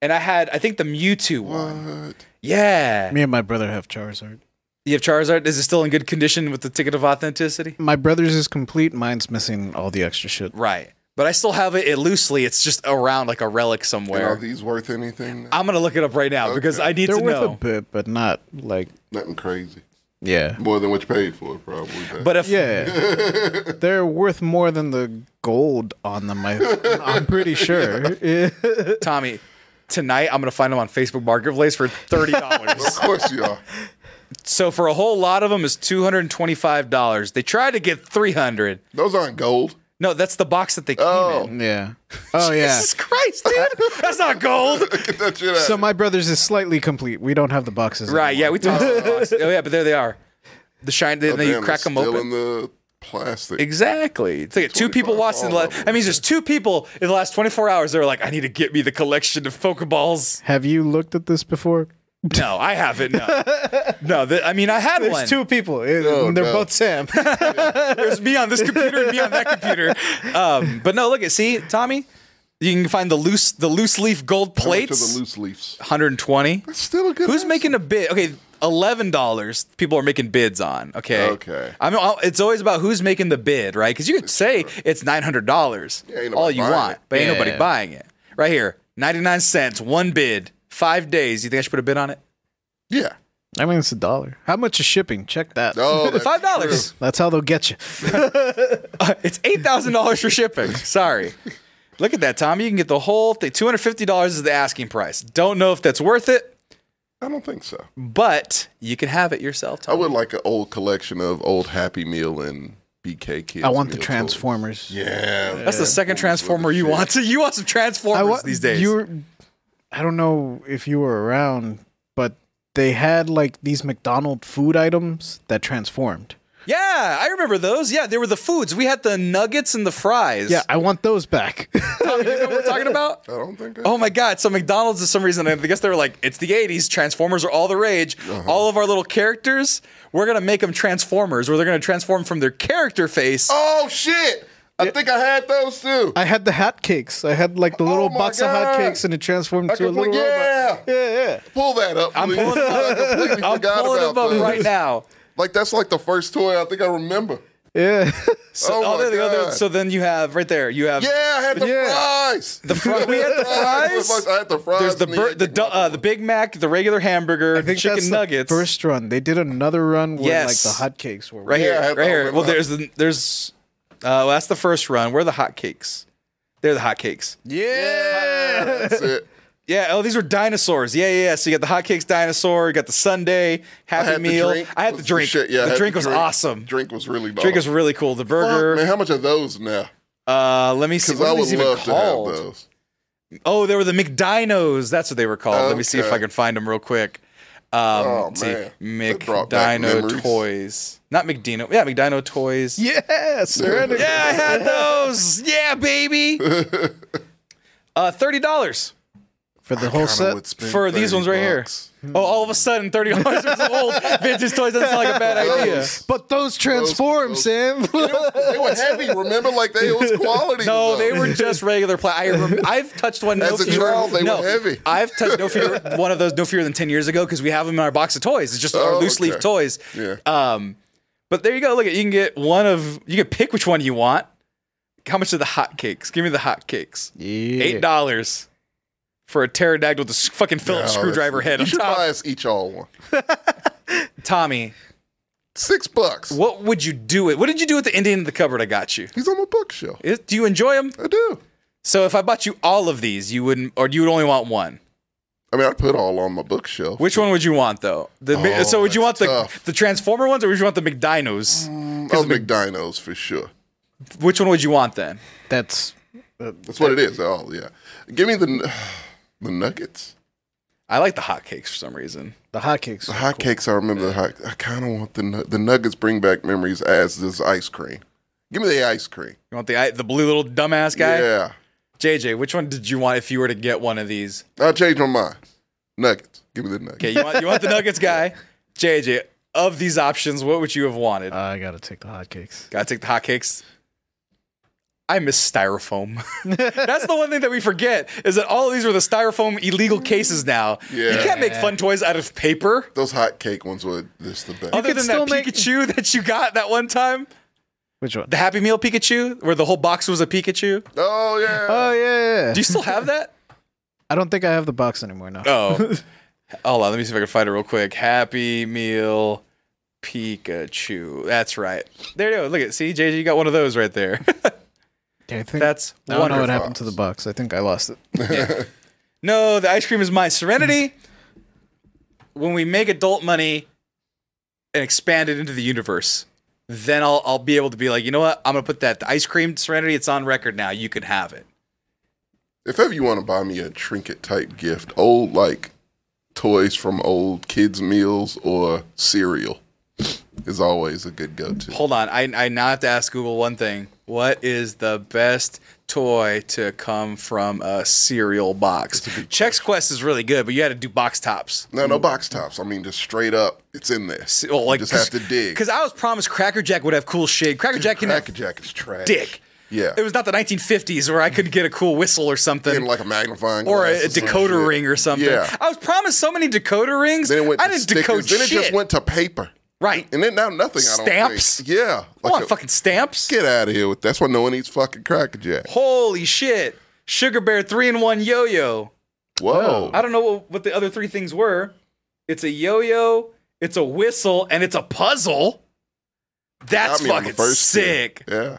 [SPEAKER 1] And I had, I think the Mewtwo one. Yeah.
[SPEAKER 5] Me and my brother have Charizard.
[SPEAKER 1] You have Charizard. Is it still in good condition with the ticket of authenticity?
[SPEAKER 5] My brother's is complete. Mine's missing all the extra shit.
[SPEAKER 1] Right. But I still have it, it loosely. It's just around like a relic
[SPEAKER 2] And are
[SPEAKER 1] somewhere.
[SPEAKER 2] these worth anything?
[SPEAKER 1] I'm gonna look it up right now because I need
[SPEAKER 5] They're
[SPEAKER 1] to
[SPEAKER 5] worth
[SPEAKER 1] know.
[SPEAKER 5] a bit, but not like
[SPEAKER 2] nothing crazy.
[SPEAKER 5] Yeah.
[SPEAKER 2] More than what you paid for it, probably.
[SPEAKER 1] But if
[SPEAKER 5] yeah, they're worth more than the gold on them. I, I'm pretty sure. Yeah.
[SPEAKER 1] Tommy, tonight I'm gonna find them on Facebook Marketplace for thirty dollars.
[SPEAKER 2] of course you are.
[SPEAKER 1] so for a whole lot of them is two hundred and twenty-five dollars. They tried to get three hundred.
[SPEAKER 2] Those aren't gold.
[SPEAKER 1] No, that's the box that they came in.
[SPEAKER 5] Yeah. Oh yeah.
[SPEAKER 1] Jesus Christ, dude, that's not gold.
[SPEAKER 2] Get that shit out.
[SPEAKER 5] So my brother's is slightly complete. We don't have the boxes.
[SPEAKER 1] right? Yeah, we talked about the box. Oh yeah, but there they are. The shine. Then
[SPEAKER 2] Oh,
[SPEAKER 1] you
[SPEAKER 2] damn,
[SPEAKER 1] crack
[SPEAKER 2] it's
[SPEAKER 1] them
[SPEAKER 2] still
[SPEAKER 1] open.
[SPEAKER 2] in the plastic.
[SPEAKER 1] Exactly. It's like two people watched in the last. That means there's two people in the last 24 hours. They were like, "I need to get me the collection of Pokeballs."
[SPEAKER 5] Have you looked at this before?
[SPEAKER 1] No, I haven't. No, no. th- I mean, I had
[SPEAKER 5] There's
[SPEAKER 1] one.
[SPEAKER 5] two people. It- they're
[SPEAKER 1] no.
[SPEAKER 5] both Sam.
[SPEAKER 1] There's me on this computer and me on that computer. Um, but no, look at see, Tommy. You can find the loose the loose leaf gold
[SPEAKER 2] How much are
[SPEAKER 1] plates.
[SPEAKER 2] the loose leafs?
[SPEAKER 1] 120.
[SPEAKER 2] That's still a good.
[SPEAKER 1] Who's making a bid? Okay, eleven dollars. People are making bids on. Okay.
[SPEAKER 2] Okay.
[SPEAKER 1] I mean, I'll- it's always about who's making the bid, right? Because you could say it's nine hundred dollars,
[SPEAKER 2] Yeah, ain't nobody
[SPEAKER 1] all you
[SPEAKER 2] buying
[SPEAKER 1] want,
[SPEAKER 2] it.
[SPEAKER 1] but ain't
[SPEAKER 5] Yeah.
[SPEAKER 1] nobody buying it. Right here, ninety nine cents, one bid, five days. You think I should put a bid on it?
[SPEAKER 2] Yeah.
[SPEAKER 5] I mean, it's a dollar. How much is shipping? Check that.
[SPEAKER 2] Oh, that's
[SPEAKER 1] Five dollars.
[SPEAKER 2] true.
[SPEAKER 5] That's how they'll get you.
[SPEAKER 1] It's eight thousand dollars for shipping. Sorry. Look at that, Tommy. You can get the whole thing. Two hundred fifty dollars is the asking price. Don't know if that's worth it,
[SPEAKER 2] I don't think so.
[SPEAKER 1] but you can have it yourself.
[SPEAKER 2] I
[SPEAKER 1] Tommy.
[SPEAKER 2] would like an old collection of old Happy Meal and BK kids.
[SPEAKER 5] I want the
[SPEAKER 2] meal
[SPEAKER 5] Transformers.
[SPEAKER 2] toys. Yeah.
[SPEAKER 1] That's the second transformer you want. To you want some transformers
[SPEAKER 5] I wa-
[SPEAKER 1] these days.
[SPEAKER 5] You were, I don't know if you were around, but they had like these McDonald food items that transformed.
[SPEAKER 1] Yeah, I remember those. Yeah, they were the foods. We had the nuggets and the fries.
[SPEAKER 5] Yeah, I want those back.
[SPEAKER 1] Tommy, you know what we're talking about?
[SPEAKER 2] I don't think. I,
[SPEAKER 1] Oh my God! So McDonald's, for some reason, I guess they were like, "It's the '80s. Transformers are all the rage.
[SPEAKER 2] Uh-huh.
[SPEAKER 1] All of our little characters, we're gonna make them Transformers, where they're gonna transform from their character face."
[SPEAKER 2] Oh shit! I think I had those too.
[SPEAKER 5] I had the hot cakes. I had like the little
[SPEAKER 2] Oh my
[SPEAKER 5] box of
[SPEAKER 2] God.
[SPEAKER 5] hot cakes, and it transformed
[SPEAKER 2] I
[SPEAKER 5] to a
[SPEAKER 2] completely-
[SPEAKER 5] little robot.
[SPEAKER 2] yeah.
[SPEAKER 5] Yeah, yeah.
[SPEAKER 2] Pull that up.
[SPEAKER 1] I'm
[SPEAKER 2] please.
[SPEAKER 1] pulling them up.
[SPEAKER 2] I completely
[SPEAKER 1] I'm
[SPEAKER 2] forgot
[SPEAKER 1] pulling
[SPEAKER 2] about
[SPEAKER 1] them up
[SPEAKER 2] those.
[SPEAKER 1] right now.
[SPEAKER 2] Like that's like the first toy I think I remember.
[SPEAKER 5] Yeah.
[SPEAKER 1] So,
[SPEAKER 2] Oh my
[SPEAKER 1] there they go, there-
[SPEAKER 2] God.
[SPEAKER 1] so then you have right there. You have
[SPEAKER 2] Yeah, I had the
[SPEAKER 5] Yeah.
[SPEAKER 2] fries.
[SPEAKER 1] the fries. We had the fries.
[SPEAKER 2] I had the fries.
[SPEAKER 1] There's the
[SPEAKER 2] and
[SPEAKER 1] bur- the du- uh, the Big Mac, the regular hamburger,
[SPEAKER 5] I think
[SPEAKER 1] chicken
[SPEAKER 5] that's
[SPEAKER 1] nuggets.
[SPEAKER 5] The first run. They did another run where
[SPEAKER 1] Yes.
[SPEAKER 5] like the hotcakes were
[SPEAKER 1] Right
[SPEAKER 2] Yeah, I
[SPEAKER 1] here,
[SPEAKER 2] have
[SPEAKER 1] right
[SPEAKER 2] all
[SPEAKER 1] here.
[SPEAKER 2] of
[SPEAKER 1] Well,
[SPEAKER 2] them.
[SPEAKER 1] there's the, there's. Uh, well, that's the first run. Where are the hotcakes? They're the hotcakes.
[SPEAKER 5] Yeah.
[SPEAKER 2] That's it.
[SPEAKER 1] Yeah. Oh, these were dinosaurs. Yeah, yeah. yeah. So you got the hotcakes dinosaur. You got the Sunday
[SPEAKER 2] I
[SPEAKER 1] Happy
[SPEAKER 2] had
[SPEAKER 1] Meal.
[SPEAKER 2] the drink.
[SPEAKER 1] I had the
[SPEAKER 2] was
[SPEAKER 1] drink.
[SPEAKER 2] shit. Yeah, I
[SPEAKER 1] the
[SPEAKER 2] had
[SPEAKER 1] drink was awesome. Drink,
[SPEAKER 2] Drink was really bomb.
[SPEAKER 1] was really cool. The
[SPEAKER 2] Fuck, man,
[SPEAKER 1] burger.
[SPEAKER 2] how much are those now?
[SPEAKER 1] Uh, let me see.
[SPEAKER 2] Because
[SPEAKER 1] What
[SPEAKER 2] I
[SPEAKER 1] are
[SPEAKER 2] would
[SPEAKER 1] these even
[SPEAKER 2] love to have
[SPEAKER 1] called?
[SPEAKER 2] those.
[SPEAKER 1] Oh, they were the McDinos. That's what they were called. Let me see if I
[SPEAKER 2] Okay.
[SPEAKER 1] can find them real quick. Um,
[SPEAKER 2] Oh,
[SPEAKER 1] let's see.
[SPEAKER 2] man. That brought back
[SPEAKER 1] McDino
[SPEAKER 2] memories.
[SPEAKER 1] toys. Not McDino. Yeah, McDino toys.
[SPEAKER 5] Yeah, surrender.
[SPEAKER 1] Yeah, I had those. Yeah, baby. Uh, thirty dollars
[SPEAKER 5] For the whole
[SPEAKER 2] Kinda
[SPEAKER 5] set.
[SPEAKER 2] would spend
[SPEAKER 1] for these
[SPEAKER 2] 30
[SPEAKER 1] ones right
[SPEAKER 2] bucks.
[SPEAKER 1] here. Oh, all of a sudden, thirty dollars for some old vintage toys doesn't sound like a bad idea.
[SPEAKER 2] Those.
[SPEAKER 5] But those transform,
[SPEAKER 2] those-
[SPEAKER 5] Sam.
[SPEAKER 2] They were heavy. Remember, like they it was quality.
[SPEAKER 1] No,
[SPEAKER 2] though.
[SPEAKER 1] they were just regular pla I rem- I've touched one. no
[SPEAKER 2] As a
[SPEAKER 1] fewer-
[SPEAKER 2] child, they were
[SPEAKER 1] no,
[SPEAKER 2] heavy.
[SPEAKER 1] I've touched no fewer one of those no fewer than ten years ago because we have them in our box of toys. It's just our
[SPEAKER 2] Oh,
[SPEAKER 1] loose leaf
[SPEAKER 2] okay.
[SPEAKER 1] toys.
[SPEAKER 2] Yeah.
[SPEAKER 1] Um, but there you go. Look at you can get one of you can pick which one you want. How much are the hot cakes? Give me the hot cakes.
[SPEAKER 5] Yeah.
[SPEAKER 1] Eight dollars for a pterodactyl with a s- fucking Phillips
[SPEAKER 2] No,
[SPEAKER 1] screwdriver
[SPEAKER 2] that's-
[SPEAKER 1] head
[SPEAKER 2] You
[SPEAKER 1] on
[SPEAKER 2] should
[SPEAKER 1] top.
[SPEAKER 2] buy us each all one.
[SPEAKER 1] Tommy,
[SPEAKER 2] Six bucks.
[SPEAKER 1] What would you do it? What did you do with the Indian in the cupboard I got you?
[SPEAKER 2] He's on my bookshelf.
[SPEAKER 1] do you enjoy them?
[SPEAKER 2] I do.
[SPEAKER 1] So if I bought you all of these, you wouldn't, or you would only want one.
[SPEAKER 2] I mean, I'd put all on my bookshelf.
[SPEAKER 1] Which one would you want though? The, mi-
[SPEAKER 2] Oh,
[SPEAKER 1] so would you want
[SPEAKER 2] that's
[SPEAKER 1] the
[SPEAKER 2] tough.
[SPEAKER 1] the Transformer ones, or would you want the McDinos?
[SPEAKER 2] Oh, McDinos for sure.
[SPEAKER 1] Which one would you want then?
[SPEAKER 5] That's
[SPEAKER 2] That's what it is. Oh, yeah. Give me the n- the nuggets.
[SPEAKER 1] I like the hotcakes for some reason.
[SPEAKER 5] The hotcakes.
[SPEAKER 2] The hotcakes. I remember the hot. I kind of want the nu- the nuggets. Bring back memories as this ice cream. Give me the ice cream.
[SPEAKER 1] You want the i- the blue little dumbass guy?
[SPEAKER 2] Yeah.
[SPEAKER 1] JJ, which one did you want if you were to get one of these?
[SPEAKER 2] I'll change my mind. Nuggets. Give me the nuggets.
[SPEAKER 1] Okay, you want you want the Nuggets guy? JJ, of these options, what would you have wanted?
[SPEAKER 5] I gotta take the hotcakes.
[SPEAKER 1] Gotta take the hotcakes. I miss styrofoam. That's the one thing that we forget is that all of these were the styrofoam illegal cases now. You
[SPEAKER 2] Yeah.
[SPEAKER 1] can't make fun toys out of paper.
[SPEAKER 2] Those hot cake ones were just the best.
[SPEAKER 1] Other
[SPEAKER 5] could
[SPEAKER 1] than that
[SPEAKER 5] still make-
[SPEAKER 1] Pikachu that you got that one time,
[SPEAKER 5] Which one?
[SPEAKER 1] the Happy Meal Pikachu, where the whole box was a Pikachu.
[SPEAKER 2] Oh yeah.
[SPEAKER 5] Oh yeah, yeah.
[SPEAKER 1] Do you still have that?
[SPEAKER 5] I don't think I have the box anymore now.
[SPEAKER 1] Oh. Hold on, let me see if I can find it real quick. Happy Meal Pikachu. That's right. There you go. Look at see, JJ, you got one of those right there.
[SPEAKER 5] I think
[SPEAKER 1] That's
[SPEAKER 5] I don't know what
[SPEAKER 1] wonderful.
[SPEAKER 5] happened to the box. I think I lost it.
[SPEAKER 1] No, the ice cream is my serenity. when we make adult money and expand it into the universe, then I'll I'll be able to be like, you know what? I'm gonna put that the ice cream serenity. It's on record now. You can have it.
[SPEAKER 2] If ever you want to buy me a trinket type gift, old like toys from old kids' meals or cereal is always a good go to.
[SPEAKER 1] Hold on, I I now have to ask Google one thing. What is the best toy to come from a cereal box? Chex Quest is really good, but you had to do box tops.
[SPEAKER 2] No, no box tops. I mean, just straight up, it's in there.
[SPEAKER 1] S- Well, like
[SPEAKER 2] you just have to dig.
[SPEAKER 1] Because I was promised Cracker Jack would have cool shade. Cracker Jack can
[SPEAKER 2] Cracker
[SPEAKER 1] have
[SPEAKER 2] Jack is trash.
[SPEAKER 1] dick.
[SPEAKER 2] Yeah.
[SPEAKER 1] It was not the 1950s where I could get a cool whistle or something.
[SPEAKER 2] in like a magnifying
[SPEAKER 1] or a,
[SPEAKER 2] glass
[SPEAKER 1] a
[SPEAKER 2] some
[SPEAKER 1] decoder
[SPEAKER 2] shit.
[SPEAKER 1] ring or something.
[SPEAKER 2] Yeah.
[SPEAKER 1] I was promised so many decoder rings.
[SPEAKER 2] Then it went
[SPEAKER 1] I
[SPEAKER 2] to
[SPEAKER 1] didn't
[SPEAKER 2] stickers.
[SPEAKER 1] decode
[SPEAKER 2] then it
[SPEAKER 1] shit.
[SPEAKER 2] just went to paper.
[SPEAKER 1] right.
[SPEAKER 2] And then now nothing. I don't think.
[SPEAKER 1] Stamps?
[SPEAKER 2] Yeah.
[SPEAKER 1] I
[SPEAKER 2] Like
[SPEAKER 1] want
[SPEAKER 2] a-
[SPEAKER 1] fucking stamps.
[SPEAKER 2] Get out of here with that's why no one eats fucking Cracker Jack.
[SPEAKER 1] Holy shit! Sugar Bear three in one yo-yo.
[SPEAKER 2] Whoa.
[SPEAKER 1] I don't know what, what the other three things were. It's a yo-yo. It's a whistle, and it's a puzzle. That's
[SPEAKER 2] Got me on the
[SPEAKER 1] fucking
[SPEAKER 2] first two.
[SPEAKER 1] sick.
[SPEAKER 2] Yeah.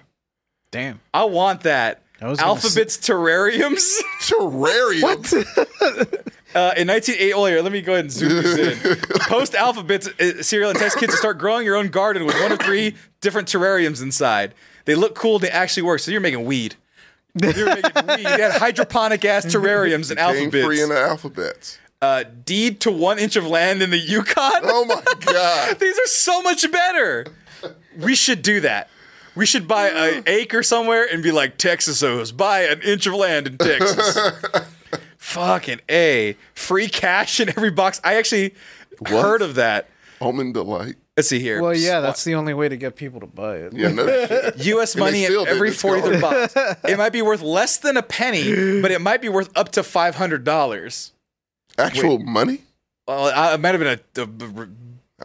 [SPEAKER 5] Damn.
[SPEAKER 1] I want that.
[SPEAKER 5] I was gonna
[SPEAKER 1] Alphabets terrariums.
[SPEAKER 2] Terrarium.
[SPEAKER 1] Uh, in 1980, oh, here, let me go ahead and zoom this in. Post alphabets uh, cereal and test kids to start growing your own garden with one of three different terrariums inside. They look cool. They actually work. So you're making weed. You're making weed. You had hydroponic ass terrariums and
[SPEAKER 2] Game free
[SPEAKER 1] alphabets.
[SPEAKER 2] in the alphabets.
[SPEAKER 1] Uh, deed to one inch of land in the Yukon.
[SPEAKER 2] Oh my god.
[SPEAKER 1] These are so much better. We should do that. We should buy an acre somewhere and be like Texas owes buy an inch of land in Texas. Fucking a free cash in every box. I actually heard of that.
[SPEAKER 2] Almond delight.
[SPEAKER 1] Let's see here.
[SPEAKER 5] Well, yeah, that's the only way to get people to buy it.
[SPEAKER 2] Yeah, no shit.
[SPEAKER 1] U.S.
[SPEAKER 2] And they
[SPEAKER 1] money in
[SPEAKER 2] still did.
[SPEAKER 1] every
[SPEAKER 2] It's gone.
[SPEAKER 1] 43rd box. It might be worth less than a penny, but it might be worth up to five hundred dollars.
[SPEAKER 2] Actual money?
[SPEAKER 1] Well, I- it might have been a-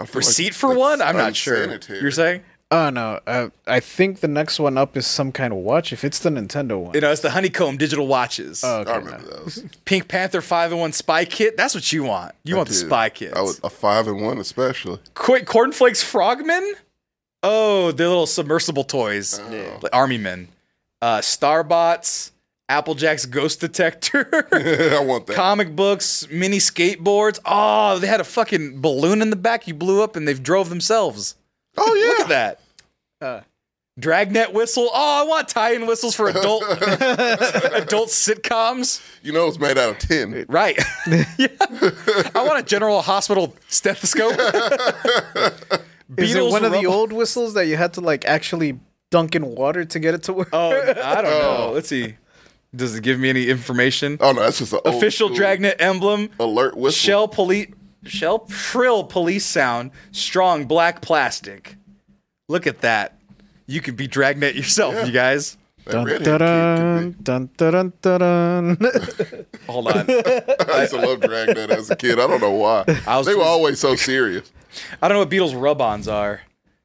[SPEAKER 1] a,
[SPEAKER 2] I feel
[SPEAKER 1] receipt
[SPEAKER 2] like
[SPEAKER 1] for
[SPEAKER 2] that's
[SPEAKER 1] one. I'm not sure.
[SPEAKER 2] unsanitary.
[SPEAKER 1] You're saying?
[SPEAKER 5] Oh no, uh, I think the next one up is some kind of watch. If it's the Nintendo one,
[SPEAKER 1] You know, it's the honeycomb digital watches.
[SPEAKER 5] oh, okay,
[SPEAKER 2] I
[SPEAKER 5] no.
[SPEAKER 2] remember those.
[SPEAKER 1] Pink Panther 5 in 1 spy kit. That's what you want. You want the
[SPEAKER 2] Uh, Dude,
[SPEAKER 1] spy kit.
[SPEAKER 2] I was a five and one especially.
[SPEAKER 1] Quick Cornflakes Frogmen? Oh, the little submersible toys.
[SPEAKER 2] Oh.
[SPEAKER 1] Like Army men. Uh, Starbots, Applejack's Ghost Detector,
[SPEAKER 2] I want that.
[SPEAKER 1] comic books, mini skateboards. Oh, they had a fucking balloon in the back you blew up and they drove themselves.
[SPEAKER 2] oh yeah.
[SPEAKER 1] Look at that. Dragnet whistle. Oh, I want tie-in whistles for adult adult sitcoms.
[SPEAKER 2] You know it's made out of tin.
[SPEAKER 1] Right. yeah. I want a General Hospital stethoscope.
[SPEAKER 5] Is it
[SPEAKER 1] Beatles
[SPEAKER 5] one of the
[SPEAKER 1] rubble-
[SPEAKER 5] old whistles that you had to like actually dunk in water to get it to work?
[SPEAKER 1] Oh, I don't know. Let's see. Does it give me any information?
[SPEAKER 2] Oh no, that's just an old
[SPEAKER 1] Official
[SPEAKER 2] school
[SPEAKER 1] Dragnet emblem.
[SPEAKER 2] alert whistle.
[SPEAKER 1] Shell police. Shell trill police sound. Strong black plastic. Look at that. You could be Dragnet yourself, you guys.
[SPEAKER 2] That
[SPEAKER 5] dun,
[SPEAKER 2] redhead
[SPEAKER 5] dun,
[SPEAKER 2] kid could
[SPEAKER 5] dun,
[SPEAKER 2] be-
[SPEAKER 5] dun, dun, dun, dun.
[SPEAKER 1] Hold on.
[SPEAKER 2] I used to love Dragnet as a kid. I don't know why.
[SPEAKER 1] was
[SPEAKER 2] they were
[SPEAKER 1] just-
[SPEAKER 2] always so serious.
[SPEAKER 1] I don't know what Beatles rub-ons are.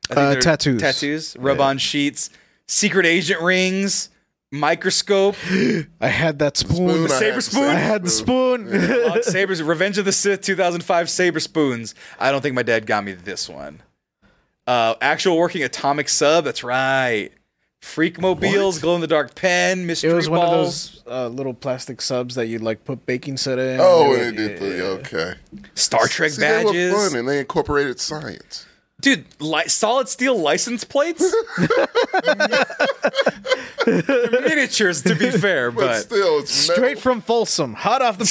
[SPEAKER 1] I think
[SPEAKER 5] Uh,
[SPEAKER 1] they're
[SPEAKER 5] tattoos.
[SPEAKER 1] Tattoos. Rub-on sheets. Secret agent rings. Microscope.
[SPEAKER 5] I had that spoon.
[SPEAKER 2] Spoon, I
[SPEAKER 1] saber
[SPEAKER 2] had
[SPEAKER 1] spoon?
[SPEAKER 5] I
[SPEAKER 2] saber
[SPEAKER 5] had the spoon.
[SPEAKER 1] Uh, Sabers, Revenge of the Sith, 2005 Saber Spoons. I don't think my dad got me this one. Uh, actual working atomic sub. That's right. Freak mobiles, glow in the dark pen, mystery
[SPEAKER 5] It was one
[SPEAKER 1] balls.
[SPEAKER 5] of those uh, little plastic subs that you'd like put baking soda in.
[SPEAKER 2] Oh,
[SPEAKER 5] and
[SPEAKER 2] and they did the okay.
[SPEAKER 1] Star Trek
[SPEAKER 2] See, they were
[SPEAKER 1] badges.
[SPEAKER 2] fun and they incorporated science.
[SPEAKER 1] Dude, li- solid steel license plates. They're miniatures, to be fair,
[SPEAKER 5] But
[SPEAKER 1] but,
[SPEAKER 2] still,
[SPEAKER 5] straight from Folsom, hot off the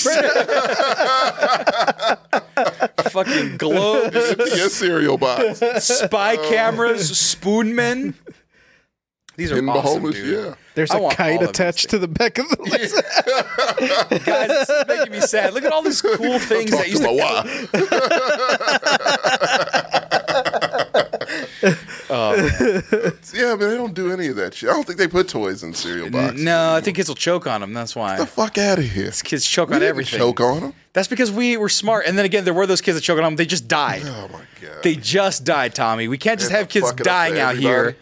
[SPEAKER 5] press.
[SPEAKER 1] fucking globes,
[SPEAKER 2] yes, cereal box.
[SPEAKER 1] spy
[SPEAKER 2] Oh.
[SPEAKER 1] cameras, spoon men. These are
[SPEAKER 2] In
[SPEAKER 1] awesome,
[SPEAKER 2] Bahamas,
[SPEAKER 1] dude.
[SPEAKER 2] yeah.
[SPEAKER 5] There's
[SPEAKER 1] I
[SPEAKER 5] a
[SPEAKER 1] want all
[SPEAKER 5] kite
[SPEAKER 1] of
[SPEAKER 5] attached to the back of the lizard.
[SPEAKER 1] Guys, this is making me sad. Look at all these cool things
[SPEAKER 2] Talk
[SPEAKER 1] that
[SPEAKER 2] to
[SPEAKER 1] used
[SPEAKER 2] my
[SPEAKER 1] to.
[SPEAKER 2] wife.
[SPEAKER 1] Oh,
[SPEAKER 2] Yeah, but they don't do any of that shit. I don't think they put toys in cereal boxes.
[SPEAKER 1] no, I think kids will choke on them. That's why
[SPEAKER 2] Get the fuck out of here.
[SPEAKER 1] These kids choke
[SPEAKER 2] We
[SPEAKER 1] on
[SPEAKER 2] didn't
[SPEAKER 1] everything.
[SPEAKER 2] Choke on them.
[SPEAKER 1] That's because we were smart. And then again, there were those kids that choked on them. They just died.
[SPEAKER 2] Oh my god.
[SPEAKER 1] They just died, Tommy. We can't just
[SPEAKER 2] They had
[SPEAKER 1] have
[SPEAKER 2] to
[SPEAKER 1] kids
[SPEAKER 2] fuck it up for
[SPEAKER 1] dying out here.
[SPEAKER 2] everybody.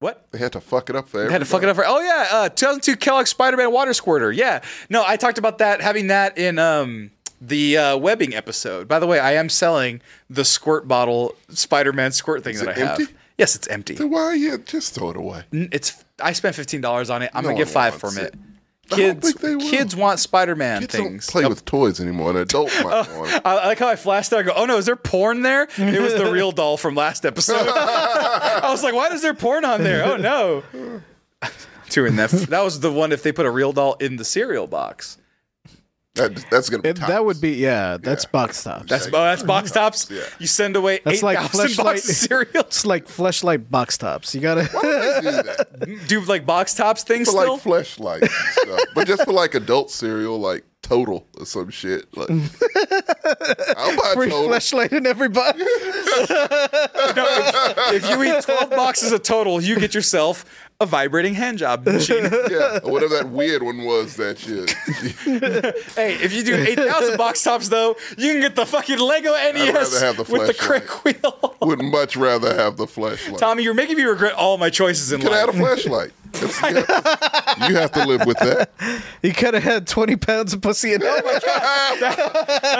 [SPEAKER 1] What?
[SPEAKER 2] They had to fuck it up for
[SPEAKER 1] I
[SPEAKER 2] everybody.
[SPEAKER 1] had to fuck it up for. Oh yeah, uh, 2002 Kellogg Spider-Man water squirter. Yeah. No, I talked about that having that in um the uh, webbing episode. By the way, I am selling the squirt bottle Spider-Man squirt thing
[SPEAKER 2] Is
[SPEAKER 1] that I
[SPEAKER 2] it
[SPEAKER 1] have.
[SPEAKER 2] empty?
[SPEAKER 1] Yes, it's empty.
[SPEAKER 2] Then why? Yeah, just throw it away.
[SPEAKER 1] N- It's I spent fifteen dollars on it. I'm
[SPEAKER 2] No
[SPEAKER 1] gonna get
[SPEAKER 2] one
[SPEAKER 1] five from
[SPEAKER 2] wants
[SPEAKER 1] it.
[SPEAKER 2] it. I don't
[SPEAKER 1] Kids,
[SPEAKER 2] think they will.
[SPEAKER 1] kids want Spider-Man
[SPEAKER 2] Kids don't
[SPEAKER 1] things. Oh.
[SPEAKER 2] play with toys anymore. An adult might want it.
[SPEAKER 1] I I like how I flashed there. I go, oh no, is there porn there? It was the real doll from last episode. I was like, why is there porn on there? Oh no. Two in that. That was the one. If they put a real doll in the cereal box,
[SPEAKER 2] That, that's gonna be
[SPEAKER 5] It-
[SPEAKER 2] tops.
[SPEAKER 5] that would be yeah. That's box tops.
[SPEAKER 1] that's oh, that's box tops.
[SPEAKER 2] Yeah.
[SPEAKER 1] You send away
[SPEAKER 5] That's
[SPEAKER 1] eight
[SPEAKER 5] like
[SPEAKER 1] thousand
[SPEAKER 5] Fleshlight.
[SPEAKER 1] boxes of cereal.
[SPEAKER 5] it's like fleshlight box tops. You gotta.
[SPEAKER 2] Why would they do that?
[SPEAKER 1] Do like box tops things
[SPEAKER 2] for
[SPEAKER 1] still?
[SPEAKER 2] like fleshlights and stuff, but just for like adult cereal, like total or some shit. Like, I'll buy
[SPEAKER 5] Free
[SPEAKER 2] total.
[SPEAKER 5] fleshlight in every box.
[SPEAKER 1] if you eat twelve boxes of total, you get yourself a vibrating hand job machine.
[SPEAKER 2] Yeah, or whatever that weird one was that shit.
[SPEAKER 1] Hey, if you do 8,000 box tops, though, you can get the fucking Lego NES
[SPEAKER 2] rather have the
[SPEAKER 1] with the
[SPEAKER 2] flashlight.
[SPEAKER 1] crick wheel.
[SPEAKER 2] Would much rather have the fleshlight.
[SPEAKER 1] Tommy, you're making me regret all my choices in
[SPEAKER 2] Could have had
[SPEAKER 1] life.
[SPEAKER 2] a flashlight. That's- yeah. You have to live with that.
[SPEAKER 5] You could have had twenty pounds of pussy in it.
[SPEAKER 1] That's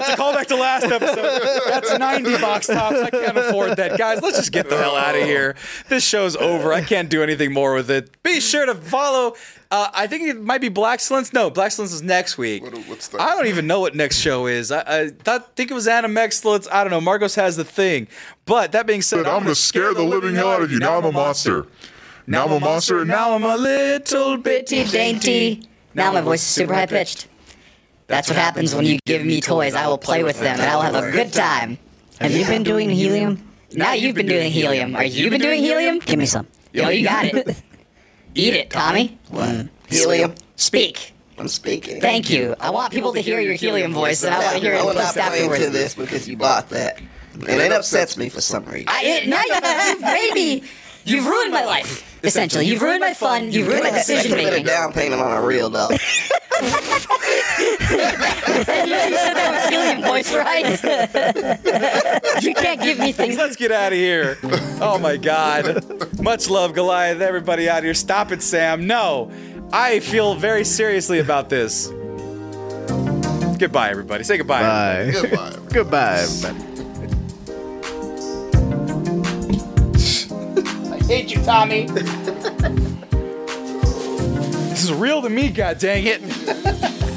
[SPEAKER 1] a callback to last episode. That's 90 box tops. I can't afford that. Guys, let's just get the hell
[SPEAKER 6] Oh.
[SPEAKER 1] out of here. This show's over. I can't do anything more with it. Be sure to follow. Uh, I think it might be Black Slins. No, Black Slins is next week.
[SPEAKER 2] What- what's that?
[SPEAKER 1] I don't even know what next show is. I, I thought, think it was Adam Excellence. I don't know. Marcos has the thing. But that being said,
[SPEAKER 6] But I'm gonna scare the living hell out of you. Now I'm a monster. Now I'm a monster. and Now
[SPEAKER 1] Now I'm a little bitty dainty.
[SPEAKER 12] Now my voice is super high pitched. That's what happens when you give me toys. I will play with them and I will have a good time. Have you been doing helium? Now you've been doing helium. Are you been doing helium? Give me some. Yo, you got it. Eat it, Tommy. What? Helium. Speak.
[SPEAKER 13] I'm speaking.
[SPEAKER 12] Thank you. I want people to hear your helium voice, and I want to hear it
[SPEAKER 13] I will
[SPEAKER 12] post
[SPEAKER 13] not play into
[SPEAKER 12] afterwards.
[SPEAKER 13] this because you bought that. And it, upsets me for some reason.
[SPEAKER 12] I it now you baby. You've ruined my life. Essentially, you've ruined my fun. You've ruined my decision
[SPEAKER 13] I put a
[SPEAKER 12] making.
[SPEAKER 13] down payment on a real doll.
[SPEAKER 12] you said that with helium voice, right? you can't give me things.
[SPEAKER 1] Let's get out of here. Oh my God. Much love, Goliath. Everybody out here. Stop it, Sam. No, I feel very seriously about this. Goodbye, everybody. Say goodbye.
[SPEAKER 5] Bye.
[SPEAKER 2] Goodbye.
[SPEAKER 5] Goodbye. everybody.
[SPEAKER 1] I hate you, Tommy. this is real to me, god dang it.